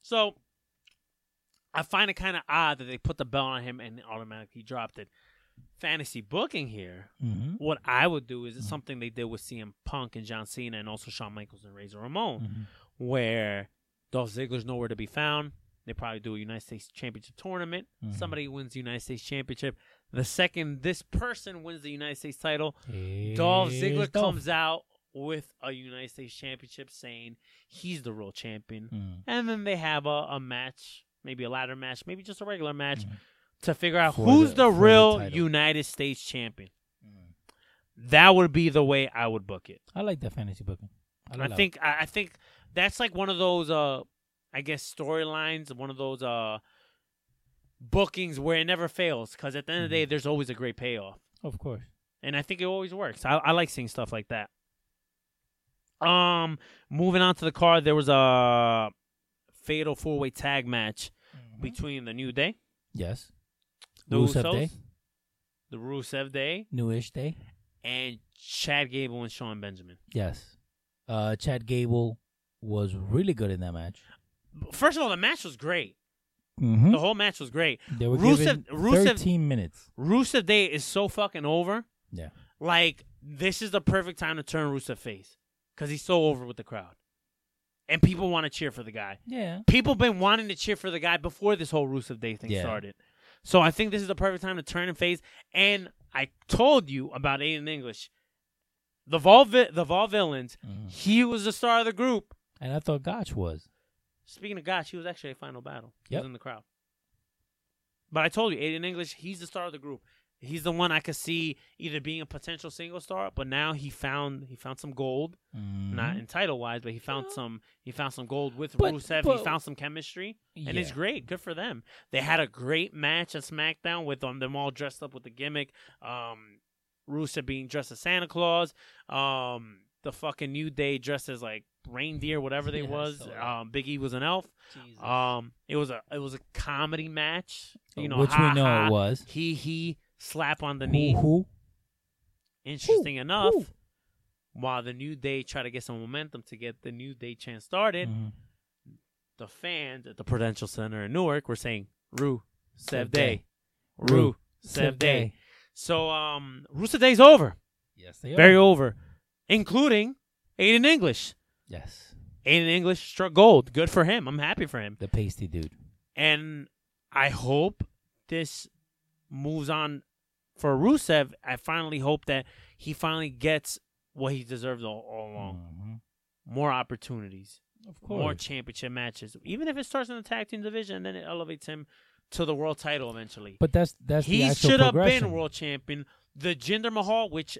A: So I find it kind of odd that they put the belt on him and automatically dropped it. Fantasy booking here.
D: mm-hmm.
A: What I would do is it's something they did with CM Punk and John Cena and also Shawn Michaels and Razor Ramon,
D: Mm-hmm.
A: where Dolph Ziggler's nowhere to be found. They probably do a United States Championship tournament.
D: Mhm.
A: Somebody wins the United States Championship. The second this person wins the United States title,
D: Mm-hmm.
A: Dolph Ziggler comes out with a United States Championship saying he's the real champion.
D: Mm.
A: And then they have a, a match, maybe a ladder match, maybe just a regular match
D: Mhm.
A: to figure out
D: For
A: who's
D: the-
A: the,
D: for the
A: real
D: title. Mm.
A: United States Champion. That would be the way I would book it.
D: I like that fantasy booking.
A: I,
D: love
A: think I, I think that's like one of those uh I guess storylines, one of those uh bookings where it never fails because at the end of the
D: Mm-hmm.
A: day there's always a great payoff.
D: it. of course.
A: and I think it always works. I, I like seeing stuff like that.
G: Oh.
A: Um, moving on to the card, there was a fatal four way tag match
G: Mm-hmm.
A: between the New Day,
D: Yes.
A: the
D: Rusev
A: Usos,
D: Day,
A: the Rusev Day,
D: Newish Day.
A: and Chad Gable and Shawn Benjamin.
D: Yes. Uh, Chad Gable
G: was really good in that match.
A: First of all, the match was great.
G: Mm-hmm.
A: The whole match was great.
G: They were
A: Rusev,
G: given
A: Rusev,
G: 13 minutes.
A: Rusev Day is so fucking over.
G: Yeah.
A: Like this is the perfect time to turn Rusev face because he's so over with the crowd, and people want to cheer for the guy.
G: Yeah.
A: People been wanting to cheer for the guy before this whole Rusev Day thing
G: Yeah.
A: started. So I think this is the perfect time to turn and face. And I told you about Aiden English, the Vol vi- the Vol villains.
G: Mm-hmm.
A: He was the star of the group.
G: And I thought Gotch was.
A: Speaking of God, she was actually a final battle. He
G: Yep.
A: was in the crowd. But I told you, Aiden English, he's the star of the group. He's the one I could see either being a potential single star, but now he found he found some gold, not
G: Mm-hmm.
A: in title wise, but he found some he found some gold with
G: But-
A: Rusev.
G: but-
A: he found some chemistry, and it's
G: Yeah.
A: great. Good for them. They had a great match at SmackDown with um, them all dressed up with the gimmick. Um, Rusev being dressed as Santa Claus. Um, the fucking New Day dressed as like reindeer, whatever they
G: [laughs] Yeah, I
A: was.
G: saw that.
A: Um, Big E was an elf.
G: Jesus.
A: Um, it was a it was a comedy match, you know,
G: Uh, Which we
A: ha,
G: know
A: ha,
G: it was.
A: He he slap on the knee.
G: Who, who?
A: Interesting
G: who,
A: enough,
G: who?
A: while the new day try to get some momentum to get the new day chant started,
G: Mhm.
A: the fans at the Prudential Center in Newark were saying Rue Sev
G: Sev
A: Day,
G: Day.
A: Rue
G: Sev
A: Sev Day. So um, Rusev Day's over,
G: Yes, they are.
A: very over, including Aiden English.
G: Yes.
A: Aiden English struck gold. Good for him. I'm happy for him.
G: The pasty dude.
A: and I hope this moves on for Rusev. I finally hope that he finally gets what he deserved all, all along:
G: Mhm.
A: more opportunities,
G: Of course.
A: more championship matches. Even if it starts in the tag team division, and then it elevates him to the world title eventually.
G: but that's that's the
A: he
G: actual
A: should have
G: progression.
A: been world champion. The Jinder Mahal, which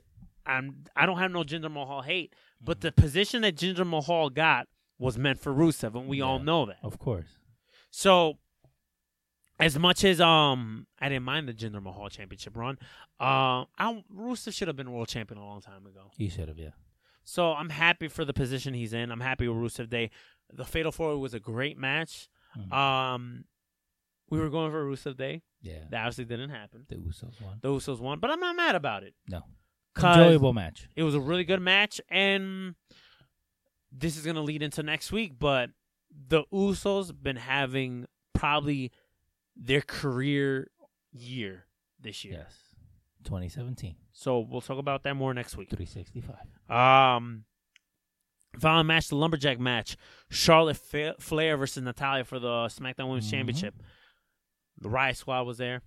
A: I'm, I don't have no Jinder Mahal hate, but
G: Mm-hmm.
A: the position that Jinder Mahal got was meant for Rusev, and we all
G: Yeah. Oh.
A: know that.
G: Of course.
A: So as much as um I didn't mind the Jinder Mahal championship run, um I Rusev should have been world champion a long time ago.
G: He should have, yeah.
A: So I'm happy for the position he's in. I'm happy with Rusev Day. The Fatal Four was a great match.
G: Mhm.
A: Um we were going for Rusev Day.
G: Yeah.
A: That obviously didn't happen.
G: the Usos won.
A: The Usos won, but I'm not mad about it.
G: No.
A: 'Cause-
G: Enjoyable match.
A: It was a really good match, and this is gonna lead into next week. But the Usos been having probably their career year this year,
G: Yes. 2017.
A: so we'll talk about that more next week.
G: 365.
A: Um, final match: the lumberjack match, Charlotte Fa- Flair versus Natalia for the SmackDown Women's
G: Mhm.
D: Mm-hmm.
A: Championship. The Riot Squad was there.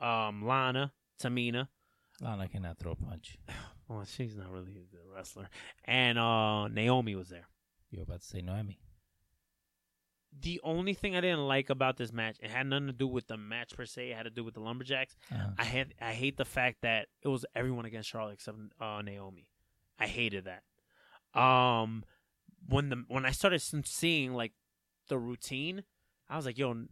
A: Um, Lana, Tamina.
G: Lana cannot throw a punch.
A: Well, she's not really a good wrestler. And uh, Naomi was there.
G: You're about to say Noemi.
A: the only thing I didn't like about this match, it had nothing to do with the match per se. It had to do with the lumberjacks.
G: Uh-huh.
A: I had I hate the fact that it was everyone against Charlotte except uh, Naomi. I hated that. Um, when the when I started s- seeing like the routine, I was like, yo.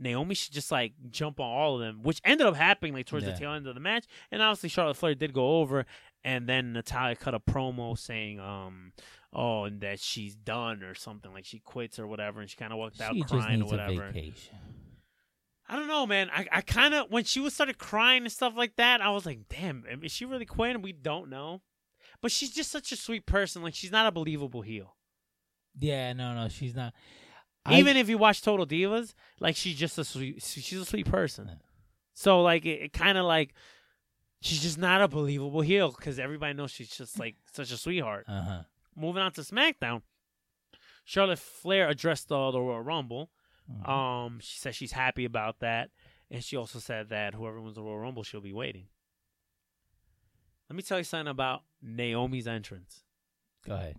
A: Naomi should just like jump on all of them, which ended up happening like towards
G: Yeah.
A: the tail end of the match. And obviously, Charlotte Flair did go over, and then Natalia cut a promo saying, um, oh, and that she's done or something, like she quits or whatever, and she kind of walked out
G: she just
A: crying or
G: needs a
A: whatever.
G: vacation.
A: I don't know, man. I, I kind of when she was started crying and stuff like that, I was like, damn, is she really quitting? We don't know, but she's just such a sweet person. Like she's not a believable heel.
G: Yeah, no, no, she's not.
A: Even if you watch Total Divas, like she's just a sweet, she's a sweet person.
G: Yeah.
A: So like it, it kind of like she's just not a believable heel because everybody knows she's just like such a sweetheart.
G: uh huh.
A: Moving on to SmackDown, Charlotte Flair addressed the, the Royal Rumble. Um, she said she's happy about that, and she also said that whoever wins the Royal Rumble, she'll be waiting. Let me tell you something about Naomi's entrance.
G: Go ahead.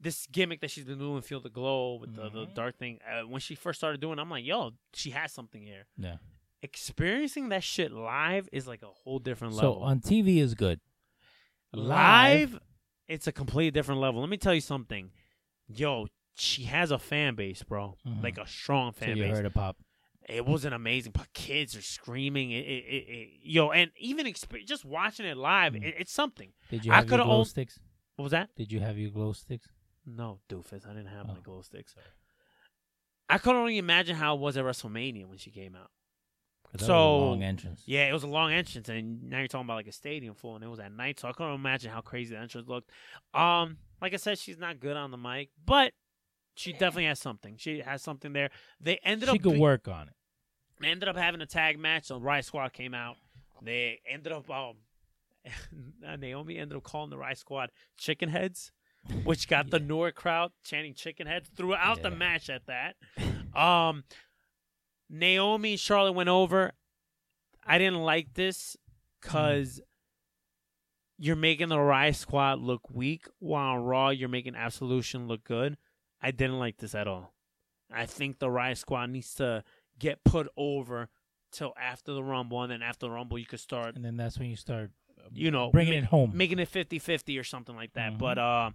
A: This gimmick that she's been doing, feel the glow with the, the
G: Mhm.
A: dark thing. Uh, when she first started doing, it, I'm like, yo, she has something here.
G: Yeah.
A: Experiencing that shit live is like a whole different
G: So
A: level.
G: on TV is good.
A: live, it's a completely different level. Let me tell you something, yo. She has a fan base, bro.
G: Mhm.
A: Like a strong
G: So
A: fan
G: you
A: base.
G: heard a pop.
A: it wasn't amazing, but kids are screaming. It, it, it, it- yo, and even exp- just watching it live,
G: Mm.
A: it, it's something.
G: Did you
A: I
G: have your
A: coulda
G: glow
A: owned-
G: sticks?
A: What was that?
G: Did you have your glow sticks?
A: No, doofus, I didn't have my
G: Oh.
A: glow sticks. I could only imagine how it was at WrestleMania when she came out,
D: That was a
A: So-
D: long entrance.
A: Yeah, it was a long entrance, and now you're talking about like a stadium full, and it was at night, so I couldn't imagine how crazy the entrance looked. Um, like I said, she's not good on the mic, but she definitely has something. She has something there. They ended
D: she
A: up
D: could
A: be-
D: work on it.
A: They ended up having a tag match. So Riot Squad came out. They ended up um, [laughs] uh, Naomi ended up calling the Riot Squad chicken heads, which got the Nora crowd chanting chicken heads throughout the
D: Yeah.
A: match. At that, um, Naomi and Charlotte went over. I didn't like this because you're making the Riot Squad look weak, while on Raw you're making Absolution look good. I didn't like this at all. I think the Riot Squad needs to get put over till after the Rumble, and then after the Rumble, you could start,
D: And then that's when you start uh,
A: you know,
D: bringing
A: Oh, ma-
D: it home.
A: making it 50 50 or something like that.
D: Mhm.
A: But uh,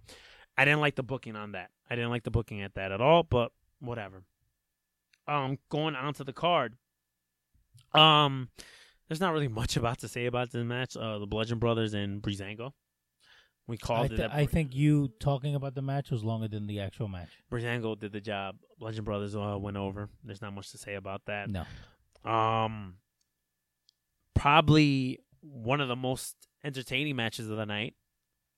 A: I didn't like the booking on that. I didn't like the booking at that at all, but whatever. Um, going on to the card. Um, there's not really [laughs] much about to say about this match. Uh, the Bludgeon Brothers and Breezango. We
D: I,
A: called
D: th-
A: it. that
D: I think you talking about the match was longer than the actual match.
A: Breezango did the job. Bludgeon Brothers uh, went over. There's not much to say about that.
D: No.
A: Um, probably one of the most entertaining matches of the night.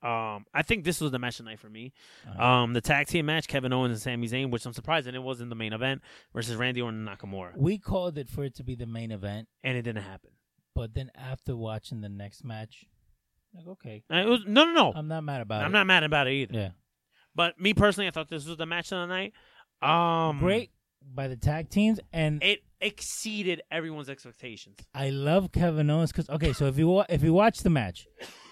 A: Um, I think this was the match of the night for me.
D: Uh,
A: Um, the tag team match, Kevin Owens and Sami Zayn, which I'm surprised that it wasn't the main event versus Randy Orton and Nakamura,
D: we called it for it to be the main event,
A: and it didn't happen.
D: but then after watching the next match, like okay,
A: Uh, It was no, no, no.
D: I'm not mad about
A: I'm
D: it.
A: not mad about it either.
D: Yeah.
A: But me personally, I thought this was the match of the night. Um,
D: Great by the tag teams, and
A: It exceeded everyone's expectations.
D: I love Kevin Owens because okay, so if you wa- if you watch the match,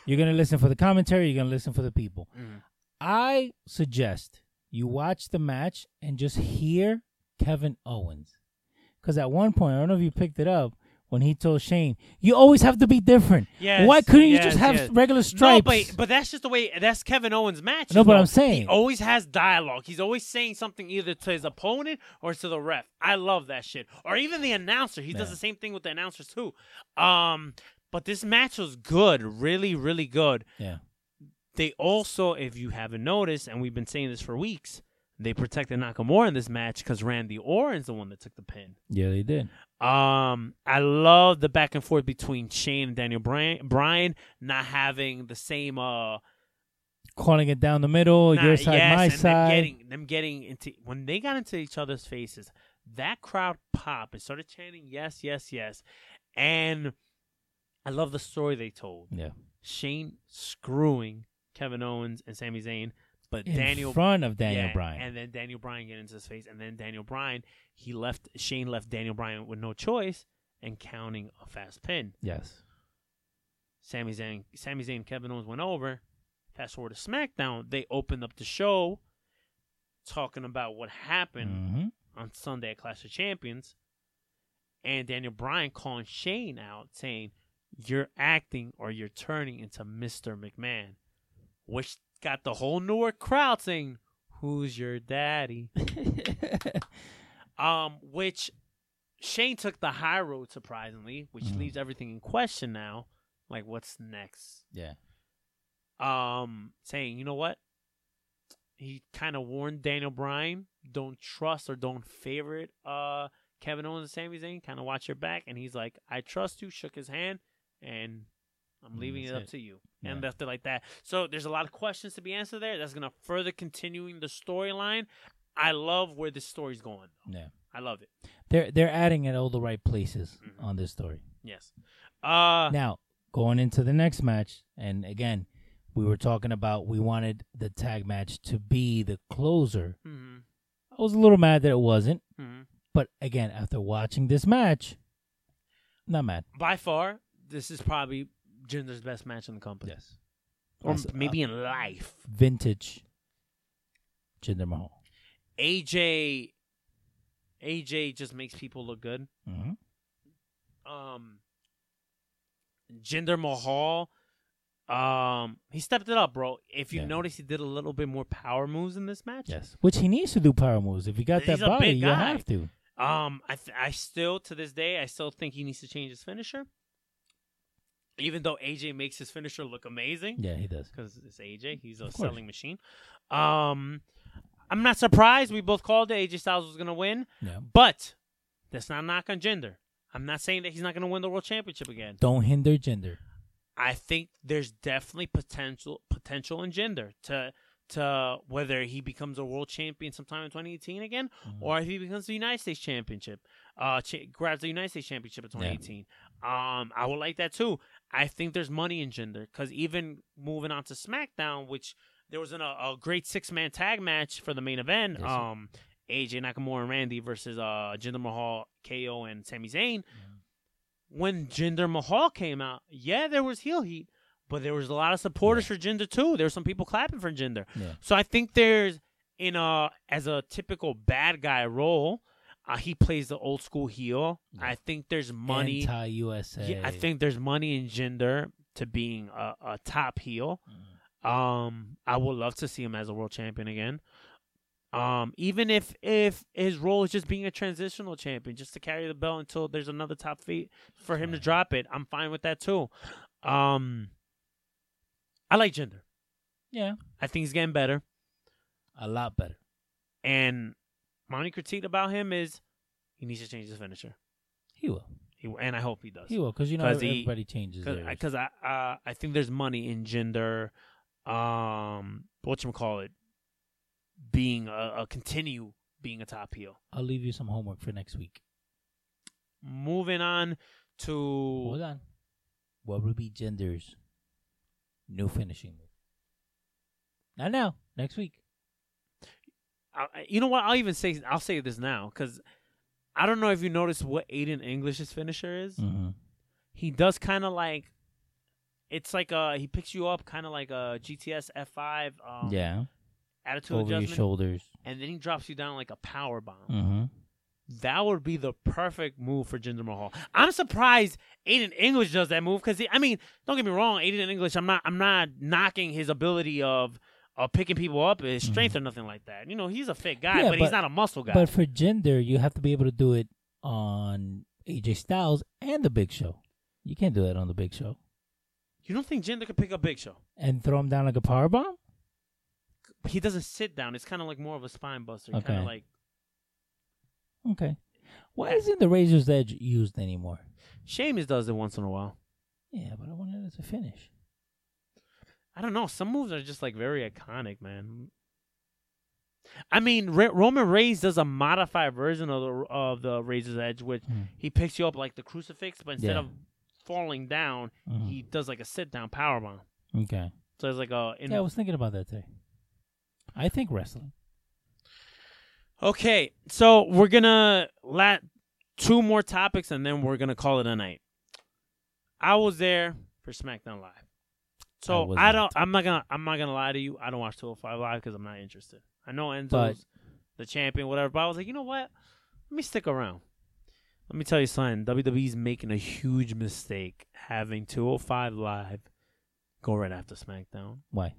D: you're gonna listen for the commentary, you're gonna listen for the people.
A: Mhm.
D: I suggest you watch the match and just hear Kevin Owens, because at one point I don't know if you picked it up when he told Shane, "You always have to be different.
A: Yes,
D: Why couldn't
A: yes,
D: you just have
A: yes.
D: regular stripes?"
A: No, but but that's just the way. That's Kevin Owens' match.
D: No, but
A: though.
D: I'm saying-
A: he always has dialogue. He's always saying something either to his opponent or to the ref. I love that shit. Or even the announcer. He does
D: Yeah.
A: the same thing with the announcers too. Um, but this match was good, really, really good.
D: yeah,
A: They also, if you haven't noticed, and we've been saying this for weeks, they protected Nakamura in this match because Randy Orton's the one that took the pin.
D: yeah, they did.
A: Um, I love the back and forth between Shane and Daniel Bryan, Bryan not having the same uh
D: Calling it down the middle,
A: Nah,
D: Oh, your side,
A: yes,
D: my
A: and
D: side.
A: Them getting, them getting into when they got into each other's faces, that crowd popped and started chanting yes, yes, yes. And I love the story they told.
D: yeah,
A: Shane screwing Kevin Owens and Sami Zayn, but
D: in
A: Daniel
D: front of Daniel
A: yeah,
D: Bryan.
A: And then Daniel Bryan get into his face, and then Daniel Bryan, he left Shane left Daniel Bryan with no choice and counting a fast pin.
D: yes,
A: Sami Zayn, Sami Zayn, Kevin Owens went over. Fast forward to SmackDown, they opened up the show talking about what happened
D: Mhm.
A: on Sunday at Clash of Champions, and Daniel Bryan calling Shane out saying, "You're acting or you're turning into Mr. McMahon," which got the whole Newark crowd saying, "Who's your daddy?"
D: Mm-hmm.
A: [laughs] um, which Shane took the high road surprisingly, which
D: Mhm.
A: leaves everything in question now. Like, what's next?
D: yeah,
A: um, saying, you know what? He kind of warned Daniel Bryan, don't trust or don't favorite uh, Kevin Owens and Sami Zayn. Kind of watch your back. And he's like, I trust you. Shook his hand, and I'm
D: Mm,
A: leaving it
D: that's
A: up
D: it.
A: to you.
D: Yeah.
A: And left it like that. So there's a lot of questions to be answered there. That's gonna further continuing the storyline. I love where this story's going.
D: yeah.
A: I love it.
D: They're they're adding at all the right places
A: Mm-hmm.
D: on this story.
A: Yes. Uh,
D: Now, going into the next match, and again, we were talking about we wanted the tag match to be the closer.
A: mhm,
D: I was a little mad that it wasn't,
A: mhm.
D: but again, after watching this match, not mad.
A: By far, this is probably Jinder's best match in the company.
D: Yes.
A: Or
D: Yes,
A: maybe in life.
D: Vintage Jinder Mahal.
A: AJ AJ just makes people look good.
D: Mm-hmm.
A: Um Jinder Mahal um he stepped it up, bro. If you
D: Yeah.
A: notice he did a little bit more power moves in this match.
D: Yes. Which he needs to do power moves. If you got
A: He's
D: that
A: a
D: body,
A: big
D: you
A: guy.
D: have to.
A: Um I th- I still to this day I still think he needs to change his finisher. Even though AJ makes his finisher look amazing.
D: Yeah, he does.
A: because it's AJ. He's a
D: Mm, Of course.
A: selling machine. Um, I'm not surprised. We both called it. AJ Styles was going to win,
D: Yeah.
A: but that's not a knock on gender. I'm not saying that he's not going to win the world championship again.
G: Don't hinder gender.
A: I think there's definitely potential potential in gender to to whether he becomes a world champion sometime in 2018 again, or if he becomes the United States championship, uh, cha- grabs the United States championship in 2018. Um, I would like that too. I think there's money in gender because even moving on to SmackDown, which there was an, a, a great six man tag match for the main event. um, AJ Nakamura and Randy versus uh Jinder Mahal, KO and Sami Zayn when Jinder Mahal came out, yeah, there was heel heat, but there was a lot of supporters for Jinder too. There were some people clapping for Jinder.
G: Yeah.
A: So I think there's in a as a typical bad guy role, uh, he plays the old school heel. I think there's money.
G: Anti USA.
A: Yeah, I think there's money in Jinder to being a, a top heel. Um, I would love to see him as a world champion again. Um, even if if his role is just being a transitional champion, just to carry the belt until there's another top feat for him to drop it, I'm fine with that too. Um, I like Jinder.
G: Yeah.
A: I think he's getting better.
G: A lot better.
A: And my only critique about him is he needs to change his finisher.
G: He will.
A: He and I hope he does.
G: He will, because you know
A: 'Cause he-
G: everybody changes. theirs.
A: because I uh, I think there's money in gender, um, what you call it, being a, a continue being a top heel.
G: I'll leave you some homework for next week.
A: Moving on
G: Hold
A: to
G: on. What will be Gender's new finishing move? Not now. Next week.
A: I, I- you know what I'll even say I'll say this now because I don't know if you noticed what Aiden English's finisher is.
G: Mm-hmm.
A: He does kind of like. It's like uh he picks you up kind of like a GTS F5 um,
G: yeah.
A: attitude
G: Over your
A: adjustment
G: shoulders.
A: and then he drops you down like a power bomb.
G: Mm-hmm.
A: That would be the perfect move for Jinder Mahal. I'm surprised Aiden English does that move because I mean, don't get me wrong, Aiden English. I'm not. I'm not knocking his ability of of picking people up, his strength or nothing like that. You know, he's a fit guy,
G: Mm-hmm. Yeah,
A: but, he's
G: but-
A: not a muscle guy.
G: But for gender, you have to be able to do it on AJ Styles and the Big Show. You can't do that on the Big Show
A: you don't think Jinder could pick up Big Show?
G: and throw him down like a power bomb.
A: He doesn't sit down. It's kind of like more of a spine buster. Kind
G: Okay.
A: of like
G: Okay. Why isn't the Razor's Edge used anymore?
A: Sheamus does it once in a while.
G: Yeah, but I wanted it to finish.
A: I don't know. Some moves are just like very iconic, man. I mean, Re- Roman Reigns does a modified version of the of the Razor's Edge, which he picks you up like the crucifix, but instead
G: Yeah.
A: of falling down,
G: Mhm.
A: he does like a sit down powerbomb.
G: Okay.
A: So it's like a in-
G: Yeah, I was thinking about that today. I think wrestling.
A: okay. So we're gonna let two more topics, and then we're gonna call it a night. I was there for SmackDown Live,
G: I
A: so
G: was not.
A: I, don't. I'm not gonna. I'm not gonna lie to you. I don't watch 205 Live because I'm not interested. I know Enzo's
G: But-
A: the champion, whatever. But I was like, you know what? Let me stick around. Let me tell you something. WWE's making a huge mistake having 205 Live go right after SmackDown.
G: Why?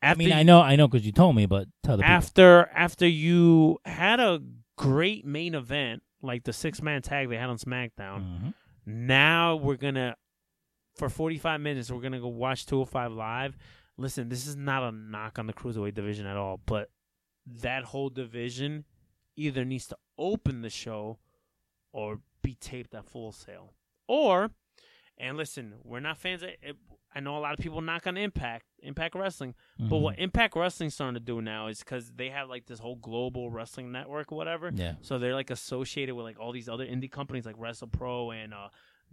A: After
G: I mean,
A: you-
G: I know, I know, because you told me, but tell the people.
A: after after you had a great main event like the six man tag they had on SmackDown,
D: Mm-hmm.
G: Mhm.
A: now we're gonna for forty five minutes we're gonna go watch two hundred five live. Listen, this is not a knock on the cruiserweight division at all, but that whole division either needs to open the show or be taped at full sale. Or and listen, we're not fans. Of, I know a lot of people knock on Impact, Impact Wrestling, but what Impact Wrestling's starting to do now is because they have like this whole global wrestling network or whatever.
G: Yeah.
A: So they're like associated with like all these other indie companies like WrestlePro and uh,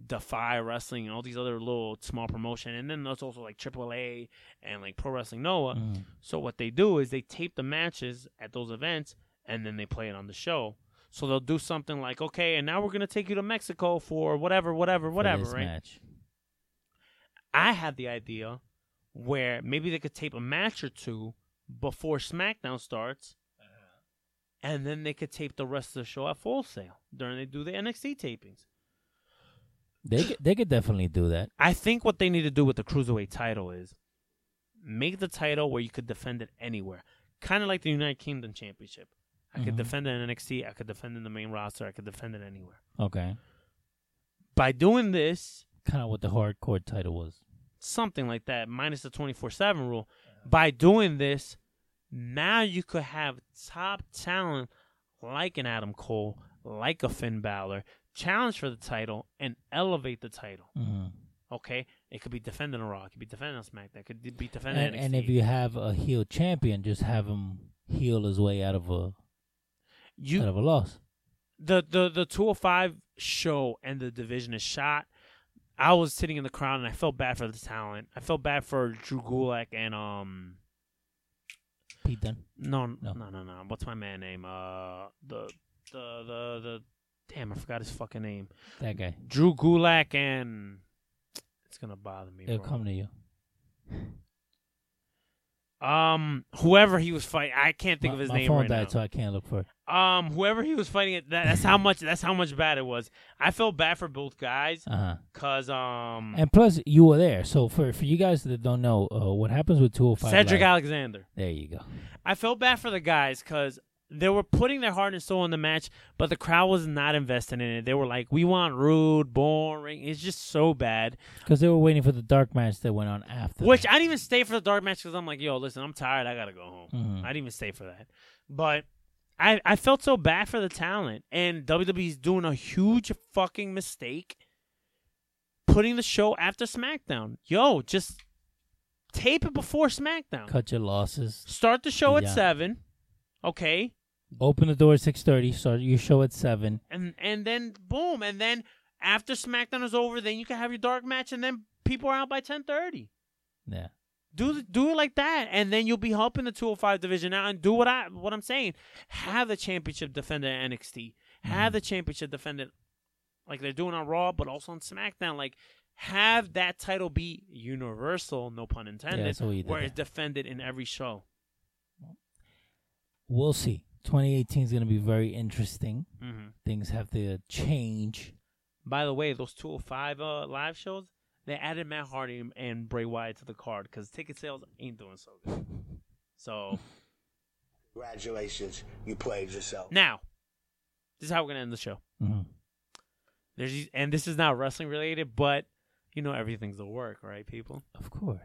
A: Defy Wrestling and all these other little small promotion, and then there's also like AAA and like Pro Wrestling Noah.
G: Mm-hmm.
D: Mm-hmm.
A: So what they do is they tape the matches at those events and then they play it on the show. So they'll do something like, okay, and now we're gonna take you to Mexico for whatever, whatever, whatever,
G: For this
A: right?
G: Match.
A: I had the idea where maybe they could tape a match or two before SmackDown starts, and then they could tape the rest of the show at Full Sail during they do the NXT tapings.
G: They could, they could definitely do that.
A: I think what they need to do with the cruiserweight title is make the title where you could defend it anywhere, kind of like the United Kingdom Championship. I could defend it in NXT. I could defend it in the main roster. I could defend it anywhere.
G: Okay.
A: By doing this,
G: Kind of what the hardcore title was.
A: something like that, minus the 24 7 rule. By doing this, now you could have top talent like an Adam Cole, like a Finn Balor, challenge for the title and elevate the title.
G: Mm-hmm.
D: hmm
A: Okay, it could be defending on Raw, it could be defending on SmackDown, it could be defending
D: And,
A: NXT.
D: and if you have a heel champion, just have him heal his way out of a
A: You-
D: out of a loss.
A: the the the 205 show and the division is shot. I was sitting in the crowd and I felt bad for the talent. I felt bad for Drew Gulak and um
D: Pete Dunne.
A: no
D: No.
A: no no no. no. What's my man name? Uh the the the the damn I forgot his fucking name.
D: That guy.
A: Drew Gulak and it's gonna bother me.
D: It'll
A: bro.
D: come to you.
A: Um, whoever he was fighting, I can't think
D: my,
A: of his
D: my
A: name
D: phone
A: right
D: died,
A: now.
D: so I can't look for it.
A: Um, whoever he was fighting, it that,
D: [laughs]
A: that's how much. That's how much bad it was. I felt bad for both guys
D: Uh
G: Uh-huh.
D: huh.
A: because um,
D: And plus, you were there. So for for you guys that don't know, uh, what happens with 205
A: Cedric
D: Live-
A: Alexander.
D: There you go.
A: I felt bad for the guys because they were putting their heart and soul in the match, but the crowd was not invested in it. They were like, "We want rude, boring." It's just so bad.
D: Because they were waiting for the dark match that went on after.
A: Which I didn't even stay for the dark match because I'm like, yo, listen, I'm tired. I gotta go home.
D: Mhm.
A: I didn't even stay for that. But I I felt so bad for the talent, and WWE's doing a huge fucking mistake, putting the show after SmackDown. Yo, just tape it before SmackDown.
D: cut your losses.
A: Start the show at
D: Yeah.
A: seven, okay,
D: Open the door at six thirty. Start your show at seven.
A: and and then boom, and then after SmackDown is over, then you can have your dark match, and then people are out by ten thirty.
D: Yeah.
A: Do th- do it like that, and then you'll be helping the 205 division out. And do what I what I'm saying. Have the championship defender at NXT.
D: Mm-hmm.
A: Have the championship defender like they're doing on Raw, but also on SmackDown. Like have that title be universal, no pun intended,
D: that's what you did
A: where
D: there.
A: it's defended in every show.
D: We'll see. Twenty eighteen is going to be very interesting.
A: hmm
D: Things have to change.
A: By the way, those 205 uh, live shows, they added Matt Hardy and Bray Wyatt to the card because ticket sales ain't doing so good. So.
F: Congratulations, you played yourself.
A: Now, this is how we're gonna end the show.
D: hmm
A: There's these, and this is not wrestling related, but you know everything's the work, right, people?
D: Of course.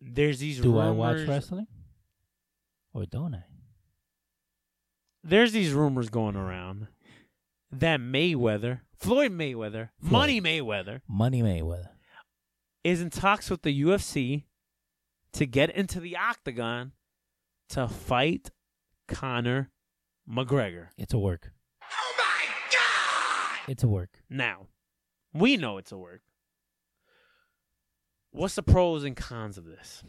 A: There's these
D: Do
A: rumors.
D: I watch wrestling? Or don't I?
A: There's these rumors going around that Mayweather, Floyd Mayweather,
D: Floyd.
A: Money Mayweather,
D: Money Mayweather.
A: is in talks with the UFC to get into the octagon to fight Conor McGregor.
D: It's a work.
C: Oh my god!
D: It's a work.
A: Now, we know it's a work. What's the pros and cons of this?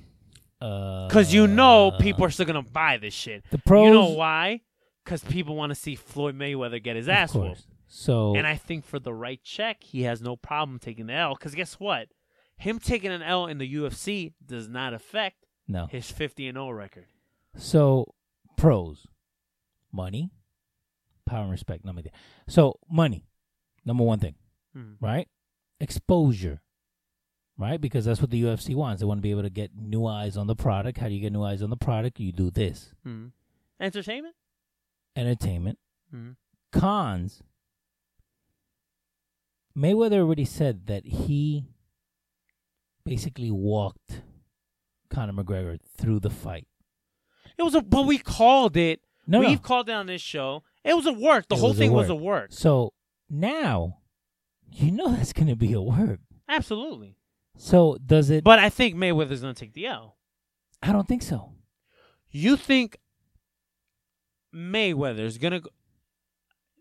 D: Because
A: Because you know people are still going to buy this shit.
D: The pros.
A: You know why? Because people want to see Floyd Mayweather get his
D: Of
A: ass
D: course. Oh.
A: whooped.
D: So
A: And I think for the right check, he has no problem taking the L. Because guess what? Him taking an L in the UFC does not affect
D: no.
A: his 50 and 0 record.
D: So pros, money, power and respect. Number there. So money, number one thing,
A: Mhm.
D: right? Exposure, right? Because that's what the UFC wants. They want to be able to get new eyes on the product. How do you get new eyes on the product? You do this.
A: Mhm. Entertainment?
D: Entertainment
A: Mhm.
D: cons. Mayweather already said that he basically walked Conor McGregor through the fight.
A: It was a, but we called it.
D: No, no.
A: We've called it on this show. It was a work. The
D: It
A: whole
D: was a
A: thing was a
D: work.
A: work.
D: So now, you know that's going to be a work.
A: Absolutely.
D: So does it?
A: But I think Mayweather's going to take the L.
D: I don't think so.
A: You think Mayweather's gonna? Go,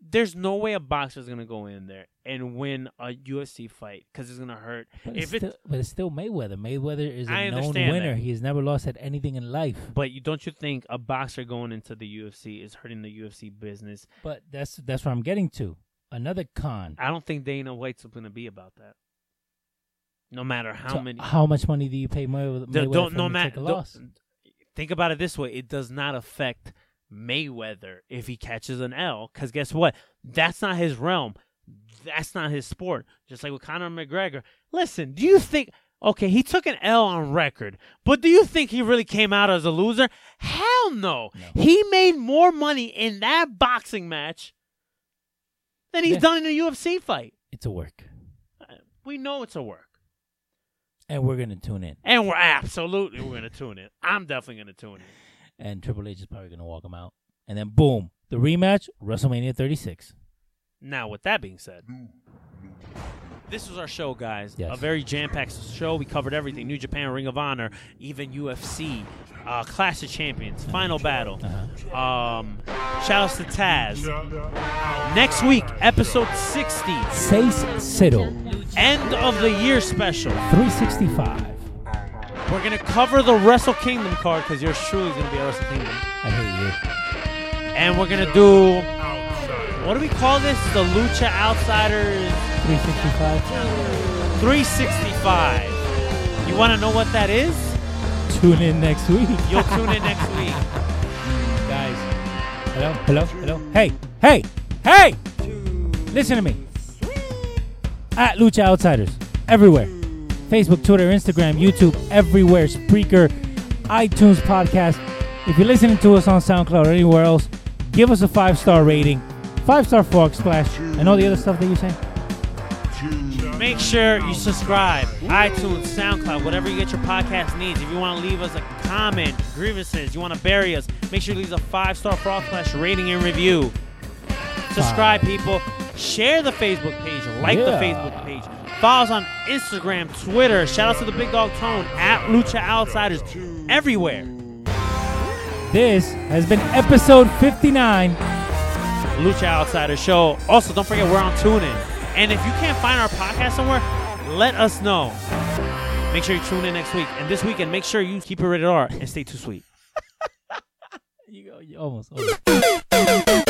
A: there's no way a boxer's gonna go in there and win a UFC fight because it's gonna hurt.
D: But it's,
A: if it's
D: still, but it's still Mayweather. Mayweather is a
A: I
D: known
A: understand
D: winner.
A: that.
D: He has never lost at anything in life.
A: but you don't you think a boxer going into the UFC is hurting the UFC business?
D: But that's that's what I'm getting to. Another con.
A: I don't think Dana White's gonna be about that. No matter how
D: So
A: many,
D: How much money do you pay Mayweather,
A: Th-
D: Mayweather for him to
A: ma-
D: take a
A: don't-
D: loss?
A: Think about it this way: it does not affect Mayweather if he catches an L, because guess what? That's not his realm. That's not his sport. Just like with Conor McGregor. Listen, do you think? Okay, he took an L on record, but do you think he really came out as a loser? Hell no. He made more money in that boxing match than he's
D: Yeah.
A: done in a UFC fight.
D: It's a work,
A: We know it's a work.
D: and we're gonna tune in.
A: And we're absolutely we're gonna tune in. I'm definitely gonna tune in.
D: And Triple H is probably gonna walk him out. And then boom, the rematch, WrestleMania 36.
A: Now, with that being said, this was our show, guys.
D: Yes.
A: A very jam-packed show. We covered everything: New Japan, Ring of Honor, even UFC, uh, Clash of Champions, Final Battle. Um, shout outs to Taz. Next week, episode 60,
D: Seis Cero
A: end of the year special.
D: 365.
A: We're gonna cover the Wrestle Kingdom card because yours truly is gonna be a Wrestle Kingdom,
D: I hate you.
A: and we're gonna do. What do we call this? The Lucha Outsiders
D: 365.
A: 365. You want to know what that is?
D: Tune in next week.
A: You'll tune in next week.
D: Guys. Hello, hello, hello. Hey, hey, hey! Listen to me. At Lucha Outsiders. Everywhere. Facebook, Twitter, Instagram, YouTube, everywhere. Spreaker, iTunes podcast. If you're listening to us on SoundCloud or anywhere else, give us a five star rating, five star fork splash, and all the other stuff that you say.
A: Make sure you subscribe, iTunes, SoundCloud, whatever you get your podcast needs. If you want to leave us a comment, grievances, you want to bury us, make sure you leave us a five star frog flash rating and review. Subscribe, people. Share the Facebook page. Like the
D: Yeah.
A: Facebook page. Follow us on Instagram, Twitter. Shout out to the Big Dog Tone at Lucha Outsiders. Everywhere.
D: This has been episode 59.
A: Lucha Outsider Show. Also, don't forget we're on TuneIn. And if you can't find our podcast somewhere, let us know. Make sure you tune in next week. And this weekend, make sure you keep it rated R and stay too sweet.
D: You, go, you almost. almost.